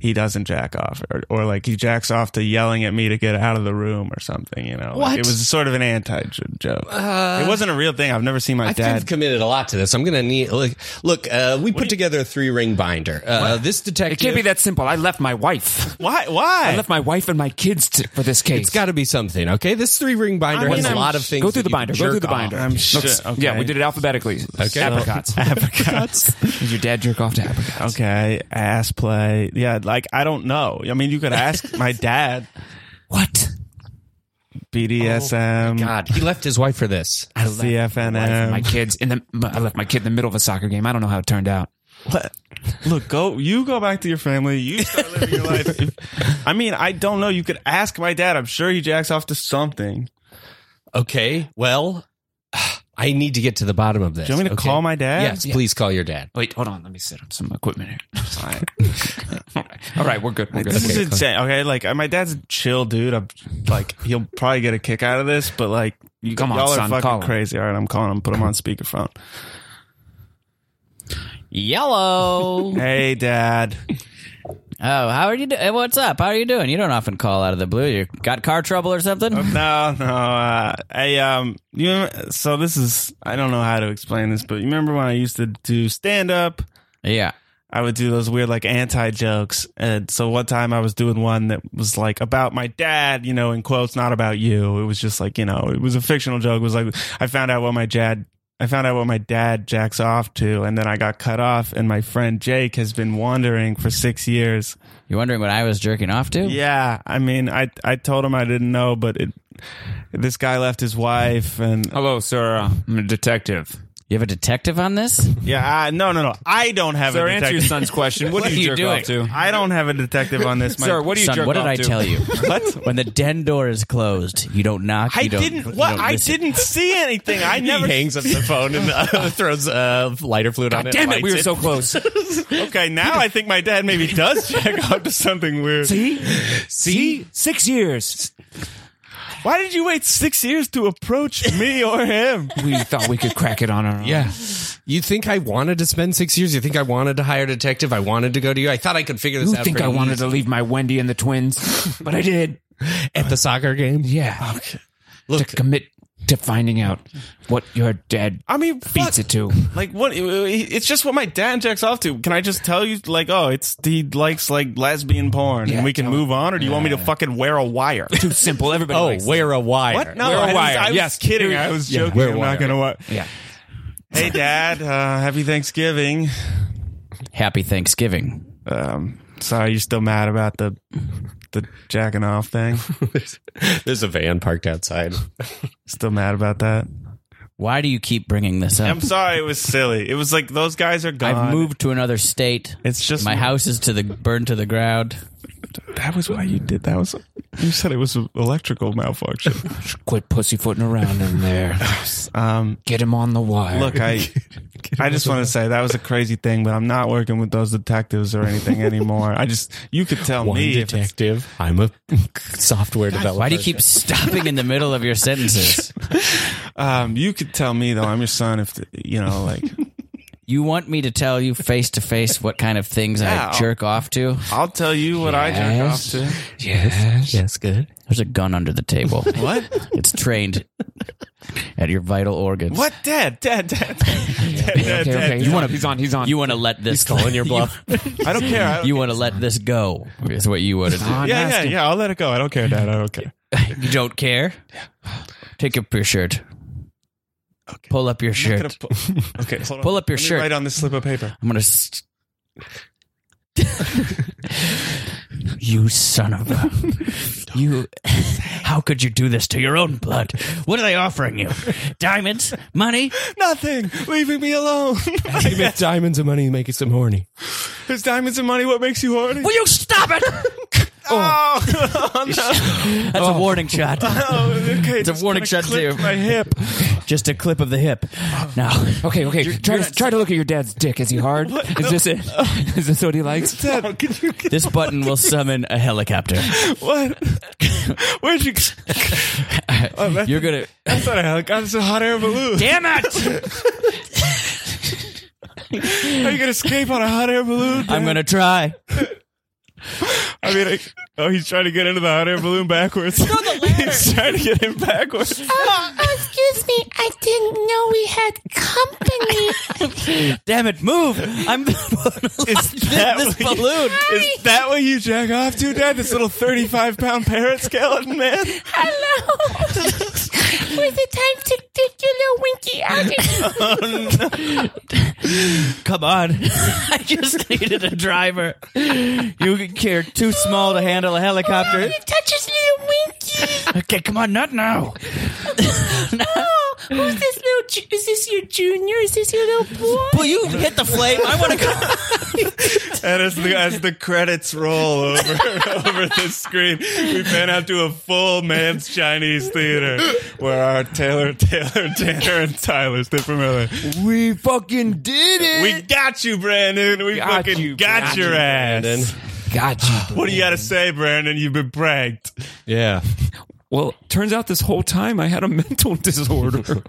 Speaker 5: he doesn't jack off, or, or like he jacks off to yelling at me to get out of the room or something. You know, Like,
Speaker 4: What?
Speaker 5: it was sort of an anti joke.
Speaker 7: Uh,
Speaker 5: it wasn't a real thing. I've never seen my
Speaker 4: I've
Speaker 5: dad.
Speaker 4: committed a lot to this. I'm gonna need look. Look, uh, we put together a three ring binder. Uh, this
Speaker 7: It
Speaker 4: detective.
Speaker 7: can't be that simple. I left my wife.
Speaker 5: Why?
Speaker 7: I
Speaker 5: Why?
Speaker 7: left my wife and my kids to, for this case.
Speaker 4: It's got to be something, okay? This three ring binder
Speaker 5: I mean,
Speaker 4: has a
Speaker 5: I'm-
Speaker 4: lot of things.
Speaker 7: go through
Speaker 4: that
Speaker 7: the
Speaker 4: you
Speaker 7: binder.
Speaker 4: can
Speaker 7: Go through
Speaker 4: jerk
Speaker 7: the
Speaker 4: off.
Speaker 7: binder.
Speaker 5: I'm sure. Okay.
Speaker 7: Yeah, we did it alphabetically.
Speaker 4: Okay.
Speaker 7: Apricots.
Speaker 5: Apricots.
Speaker 7: Did your dad jerk off to apricots?
Speaker 5: Okay, ass play. Yeah, like I don't know. I mean, you could ask my dad.
Speaker 7: What? Oh
Speaker 5: BDSM,
Speaker 4: God, he left his wife for this.
Speaker 7: I left my, wife and my
Speaker 5: CFNM.
Speaker 7: kids in the. I left my kid in the middle of a soccer game. I don't know how it turned out.
Speaker 5: Look, go. You go back to your family. You start living your life. If- I mean, I don't know. You could ask my dad. I'm sure he jacks off to something.
Speaker 4: Okay, well, I need to get to the bottom of this.
Speaker 5: Do you want me to
Speaker 4: okay?
Speaker 5: call my dad?
Speaker 4: Yes, please call your dad.
Speaker 7: Wait, hold on. Let me set up some equipment here. All right, All right we're good. We're good.
Speaker 5: This is
Speaker 7: Okay.
Speaker 5: insane. Okay, like my dad's a chill dude. I'm like he'll probably get a kick out of this, but like you,
Speaker 7: Come on,
Speaker 5: y'all
Speaker 7: son, call
Speaker 5: are fucking
Speaker 7: him.
Speaker 5: crazy. All right, I'm calling him. Put him on speakerphone.
Speaker 3: Yellow. oh,
Speaker 5: Hey, dad.
Speaker 3: how are you doing? What's up? How are you doing? You don't often call out of the blue. You got car trouble or something?
Speaker 5: No, no. Uh, I um, you remember, so this is I don't know how to explain this, but you remember when I used to do stand up?
Speaker 3: Yeah.
Speaker 5: I would do those weird like anti jokes, and so one time I was doing one that was like about my dad, you know, in quotes, not about you. It was just like you know, it was a fictional joke. It was like I found out what my dad. I found out what my dad jacks off to, and then I got cut off. And my friend Jake has been wandering for six years.
Speaker 3: You're wondering what I was jerking off to?
Speaker 5: Yeah, I mean, I I told him I didn't know, but it, this guy left his wife, and
Speaker 7: Hello, sir. Uh, I'm a detective.
Speaker 3: You have a detective on this?
Speaker 5: yeah, I, no, no, no, I don't have
Speaker 7: Sir,
Speaker 5: a
Speaker 7: answer your
Speaker 5: detective.
Speaker 7: son's question. What,
Speaker 3: What
Speaker 7: do you,
Speaker 3: are you
Speaker 7: jerk off
Speaker 3: doing?
Speaker 7: to?
Speaker 5: I don't have a detective on this. My,
Speaker 7: Sir, what do you
Speaker 3: Son,
Speaker 7: jerk
Speaker 3: what
Speaker 7: off
Speaker 3: did I
Speaker 7: to?
Speaker 3: tell you?
Speaker 5: what?
Speaker 3: when the den door is closed, you don't knock.
Speaker 5: I
Speaker 3: you don't,
Speaker 5: didn't.
Speaker 3: you
Speaker 5: What?
Speaker 3: don't
Speaker 5: I
Speaker 3: listen.
Speaker 5: didn't see anything. I
Speaker 4: He
Speaker 5: never.
Speaker 4: hangs up the phone and uh, throws uh, lighter fluid on
Speaker 7: God
Speaker 4: it.
Speaker 7: damn it, we
Speaker 4: lights
Speaker 7: were so close.
Speaker 5: Okay, now I think my dad maybe does check out to something weird.
Speaker 7: See? See? Six years.
Speaker 5: Why did you wait six years to approach me or him?
Speaker 7: We thought we could crack it on our own.
Speaker 4: Yeah. You think I wanted to spend six years? You think I wanted to hire a detective? I wanted to go to you. I thought I could figure this
Speaker 7: You
Speaker 4: out.
Speaker 7: think I
Speaker 4: pretty
Speaker 7: wanted
Speaker 4: easy.
Speaker 7: to leave my Wendy and the twins, but I did.
Speaker 4: at the soccer game?
Speaker 7: Yeah.
Speaker 4: Look,
Speaker 7: To commit
Speaker 6: to finding out what your dad
Speaker 5: I mean,
Speaker 6: beats
Speaker 5: fuck.
Speaker 6: it to.
Speaker 5: Like what? It's just what my dad jacks off to. Can I just tell you? Like, oh, it's he likes like lesbian porn, and we can move on. Or do you want me to fucking wear a wire?
Speaker 6: Too simple. Everybody.
Speaker 4: Oh,
Speaker 6: likes it.
Speaker 4: wear a wire.
Speaker 5: What? No,
Speaker 6: Wear a
Speaker 5: I was,
Speaker 6: wire.
Speaker 5: I was
Speaker 6: Yes.
Speaker 5: kidding. I was
Speaker 6: Yeah.
Speaker 5: joking.
Speaker 4: Wear a
Speaker 5: I'm
Speaker 4: wire.
Speaker 5: not gonna. Wa-
Speaker 6: Yeah.
Speaker 5: hey, Dad. Uh, happy Thanksgiving.
Speaker 3: Happy Thanksgiving.
Speaker 5: Um, sorry, you're still mad about the the jacking off thing.
Speaker 4: There's a van parked outside.
Speaker 5: Still mad about that.
Speaker 3: Why do you keep bringing this up?
Speaker 5: I'm sorry. It was silly. It was like those guys are gone.
Speaker 3: I've moved to another state.
Speaker 5: It's just
Speaker 3: my house is to the burned to the ground.
Speaker 5: That was why you did that. Was you said it was an electrical malfunction?
Speaker 6: Quit pussyfooting around in there.
Speaker 5: Um,
Speaker 6: Get him on the wire.
Speaker 5: Look, I I just want to say that was a crazy thing, but I'm not working with those detectives or anything anymore. I just you could tell
Speaker 4: One
Speaker 5: me if it's-
Speaker 4: detective. I'm a software developer.
Speaker 3: Why do you keep stopping in the middle of your sentences?
Speaker 5: um you could tell me though I'm your son if you know like
Speaker 3: You want me to tell you face to face what kind of things
Speaker 5: Yeah.
Speaker 3: I jerk off to?
Speaker 5: I'll tell you what I jerk off
Speaker 6: Yes.
Speaker 5: to.
Speaker 6: yes.
Speaker 4: That's good.
Speaker 3: There's a gun under the table.
Speaker 5: What?
Speaker 3: It's trained at your vital organs.
Speaker 5: What dad, dad, dad. Dad, dad,
Speaker 6: Okay, okay.
Speaker 5: dad.
Speaker 6: He's, on, he's on. He's on.
Speaker 3: You want to let this
Speaker 4: Calling your bluff.
Speaker 5: I don't care. I don't-
Speaker 3: you want to let this go is what you want to do.
Speaker 6: I'm
Speaker 5: yeah, yeah,
Speaker 6: asking.
Speaker 5: yeah. I'll let it go. I don't care, Dad. I don't care.
Speaker 3: You don't care. Take up your shirt. Pull up your
Speaker 5: I'm
Speaker 3: shirt.
Speaker 5: gonna pu- okay, hold on.
Speaker 3: Pull up your
Speaker 5: Let me
Speaker 3: shirt.
Speaker 5: Write on this slip of paper.
Speaker 3: I'm gonna. St- you son of a! You, how could you do this to your own blood? What are they offering you? Diamonds, money?
Speaker 5: Nothing. Leaving me alone.
Speaker 4: Give it diamonds and money and make it some horny.
Speaker 5: There's diamonds and money. What makes you horny?
Speaker 3: Will you stop it?
Speaker 5: Oh,
Speaker 3: That's a warning shot.
Speaker 5: Oh, okay.
Speaker 3: It's a
Speaker 5: just
Speaker 3: warning
Speaker 5: kinda
Speaker 3: shot,
Speaker 5: clipped
Speaker 3: too.
Speaker 5: My hip.
Speaker 3: Just a clip of the hip. Now,
Speaker 6: Okay, okay. try
Speaker 3: you're
Speaker 6: to try to look at your dad's dick. Is he hard? Is this it? Is this what he likes?
Speaker 5: Dad, could you get
Speaker 3: this button will summon a helicopter.
Speaker 5: what? Where'd you? Oh, that's,
Speaker 3: You're gonna.
Speaker 5: that's not a helicopter. It's a hot air balloon.
Speaker 3: Damn it!
Speaker 5: Are you gonna escape on a hot air balloon?
Speaker 3: I'm gonna try.
Speaker 5: I mean, like, oh, he's trying to get into the hot air balloon backwards. he's trying to get in backwards.
Speaker 2: Oh, excuse me, I didn't know we had company.
Speaker 3: Damn it! Move! I'm
Speaker 5: that
Speaker 3: this
Speaker 5: what you-
Speaker 3: balloon.
Speaker 5: Is that what you jack off to, Dad? This little thirty-five pound parrot skeleton man.
Speaker 2: Hello. Where's the time to take your little winky out?
Speaker 3: Come on. I just needed a driver. You care too small to handle a helicopter.
Speaker 2: You touch his little winky.
Speaker 3: Okay, come on, not now.
Speaker 2: Oh, who's this little? Ju- is this your junior? Is this your little boy?
Speaker 3: Will you hit the flame? I want to come.
Speaker 5: And as the as the credits roll over over the screen, we pan out to a full man's Chinese theater where our Taylor, Taylor, Tanner, and Tyler stood familiar.
Speaker 6: We fucking did it.
Speaker 5: We got you, Brandon. We
Speaker 6: Got
Speaker 5: fucking
Speaker 6: you,
Speaker 5: got
Speaker 6: Brandon.
Speaker 5: your ass.
Speaker 6: got you.
Speaker 5: What do you got to say, Brandon? You've been pranked.
Speaker 4: Yeah.
Speaker 6: Well, turns out this whole time I had a mental disorder.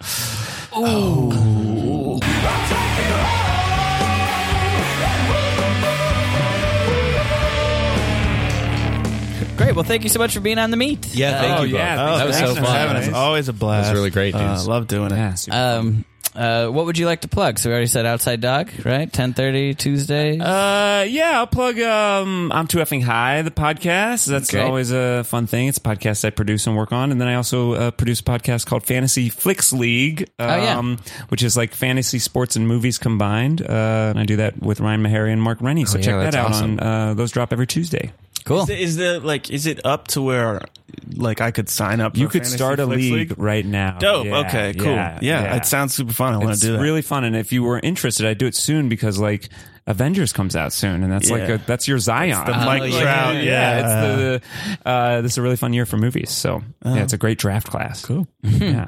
Speaker 3: Great. Well, thank you so much for being on the meet. Uh,
Speaker 4: Yeah. Thank
Speaker 6: Oh,
Speaker 4: you.
Speaker 6: yeah,
Speaker 4: Bob.
Speaker 6: thanks-
Speaker 4: that was so
Speaker 6: thanks for
Speaker 4: fun.
Speaker 6: having
Speaker 5: Having us. always a blast.
Speaker 4: That was really great,
Speaker 5: Uh,
Speaker 4: dudes.
Speaker 5: love doing it.
Speaker 6: Yeah, super.
Speaker 3: Um, uh, what would you like to plug? So we already said Outside Dog, right? Ten thirty Tuesday.
Speaker 6: Uh, yeah, I'll plug. Um, I'm too effing high. The podcast. That's
Speaker 3: Okay.
Speaker 6: always a fun thing. It's a podcast I produce and work on, and then I also uh, produce a podcast called Fantasy Flicks League.
Speaker 4: Oh,
Speaker 6: Um,
Speaker 3: yeah.
Speaker 6: which is like fantasy sports and movies combined. Uh, and I do that with Ryan Meharry and Mark Rennie.
Speaker 4: Oh,
Speaker 6: So
Speaker 4: yeah,
Speaker 6: check
Speaker 4: that's
Speaker 6: that out
Speaker 4: awesome.
Speaker 6: on. Uh, those drop every Tuesday.
Speaker 3: cool.
Speaker 5: Is, it, is the like? Is it up to where like I could sign up?
Speaker 6: You
Speaker 5: for
Speaker 6: could
Speaker 5: Fantasy
Speaker 6: start a
Speaker 5: Flicks
Speaker 6: league, right now.
Speaker 5: Dope.
Speaker 6: Yeah,
Speaker 5: okay. Cool. Yeah, It sounds super fun. I want
Speaker 6: it's
Speaker 5: to do that.
Speaker 6: really fun, and if you were interested, I'd do it soon because like Avengers comes out soon, and that's like
Speaker 5: Yeah.
Speaker 6: a, that's your Zion.
Speaker 5: the Mike
Speaker 3: yeah.
Speaker 5: Trout.
Speaker 6: yeah,
Speaker 5: Yeah.
Speaker 6: it's the uh, this is a really fun year for movies. So yeah, it's a great draft class. Cool.
Speaker 3: Hmm.
Speaker 6: Yeah.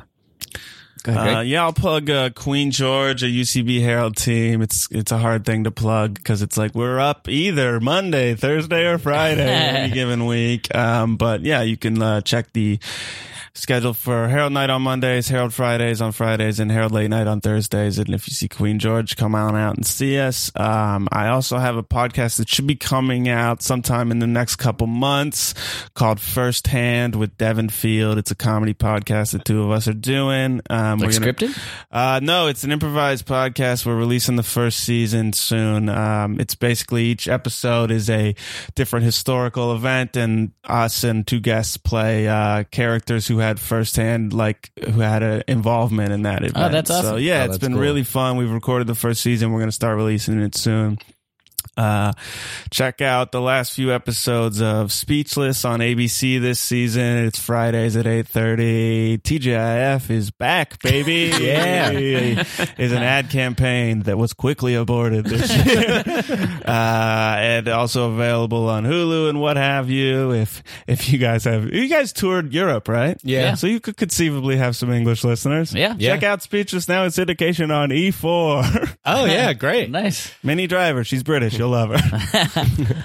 Speaker 5: Uh, yeah, I'll plug uh, Queen George, a UCB Herald team. It's it's a hard thing to plug because it's like we're up either Monday, Thursday, or Friday any given week. Um, but yeah, you can uh, check the scheduled for Herald Night on Mondays, Herald Fridays on Fridays, and Herald Late Night on Thursdays. And if you see Queen George, come on out and see us. Um, I also have a podcast that should be coming out sometime in the next couple months called First Hand with Devin Field. It's a comedy podcast the two of us are doing. Um,
Speaker 3: Like
Speaker 5: we're gonna-
Speaker 3: scripted?
Speaker 5: uh, no, it's an improvised podcast. We're releasing the first season soon. Um, it's basically each episode is a different historical event, and us and two guests play uh, characters who had firsthand, like who had an involvement in that event.
Speaker 3: that's awesome.
Speaker 5: So
Speaker 4: Oh,
Speaker 5: yeah, it's
Speaker 4: that's
Speaker 5: been
Speaker 4: cool.
Speaker 5: really fun. We've recorded the first season. We're going to start releasing it soon. Uh, check out the last few episodes of Speechless on ABC this season. It's Fridays at eight thirty. TGIF is back, baby. yeah, is an ad campaign that was quickly aborted this year, uh, and also available on Hulu and what have you. If if you guys have you guys toured Europe, right?
Speaker 4: Yeah.
Speaker 5: So you could conceivably have some English listeners.
Speaker 3: Yeah.
Speaker 5: Check out Speechless now. It's syndication on E4.
Speaker 4: Oh yeah, great.
Speaker 3: Nice.
Speaker 5: Minnie Driver. She's British. You'll love her.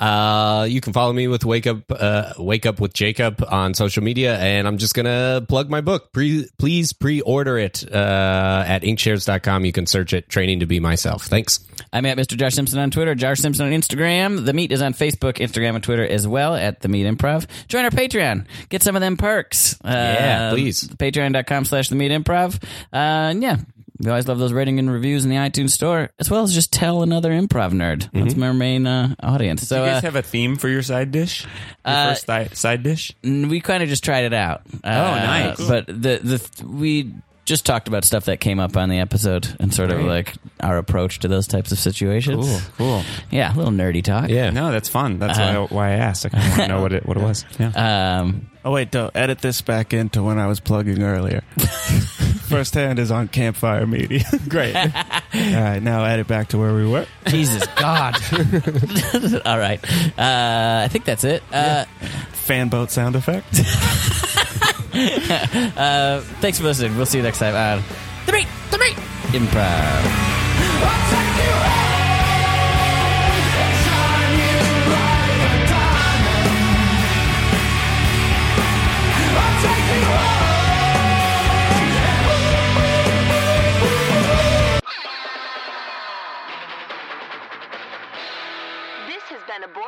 Speaker 4: Uh, you can follow me with Wake Up, uh, Wake Up with Jacob on social media, and I'm just gonna plug my book. Pre- please pre-order it uh, at inkshares.com. You can search it. Training to be myself. Thanks.
Speaker 3: I'm at Mr. Josh Simpson on Twitter, Josh Simpson on Instagram. The Meet is on Facebook, Instagram, and Twitter as well at The Meet Improv. Join our Patreon. Get some of them perks. Uh,
Speaker 4: Yeah, please.
Speaker 3: Patreon.com slash The Meet Improv. Uh, and yeah, we always love those rating and reviews in the iTunes store, as well as just tell another improv nerd. That's my main uh, audience. So
Speaker 7: you guys
Speaker 3: uh,
Speaker 7: have a theme for your side dish? Your first thi- side dish?
Speaker 3: n- we kind of just tried it out. oh,
Speaker 7: nice.
Speaker 3: But the, the th- we just talked about stuff that came up on the episode and sort of like our approach to those types of situations.
Speaker 7: Cool.
Speaker 3: Yeah, a little nerdy talk.
Speaker 4: Yeah.
Speaker 7: No, that's fun. That's
Speaker 3: Uh-huh.
Speaker 7: why, I, why I asked. I kind of want to know what it what it was. Yeah.
Speaker 3: Um,
Speaker 5: Oh wait, don't edit this back into when I was plugging earlier. First hand is on Campfire Media. Great. All right, now edit back to where we were.
Speaker 3: Jesus God. All right. Uh, I think that's it. Uh,
Speaker 5: Fanboat sound effect.
Speaker 3: uh, thanks for listening. We'll see you next time on The Meat, The Meat Improv.
Speaker 1: This has been a